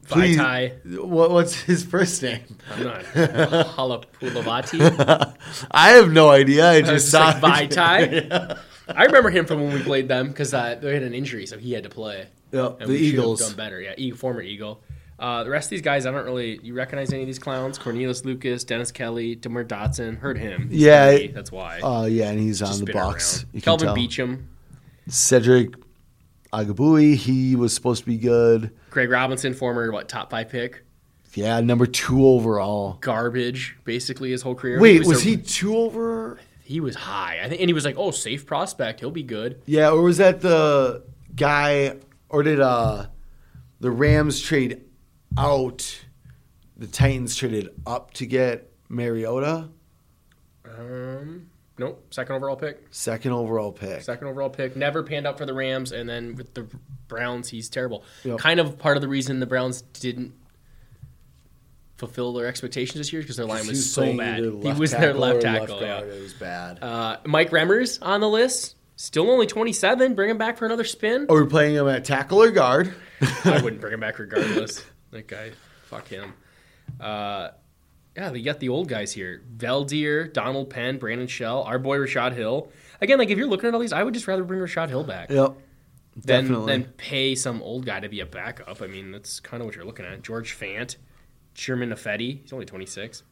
Speaker 2: Please.
Speaker 3: Vitae.
Speaker 2: What, what's his first name?
Speaker 3: I'm not. Halapulavati.
Speaker 2: *laughs* I have no idea. I just
Speaker 3: Just
Speaker 2: saw
Speaker 3: like Vitae. I remember him from when we played them because uh, they had an injury, so he had to play.
Speaker 2: Yep,
Speaker 3: And
Speaker 2: the
Speaker 3: we should have
Speaker 2: Eagles.
Speaker 3: done better. Yeah, Eagle, former Eagle. Uh, the rest of these guys, I don't really. You recognize any of these clowns? Cornelius Lucas, Dennis Kelly, Demar Dotson. Heard him. He's
Speaker 2: Yeah,
Speaker 3: Kentucky,
Speaker 2: I-
Speaker 3: that's why.
Speaker 2: Oh yeah, and he's
Speaker 3: Just
Speaker 2: on the
Speaker 3: been
Speaker 2: box.
Speaker 3: around.
Speaker 2: You can
Speaker 3: Kelvin
Speaker 2: tell.
Speaker 3: Beecham,
Speaker 2: Cedric Agabui. He was supposed to be good.
Speaker 3: Greg Robinson, former what top five pick,
Speaker 2: Yeah, number two overall.
Speaker 3: garbage basically his whole career.
Speaker 2: Wait, was
Speaker 3: a-
Speaker 2: he two over?
Speaker 3: he was high. I think, and he was like, "Oh, safe prospect. He'll be good."
Speaker 2: Yeah, or was that the guy? Or did uh the Rams trade out? The Titans traded up to get Mariota,
Speaker 3: Um, nope. Second overall pick.
Speaker 2: second overall pick.
Speaker 3: Second overall pick. Never panned out for the Rams, and then with the Browns, he's terrible.
Speaker 2: Yep.
Speaker 3: Kind of part of the reason the Browns didn't fulfill their expectations this year because their line
Speaker 2: He
Speaker 3: was,
Speaker 2: was
Speaker 3: so
Speaker 2: playing
Speaker 3: bad.
Speaker 2: either
Speaker 3: He was their
Speaker 2: tackle
Speaker 3: left
Speaker 2: or
Speaker 3: tackle. yeah.
Speaker 2: guard. It was bad.
Speaker 3: Uh, Mike Remmers on the list. Still only 27. Bring him back for another spin.
Speaker 2: Are we playing him at tackle or
Speaker 3: *laughs*
Speaker 2: guard?
Speaker 3: I wouldn't bring him back regardless. That guy, fuck him. Uh, yeah, you got the old guys here: Veldier, Donald Penn, Brandon Shell, our boy Rashad Hill. Again, like if you're looking at all these, I would just rather bring Rashad Hill back
Speaker 2: Yep.
Speaker 3: than
Speaker 2: definitely.
Speaker 3: than pay some old guy to be a backup. I mean, that's kind of what you're looking at. George Fant, Sherman Nafetti, he's only 26.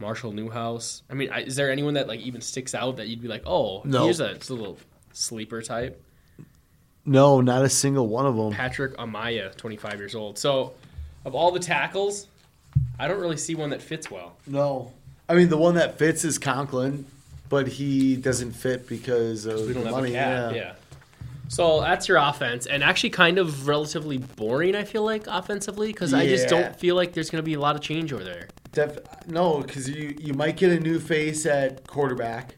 Speaker 3: Marshall Newhouse. I mean, I, is there anyone that like even sticks out that you'd be like, oh,
Speaker 2: No.
Speaker 3: here's a it's a little sleeper type?
Speaker 2: No, not a single one of them.
Speaker 3: Patrick Amaya, 25 years old. So, of all the tackles, I don't really see one that fits well.
Speaker 2: No. I mean, the one that fits is Conklin, but he doesn't fit because of
Speaker 3: We don't
Speaker 2: the
Speaker 3: have
Speaker 2: money.
Speaker 3: a cap.
Speaker 2: yeah.
Speaker 3: yeah. So that's your offense, and actually kind of relatively boring. I feel like offensively because I
Speaker 2: Yeah.
Speaker 3: just don't feel like there's going to be a lot of change over there.
Speaker 2: Def- no, because you, you might get a new face at quarterback.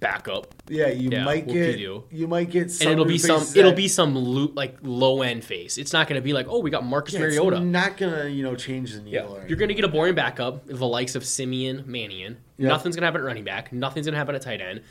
Speaker 3: Backup,
Speaker 2: Yeah, you
Speaker 3: Yeah,
Speaker 2: might get
Speaker 3: Whoopie-doo.
Speaker 2: you might get some
Speaker 3: and it'll
Speaker 2: new
Speaker 3: be some
Speaker 2: faces
Speaker 3: it'll
Speaker 2: that-
Speaker 3: be some lo- like low end face. It's not going to be like oh we got Marcus
Speaker 2: Yeah, it's
Speaker 3: Mariota.
Speaker 2: not gonna you know change the
Speaker 3: Yeah.
Speaker 2: needle. or
Speaker 3: You're going to get a boring backup, the likes of Simeon, Mannion.
Speaker 2: Yeah.
Speaker 3: Nothing's going to happen at running back. Nothing's going to happen at tight end.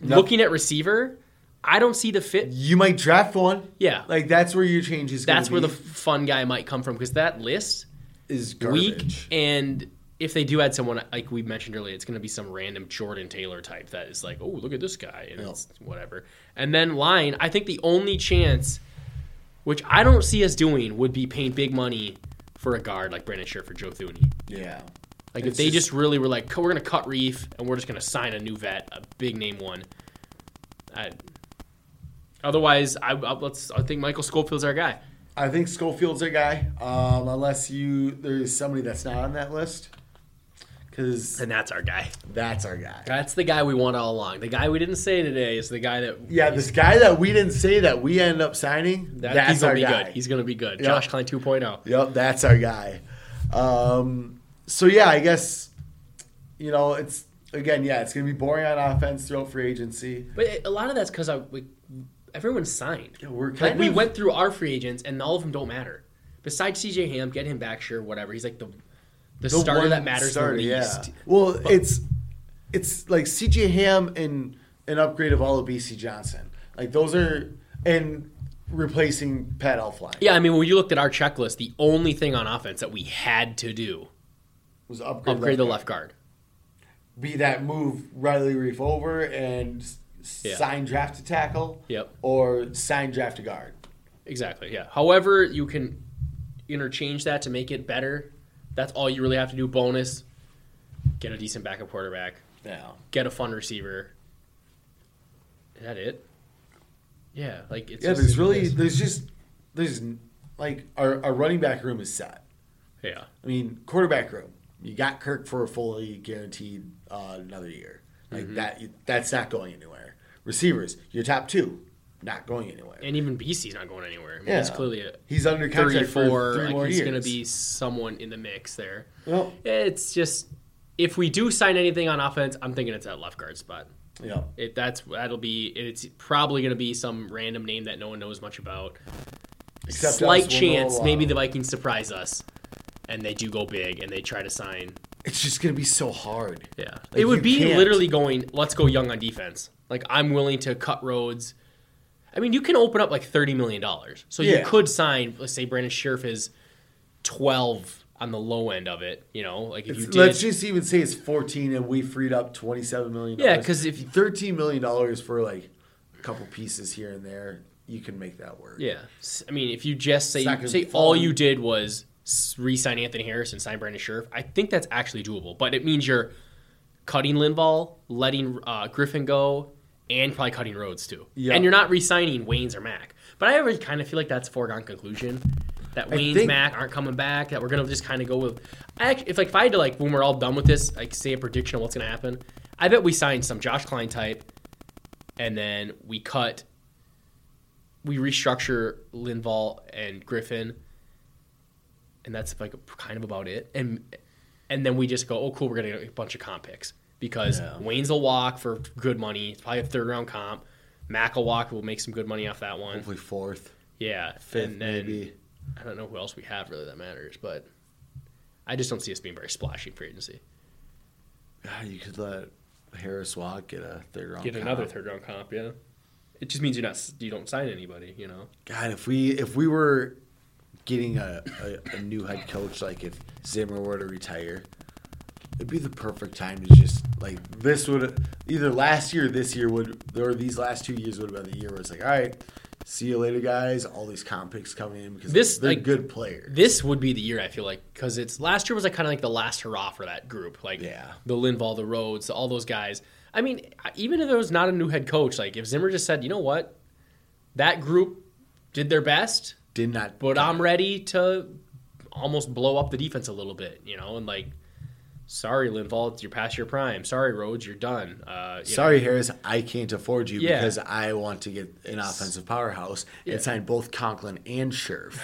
Speaker 3: Looking at receiver, I don't see the fit.
Speaker 2: You might draft one.
Speaker 3: Yeah.
Speaker 2: like that's where your change is.
Speaker 3: That's
Speaker 2: gonna
Speaker 3: where the
Speaker 2: be,
Speaker 3: f- fun guy might come from because that list
Speaker 2: is
Speaker 3: weak.
Speaker 2: garbage.
Speaker 3: And if they do add someone, like we mentioned earlier, it's going to be some random Jordan Taylor type that is like, oh, look at this guy. And it's whatever. And then line, I think the only chance, which I don't see us doing, would be paying big money for a guard like Brandon Scherf or Joe Thuney.
Speaker 2: Yeah,
Speaker 3: Like if they just, really were like, we're gonna cut Reef and we're just gonna sign a new vet, a big name one. I, otherwise, I, I let's. I think Michael Schofield's our guy.
Speaker 2: I think Schofield's their guy, um, unless you there's somebody that's not on that list, because
Speaker 3: And that's our guy.
Speaker 2: that's our guy.
Speaker 3: That's the guy we want all along. The guy we didn't say today is the guy that.
Speaker 2: Yeah, this guy that we didn't say that we end up signing,
Speaker 3: that- he's
Speaker 2: that's
Speaker 3: gonna
Speaker 2: our
Speaker 3: be
Speaker 2: guy.
Speaker 3: good. He's gonna be good. Josh Klein oh. 2.0.
Speaker 2: Yep, that's our guy. Um, so yeah, I guess you know it's again, yeah, it's gonna be boring on offense throughout free agency.
Speaker 3: But it- a lot of that's because I we, everyone signed.
Speaker 2: we're
Speaker 3: like
Speaker 2: kind
Speaker 3: we
Speaker 2: of-
Speaker 3: went through our free agents and all of them don't matter. Besides C.J. Ham, get him back, sure, whatever. He's like the the,
Speaker 2: The
Speaker 3: starter
Speaker 2: one
Speaker 3: that matters
Speaker 2: starter,
Speaker 3: the least.
Speaker 2: Well, it's it's like CJ Ham and an upgrade of all of BC Johnson. Like those are and replacing Pat Elfline
Speaker 3: Yeah, I mean, when you looked at our checklist, the only thing on offense that we had to do
Speaker 2: was upgrade,
Speaker 3: upgrade the
Speaker 2: guard.
Speaker 3: left guard.
Speaker 2: be that move Riley Reef over and s-
Speaker 3: Yeah.
Speaker 2: sign draft to tackle.
Speaker 3: Yep.
Speaker 2: Or sign draft to guard.
Speaker 3: Exactly. Yeah. However, you can interchange that to make it better. That's all you really have to do. Bonus, get a decent backup quarterback,
Speaker 2: Yeah.
Speaker 3: get a fun receiver. Is that it? Yeah. Like it's
Speaker 2: Yeah,
Speaker 3: just-
Speaker 2: there's really there's just there's n- like our, our running back room is set.
Speaker 3: yeah.
Speaker 2: I mean, quarterback room. You got Kirk for a fully guaranteed uh, another year. Like
Speaker 3: Mm-hmm.
Speaker 2: that that's not going anywhere. Receivers, your top two, not going anywhere.
Speaker 3: And even BC's not going anywhere. I mean, It's
Speaker 2: Yeah.
Speaker 3: clearly a
Speaker 2: He's under contract for
Speaker 3: 34.
Speaker 2: three
Speaker 3: like,
Speaker 2: more
Speaker 3: he's
Speaker 2: years.
Speaker 3: going to be someone in the mix there.
Speaker 2: Well-
Speaker 3: it's just if we do sign anything on offense, I'm thinking it's that left guard spot.
Speaker 2: yeah.
Speaker 3: If that's that'll be it's probably going to be some random name that no one knows much about.
Speaker 2: Except us,
Speaker 3: Slight
Speaker 2: we'll know
Speaker 3: chance,
Speaker 2: a lot.
Speaker 3: maybe the Vikings surprise us, and they do go big and they try to sign.
Speaker 2: It's just gonna be so hard.
Speaker 3: Yeah,
Speaker 2: Like,
Speaker 3: it would
Speaker 2: you
Speaker 3: be
Speaker 2: can't.
Speaker 3: literally going. Let's go young on defense. Like I'm willing to cut roads. I mean, you can open up like thirty million dollars, so you
Speaker 2: Yeah.
Speaker 3: could sign. Let's say Brandon Scherf is twelve on the low end of it. You know, like if you did,
Speaker 2: Let's just even say it's 14 and we freed up 27 million.
Speaker 3: Yeah, 'cause if-
Speaker 2: 13 million dollars for like a couple pieces here and there, you can make that work.
Speaker 3: yeah. S- I mean, if you just say
Speaker 2: It's not gonna
Speaker 3: say
Speaker 2: be
Speaker 3: all
Speaker 2: fun.
Speaker 3: you did was s- re-sign Anthony Harris and sign Brandon Scherf, I think that's actually doable. But it means you're cutting Linval, letting uh, Griffin go, and probably cutting Rhodes too.
Speaker 2: Yeah.
Speaker 3: And you're not re-signing Waynes or Mac. But I already kind of feel like that's a foregone conclusion that Waynes
Speaker 2: think-
Speaker 3: Mac aren't coming back. That we're gonna just kind of go with. I act- if like if I had to like when we're all done with this, like say a prediction of what's gonna happen, I bet we sign some Josh Klein type, and then we cut. We restructure Linval and Griffin, and that's like kind of about it. And and then we just go, oh cool, we're gonna get a bunch of comp picks because Wayne's will walk for good money. It's probably a third round comp. Mac will walk. We'll make some good money off that one.
Speaker 2: Hopefully fourth,
Speaker 3: yeah,
Speaker 2: fifth,
Speaker 3: and then
Speaker 2: maybe.
Speaker 3: I don't know who else we have really that matters, but I just don't see us being very splashy for agency.
Speaker 2: God, Ah, you could let Harris walk, get a third round.
Speaker 3: Get
Speaker 2: comp.
Speaker 3: another third round comp, yeah. It just means you're not you don't sign anybody, you know.
Speaker 2: God, if we if we were getting a, a, a new head coach, like if Zimmer were to retire, it'd be the perfect time to just like this would either last year, or this year would, or these last two years would have been the year where it's like, all right, see you later, guys. All these comp picks coming in because
Speaker 3: This,
Speaker 2: they're
Speaker 3: like-
Speaker 2: good players.
Speaker 3: This would be the year I feel like because it's last year was like kind of like the last hurrah for that group, like
Speaker 2: Yeah.
Speaker 3: the Linval, the Rhodes, all those guys. I mean, even if there was not a new head coach, like if Zimmer just said, you know what, that group did their best,
Speaker 2: Did not,
Speaker 3: but I'm ready to almost blow up the defense a little bit, you know, and like, sorry, Linval, you're past your prime. Sorry, Rhodes, you're done. Uh, you
Speaker 2: Sorry, Harris, I can't afford you
Speaker 3: Yeah.
Speaker 2: because I want to get an offensive powerhouse
Speaker 3: Yeah.
Speaker 2: and sign both Conklin and Scherf.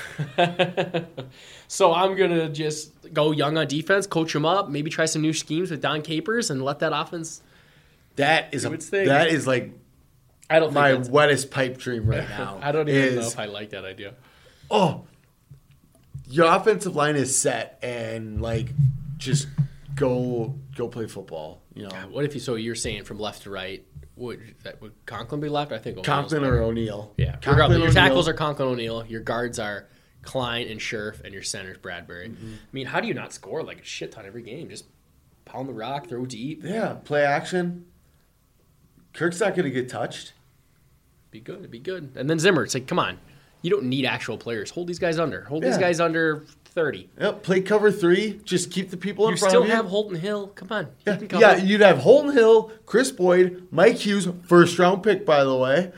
Speaker 3: So I'm gonna just go young on defense, coach him up, maybe try some new schemes with Don Capers, and let that offense.
Speaker 2: That is a,
Speaker 3: would think.
Speaker 2: that is like
Speaker 3: I don't.
Speaker 2: my
Speaker 3: Think that's-
Speaker 2: wettest pipe dream right now.
Speaker 3: *laughs* I don't even know
Speaker 2: is,
Speaker 3: if I like that idea.
Speaker 2: Oh, your offensive line is set and like just go go play football. You know,
Speaker 3: What if you? So you're saying from left to right? Would that would Conklin be left? I think O'Neill's
Speaker 2: Conklin
Speaker 3: left.
Speaker 2: or O'Neal.
Speaker 3: Yeah. Regardless, your tackles are Conklin O'Neill. Your guards are Klein and Scherf, and your center's Bradbury.
Speaker 2: Mm-hmm.
Speaker 3: I mean, how do you not score like a shit ton every game? Just pound the rock, throw deep,
Speaker 2: yeah play action. Kirk's not going to get touched.
Speaker 3: be good, be good. And then Zimmer, it's like, come on, you don't need actual players. Hold these guys under. Hold these
Speaker 2: Yeah.
Speaker 3: guys under thirty.
Speaker 2: Yep, play cover three. Just keep the people in
Speaker 3: You
Speaker 2: front
Speaker 3: still
Speaker 2: of you.
Speaker 3: have Holton Hill. Come on. He can
Speaker 2: yeah,
Speaker 3: cover.
Speaker 2: yeah, you'd have Holton Hill, Chris Boyd, Mike Hughes, first round pick, by the way.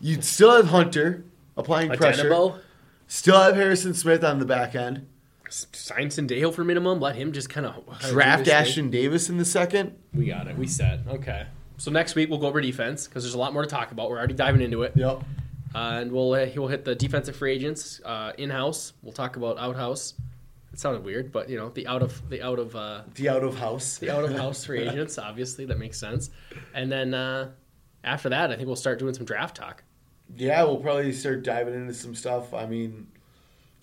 Speaker 2: You'd still have Hunter applying pressure.
Speaker 3: Adenabo,
Speaker 2: Still have Harrison Smith on the back end.
Speaker 3: s- sign Sandeo for minimum. Let him just kind of
Speaker 2: Draft Ashton Davis in the second.
Speaker 3: We got it. We set. Okay. So next week we'll go over defense because there's a lot more to talk about. We're already diving into it.
Speaker 2: Yep.
Speaker 3: Uh, and we'll uh, we'll hit the defensive free agents uh, in house. We'll talk about out house. It sounded weird, but you know the out of the out of uh,
Speaker 2: The out of house.
Speaker 3: the out of house free agents. Obviously, that makes sense. And then uh, after that, I think we'll start doing some draft talk.
Speaker 2: *laughs* Yeah, we'll probably start diving into some stuff. I mean,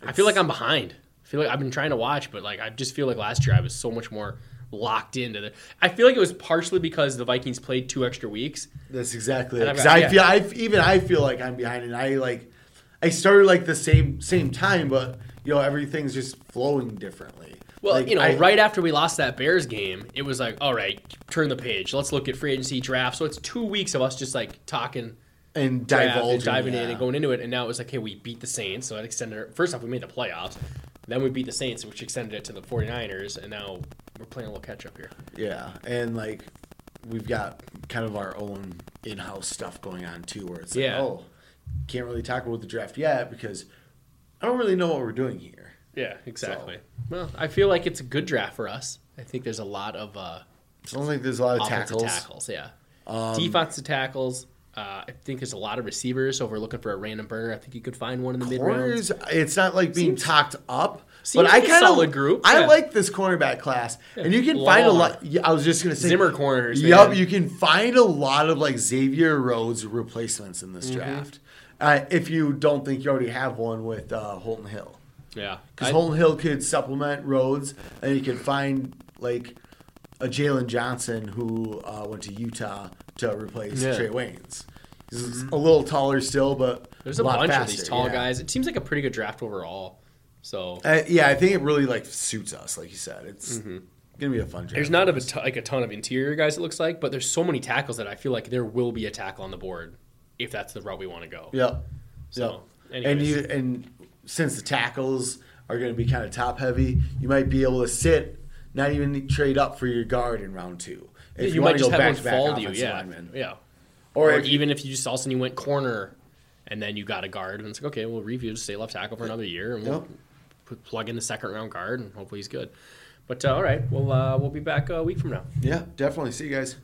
Speaker 3: I feel like I'm behind. I feel like I've been trying to watch, but like I just feel like last year I was so much more locked into the. I feel like it was partially because the Vikings played two extra weeks.
Speaker 2: that's exactly it.
Speaker 3: And I've
Speaker 2: 'Cause
Speaker 3: got-
Speaker 2: I
Speaker 3: yeah.
Speaker 2: feel, I even I feel like I'm behind, and I like, I started like the same same time, but you know everything's just flowing differently.
Speaker 3: Well,
Speaker 2: Like,
Speaker 3: you know,
Speaker 2: I-
Speaker 3: right after we lost that Bears game, it was like, all right, turn the page. Let's look at free agency draft. So it's two weeks of us just like talking,
Speaker 2: and
Speaker 3: draft
Speaker 2: divulging,
Speaker 3: and diving in
Speaker 2: yeah.
Speaker 3: and going into it. And now it was like, hey, we beat the Saints. So that extended. Our, first off, we made the playoffs. Then we beat the Saints, which extended it to the 49ers. And now we're playing a little catch up here.
Speaker 2: Yeah, and like we've got kind of our own in-house stuff going on too, where it's
Speaker 3: Yeah.
Speaker 2: like, oh, can't really talk about the draft yet because I don't really know what we're doing here.
Speaker 3: Yeah, exactly. Well, I feel like it's a good draft for us. I think there's a lot of uh,
Speaker 2: It's not like there's a lot of
Speaker 3: offensive
Speaker 2: tackles. Um,
Speaker 3: tackles. Yeah, defensive tackles. Uh, I think there's a lot of receivers. So if we're looking for a random burner, I think you could find one in the mid rounds.
Speaker 2: Corners, it's not like being talked up.
Speaker 3: seems
Speaker 2: but
Speaker 3: like
Speaker 2: I
Speaker 3: a
Speaker 2: kind of
Speaker 3: solid group,
Speaker 2: I
Speaker 3: yeah.
Speaker 2: like this cornerback class, and you can find a
Speaker 3: Long.
Speaker 2: lot. yeah, I was just gonna say
Speaker 3: Zimmer corners,
Speaker 2: Yup,
Speaker 3: man.
Speaker 2: you can find a lot of like Xavier Rhodes replacements in this
Speaker 3: Mm-hmm.
Speaker 2: draft. Uh, if you don't think you already have one with uh, Holton Hill.
Speaker 3: Yeah,
Speaker 2: Because
Speaker 3: I-
Speaker 2: Holton Hill could supplement Rhodes, and you could find like a Jalen Johnson who uh, went to Utah to replace
Speaker 3: Yeah.
Speaker 2: Trey Waynes. He's a little taller still, but
Speaker 3: There's a,
Speaker 2: lot
Speaker 3: bunch of
Speaker 2: faster,
Speaker 3: these tall
Speaker 2: yeah.
Speaker 3: guys. It seems like a pretty good draft overall. So
Speaker 2: Uh, yeah, I think it really like suits us, like you said. It's gonna be a fun draft.
Speaker 3: Mm-hmm. there's not a, ton- like a ton of interior guys. It looks like, but there's so many tackles that I feel like there will be a tackle on the board if that's the route we want to go.
Speaker 2: Yep.
Speaker 3: So,
Speaker 2: yep. And
Speaker 3: anyways.
Speaker 2: you and since the tackles are going to be kind of top heavy, you might be able to sit, not even trade up for your guard in round two. If
Speaker 3: you,
Speaker 2: wanna
Speaker 3: might just have one
Speaker 2: back-to-back
Speaker 3: fall to you.
Speaker 2: offensive
Speaker 3: Yeah,
Speaker 2: linemen.
Speaker 3: yeah. Or,
Speaker 2: Or if you-
Speaker 3: even if you just all of a sudden you went corner, and then you got a guard, and it's like okay, we'll review just stay left tackle for another year, and we'll
Speaker 2: Yep.
Speaker 3: p- plug in the second round guard, and hopefully he's good. But uh, all right, well uh, we'll be back a week from now.
Speaker 2: Yeah, definitely. See you guys.